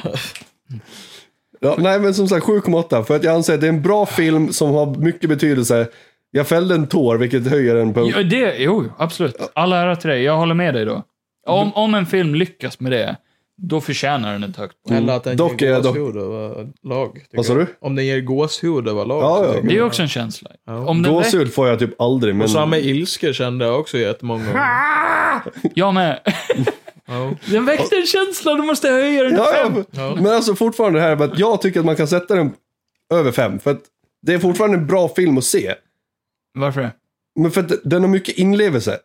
Ja, nej men som sagt 7,8 för att jag anser att det är en bra film som har mycket betydelse. Jag fällde en tår vilket höjer den på...
Ja, det, jo, absolut. Alla ära till dig. Jag håller med dig då. Om,
Mm.
om en film lyckas med det, då förtjänar den ett högt poäng.
Eller att den
Dock är
ger
jag dock-
gåshud över eh, lag. tycker
Vad sa
jag.
du?
Om den ger gåshud över lag.
Ja,
så
ja.
tycker jag.
Det är ju också en känsla. Om den väcker-
Gåshud får jag typ aldrig men...
Och samma ilska kände jag också jättemånga gånger.
Jag med.
Ja.
Den väckte en känsla, du måste höja den
Ja,
till
ja,
fem.
Ja.
Men alltså fortfarande det här med att jag tycker att man kan sätta den över fem för att det är fortfarande en bra film att se.
Varför det?
Men för att den har mycket inlevelse.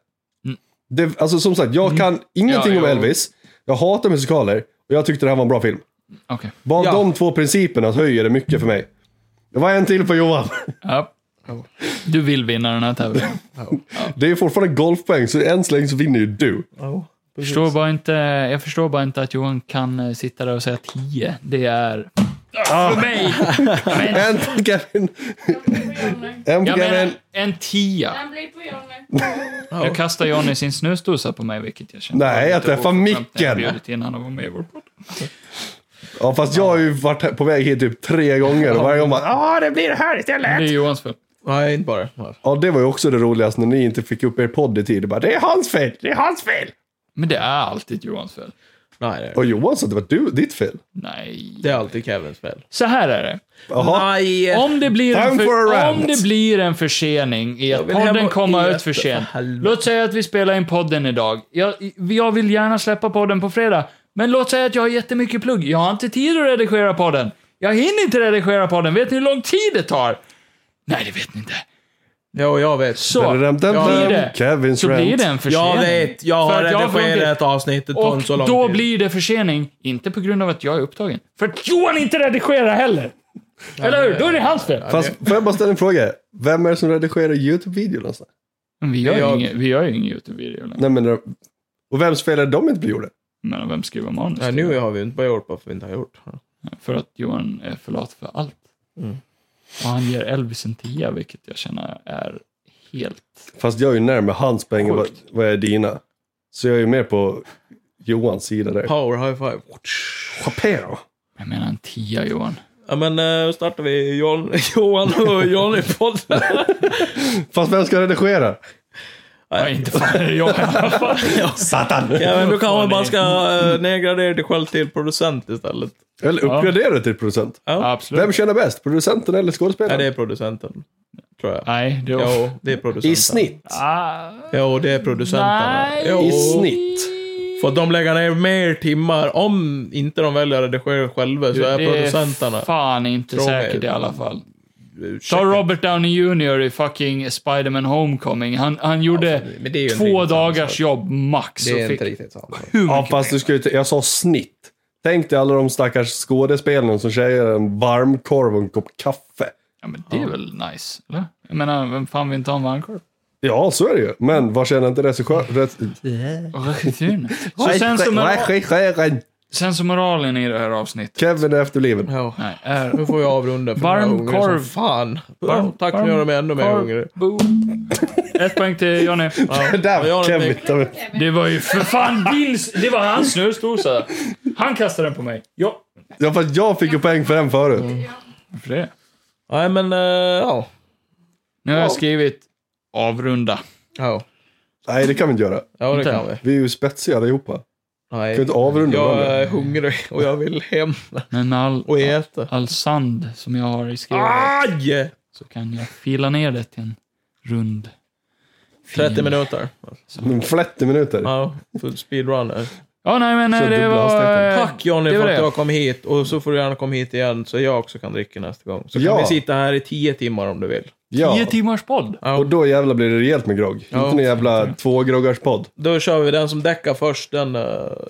Det, alltså som sagt, jag kan ingenting
Mm. Ja,
om
jo.
Elvis. Jag hatar musikaler och jag tyckte det här var en bra film.
Okej.
Bara
Ja.
de två principerna höjer det mycket för mig. Det var en till på Johan.
Ja. Du vill vinna den här tävlingen.
Det är fortfarande golfpoäng, så än så länge så vinner ju du.
Ja, precis.
Förstår bara inte, jag förstår bara inte att Johan kan eh, sitta där och säga 10. Det är... För mig! Men,
En på Kevin. En på
jag
Kevin.
menar, en 10.
Den blir på Johnny.
Nu kastar Johnny sin snusdosa på mig, vilket jag känner
Nej,
var
jag
lite
träffar
oförskämt när
micken.
Jag bjudit in honom att vara med i vår podd.
Ja, fast jag har ju varit här- på väg hit typ tre gånger och varje gång bara ah det blir det här
Det är
istället.
Johans fel.
Nej, inte bara.
Ja, det var ju också det roligaste när ni inte fick upp er podd i tid. Det bara, det är hans fel, det är hans fel.
Men det är alltid Johans fel.
Nej, det är,
Och Johan sa att det var du, ditt fel.
Nej.
det är alltid Kevins fel.
Så här är det.
Jaha.
Nej!
Om det blir
Time
en,
for a
för,
rant.
om det blir en försening i att
vill hem
podden
och
kommer
äta,
ut för
för
sent.
helvete.
Låt säga att vi spelar in podden idag. Jag, jag vill gärna släppa podden på fredag. Men låt säga att jag har jättemycket plugg. Jag har inte tid att redigera podden. Jag hinner inte redigera podden. Vet ni hur lång tid det tar? Nej, det vet ni inte.
Jo, jag vet.
Så,
Dum, dum,
så blir
dum.
det.
Kevin's
så blir
rant.
det en försening.
Jag vet, jag har
För att jag har
redigerat
funkit-
avsnittet på en så
Och
lång
då
tid.
blir det försening, inte på grund av att jag är upptagen. För att Johan inte redigerar heller! Eller hur? Då är det hans fel.
Fast får jag bara ställa en fråga? Vem är det som redigerar YouTube-videor någonstans?
Men vi gör ju
Jag-
ingen, vi gör ju ingen YouTube-video längre.
Nej, men, och vems fel är det de inte blir gjorda?
Men vem skriver manus?
Nej,
till
nu har vi inte bara gjort varför vi inte har gjort.
det? För att Johan är för lat för allt.
Mm.
Och han ger Elvis en tia, vilket jag känner är helt...
Fast jag är ju närmare hans poäng än vad,
Sjukt.
vad är dina. Så jag är ju mer på Johans sida där.
Power high five.
Papero.
Jag menar en tia, Johan.
Ja, men eh, nu startar vi John, Johan och Johnny-podden.
Fast vem ska redigera?
Nej, inte fan är det jag i alla fall.
Satan!
Ja, men du
Fan,
kanske
det-
bara ska eh, nedgradera dig själv till producent istället.
Eller uppgradera det till producent.
Ja,
Absolut.
Vem tjänar bäst? Producenten eller
ja det
skådespelaren?
är producenten. Tror jag.
Nej, det var...
Jo, det är producenten.
I snitt.
Ah,
Jo, det är producenterna.
Nej.
Jo.
I snitt.
För att de lägger ner mer timmar, om inte de väljer att redigera själva, så
det
är
är
producenterna...
fan inte
Tror mig.
säkert i alla fall. Ta
Ursäkta.
Robert Downey Jr i fucking Spider-Man Homecoming. Han, han gjorde
men det är ju inte
två
riktigt samma
dagars
sak.
jobb max.
Det är
och
inte
fick
riktigt samma.
hur
Ja,
mycket
fast du ska ju t- jag sa snitt. Tänk dig alla de stackars skådespelarna som säger en varmkorv och en kopp kaffe.
Ja, men det är väl nice, eller? Jag menar, vem fan vill inte ha en varmkorv?
Ja, så är det ju.
Mm.
Men vad tjänar inte regissören?
Och regissören. Så sen så, mora-
Regissören!
sen så moralen i det här avsnittet.
Kevin är efterliven.
Ja.
Nej, är...
Nu får jag avrunda för
Varm
jag är hungrig som
korv.
Fan. Varm, Tack, nu gör de mig ännu mer
korv,
hungrig.
boom. Ett poäng till Johnny.
Ja.
Där
Jag har
var
en
Kevin.
bänk.
Ta med-
Det var ju för fan din... s- Det var hans snusdosa. Han kastade den på mig. Ja.
Ja, fast jag fick ju poäng för den förut.
Mm.
Varför det?
Nej, men eh, ja.
Nu har jag skrivit avrunda.
Ja,
Nej, det kan vi inte göra.
ja det
Inte.
kan vi.
Vi är ju spetsiga allihopa.
Nej.
Kan
eh,
vi inte avrunda
Jag
varandra?
är hungrig och jag vill hem
Men med all,
och Ah! äta.
all sand som jag har i skrivet
Aj!
så kan jag fila ner det till en rund...
30 minuter.
Men 30 Mm, minuter.
Ja, för speedrun här.
Ja, nej men nej,
Så
det
dubbla
var...
avsnitten.
eh,
Tack Johnny
det var
för att
det.
jag kom hit och så får du gärna komma hit igen så jag också kan dricka nästa gång. Så
Ja.
kan vi sitta här i 10 timmar om du vill.
Tio
Ja,
timmars podd.
Ja.
och då jävla blir det rejält med grogg. Inte en jävla tvågroggarspodd.
Då kör vi den som däckar först, den... eh,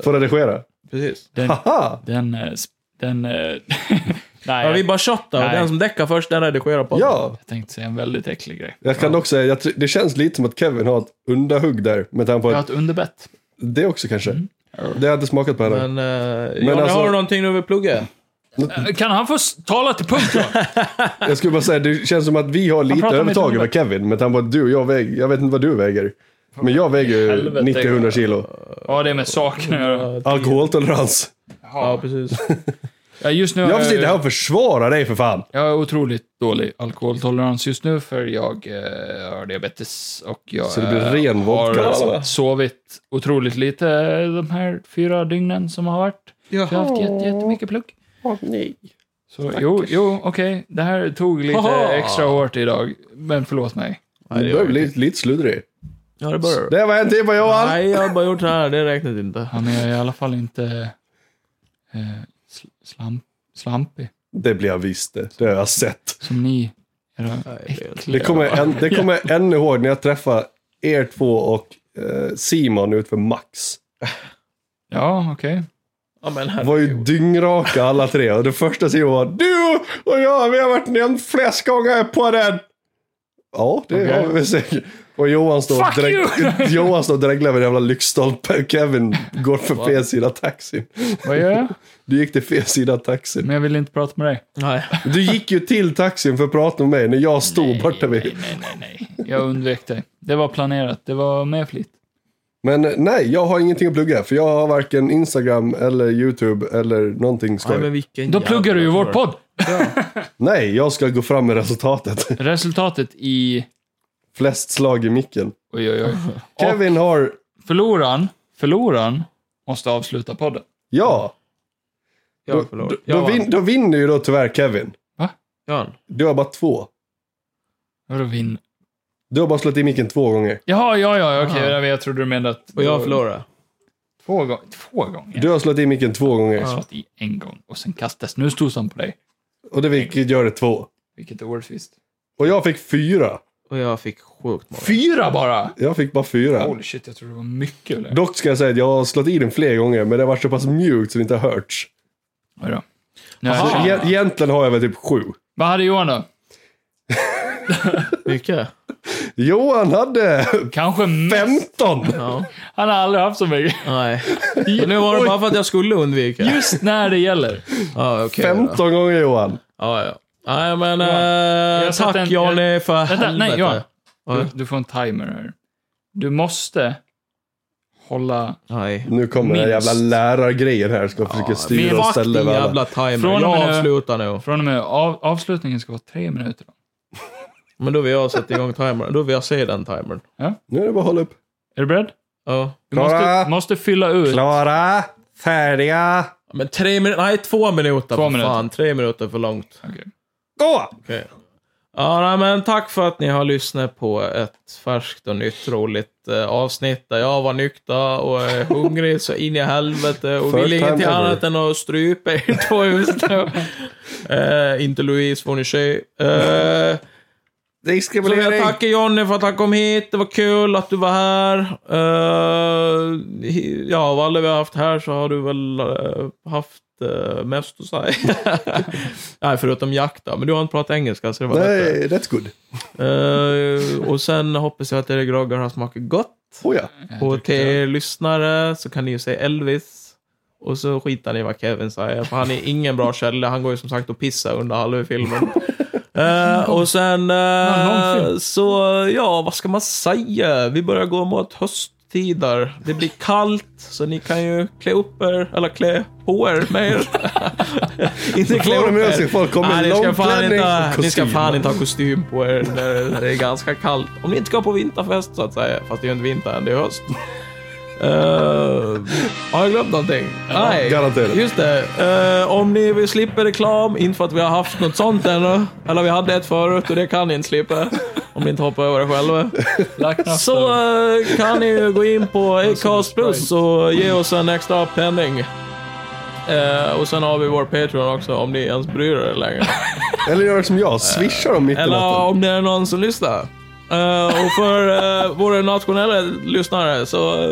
Får redigera.
precis.
Haha!
Den... eh, sp- Den... eh, nej,
Ja, vi bara tjottar och
Nej.
den som däckar först, den redigerar på.
Ja,
jag tänkte säga en väldigt äcklig grej.
jag kan också säga, jag, tr- det känns lite som att Kevin har ett undahugg där. Med tanke på
Jag har
att
ett underbett.
det också kanske. Det har jag inte smakat på heller.
Mm. Men, eh, Johnny,
alltså-
har du någonting du vill plugga?
Eh, Kan han få s- tala till punkt då?
Jag skulle bara säga, det känns som att vi har lite
pratar med
övertag
huvudet.
över Kevin. Med tanke på att du och jag väger, jag vet inte vad du väger. Men jag väger ju
Helvete.
90-100 kilo.
Ja, det är med saken att göra.
Alkoholtolerans.
Ja, precis.
Ja, just nu har
Jag får sitta här och försvara dig för fan.
Jag är otroligt dålig alkoholtolerans just nu för jag eh, har diabetes och jag
Så det blir
eh,
ren vodka,
har
alltså.
sovit otroligt lite eh, de här fyra dygnen som har varit. Så jag har haft jätte, jättemycket plugg. Så, jo, jo okej. Det här tog lite
Haha.
extra hårt idag, men förlåt mig.
Nej,
Du
det
börjar
gör
bli lite, lite sluddrig.
Ja, det börjar
Det var en till på Johan!
Nej, jag har bara gjort det här. Det räknas inte.
Han är i alla fall inte eh, sl- slamp, slampig
Det blir jag visst det. Det har jag sett.
som ni. Era
det är-
äckliga.
Det kommer, jag än, det kommer jag ännu ihåg när jag träffade er två och eh, Simon utför Max.
Ja, okej.
Ja, men
Det
här...
var ju dyngraka alla tre. Och det första Simon var du och jag, vi har varit nämnt flest gånger på den. Ja, det
Okej.
har vi väl säkert. Och Johan står och
Fuck
dräng- Johan står och dreglar vid en jävla lyktstolpe. Kevin går för fel sida taxin.
Vad gör jag?
Du gick till fel sida taxin.
Men jag vill inte prata med dig.
Nej.
Du gick ju till taxin för att prata med mig när jag stod borta vid.
Nej, nej, nej. Jag undvek dig. Det var planerat. Det var med flit.
Men eh, nej, jag har ingenting att plugga. För jag har varken Instagram eller YouTube eller någonting skoj.
Nej,
Nej,
men vilken
Då
jävla
pluggar du ju vår
för-
podd.
jag ska gå fram med resultatet.
Resultatet i...
Flest slag i micken.
Oj, oj, oj. Och
Kevin har...
förloraren, förloraren måste avsluta podden.
Ja! Då,
Jag förlorar.
då,
Jag
då,
vann.
vin, då vinner ju då tyvärr Kevin.
Jag vann.
Du har bara två.
Vadå vinn?
Du har bara slagit i micken två gånger.
Jaha, ja, ja, okej.
Aha.
Jag, jag trodde du menade att...
Och jag förlorar.
Två, gång, två gånger?
Du har slagit i micken två gånger.
Jag satt i en gång och sen kastades snustosan på dig.
Och det vilket gör det två.
Vilket är orättvist.
Och jag fick fyra.
Och jag fick sjukt många.
Fyra bara!
Jag fick bara fyra.
Holy shit, jag trodde det var mycket. Eller?
Dock ska jag säga att jag har slagit i den fler gånger, men det har varit så pass mjukt så det inte har hörts.
Oj då. Nu
Så
är
e-
jag
egentligen har jag väl typ sju.
Vad hade Johan då?
Mycket?
Johan hade
Kanske mest.
15!
Ja.
Han har aldrig haft så mycket.
Nej. Men nu var det bara för att jag skulle undvika.
Just när det gäller.
Ja, okej då.
15 gånger Johan.
Ja, ja. Nej, men eh,
Jag satte
tack
en-
Johnny för
Vänta,
helvete.
nej Johan. Du,
Ja.
du får en timer här. Du måste hålla...
Nej.
Nu kommer den
Minst.
jävla lärargrejen här. Ska försöka styra och
minst.
Fuck
ställa
din
med alla.
jävla timer.
Från och med
jag
nu-
avslutar nu.
Från och med av, avslutningen ska vara tre minuter.
Men då vill jag sätta igång timern. Då vill jag se den timern.
Nu är det bara att hålla upp.
Är du beredd?
Ja.
Du
Klara.
måste, måste fylla ut.
Klara! Färdiga!
Men tre minuter, nej två minuter
Två
för
minuter.
fan. Tre minuter är för långt.
Okej.
Gå!
Okej. Ja, nej, men tack för att ni har lyssnat på ett färskt och nytt roligt eh, avsnitt där jag var nykter och är hungrig så in i helvete och
First
vill ingenting
time ever.
annat än att strypa er två just nu. Eh, inte Louise får ni se. Eh, så vill jag tacka Jonny för att han kom hit. Det var kul att du var här. Eh, hi- ja, av alla vi har haft här så har du väl eh, haft eh, mest att säga. Nej, förutom Jack då. Men du har inte pratat engelska så det var bättre.
Nej, that's good.
Eh, och sen hoppas jag att era groggar har smakat gott.
Oh, ja.
Och till er lyssnare så kan ni ju säga Elvis. Och så skitar ni vad Kevin säger, för han är ingen bra källa. Han går ju som sagt och pissar under halva filmen. Eh, och sen, eh,
Ja, lång film.
så ja, vad ska man säga? Vi börjar gå mot hösttider. Det blir kallt, så ni kan ju klä upp er, eller klä på er mer. inte klä
Får
upp
de med sig
er.
folk? Kommer
Nej, ni ska, fan
långklänning
inte,
och kostym.
ni ska fan inte ha kostym på er när, när det är ganska kallt. Om ni inte ska på vinterfest så att säga. Fast det är ju inte vinter än, det är höst. Eh, har jag glömt någonting? Nej,
garanterat.
just det. Eh, om ni vill slippa reklam, inte för att vi har haft något sånt ännu. Eller vi hade ett förut och det kan ni inte slippa. Om ni inte hoppar över det själva.
Lacknafta.
Så eh, kan ni ju gå in på Acast Plus och ge oss en extra penning. Eh, och sen har vi vår Patreon också, om ni ens bryr er längre.
Eller gör som jag, swishar dem mitt i
Eller
natten.
om det är någon som lyssnar. Eh, och för eh, våra nationella lyssnare, så eh,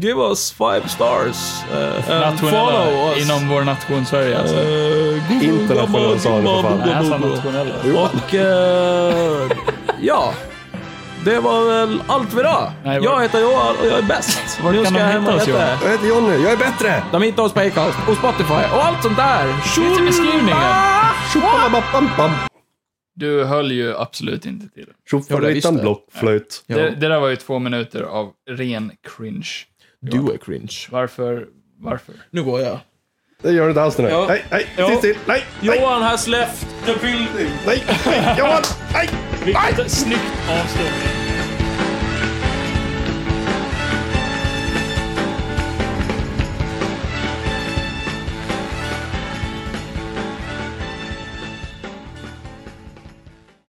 give us five stars. Eh, and follow
Nationella,
us. Eh,
inom vår nation Sverige alltså.
Uh,
Internationella sa ni för fan.
Nej, jag sa nationella.
Och eh, ja, det var väl allt för idag.
Nej, var-
jag heter Johan och jag är bäst.
Vart
nu
kan
ska
de
jag
hitta
hem och
oss,
heta.
Johan?
Jag heter Jonny, jag är bättre!
De hittar oss på Acast och Spotify och allt sånt där.
Finns i typ beskrivningen.
Tjofababampam!
Du höll ju absolut inte till det.
visst
Tjofaderittan
det.
blockflöjt.
det. Det där var ju två minuter av ren cringe.
Du är cringe.
Varför? Varför?
Nu går jag.
Det gör det inte alls den här.
Ja.
Nej, nej,
Ja.
tyst till! Nej, nej,
Johan has left the building.
nej, nej, Johan! Nej, nej!
Snyggt avslut.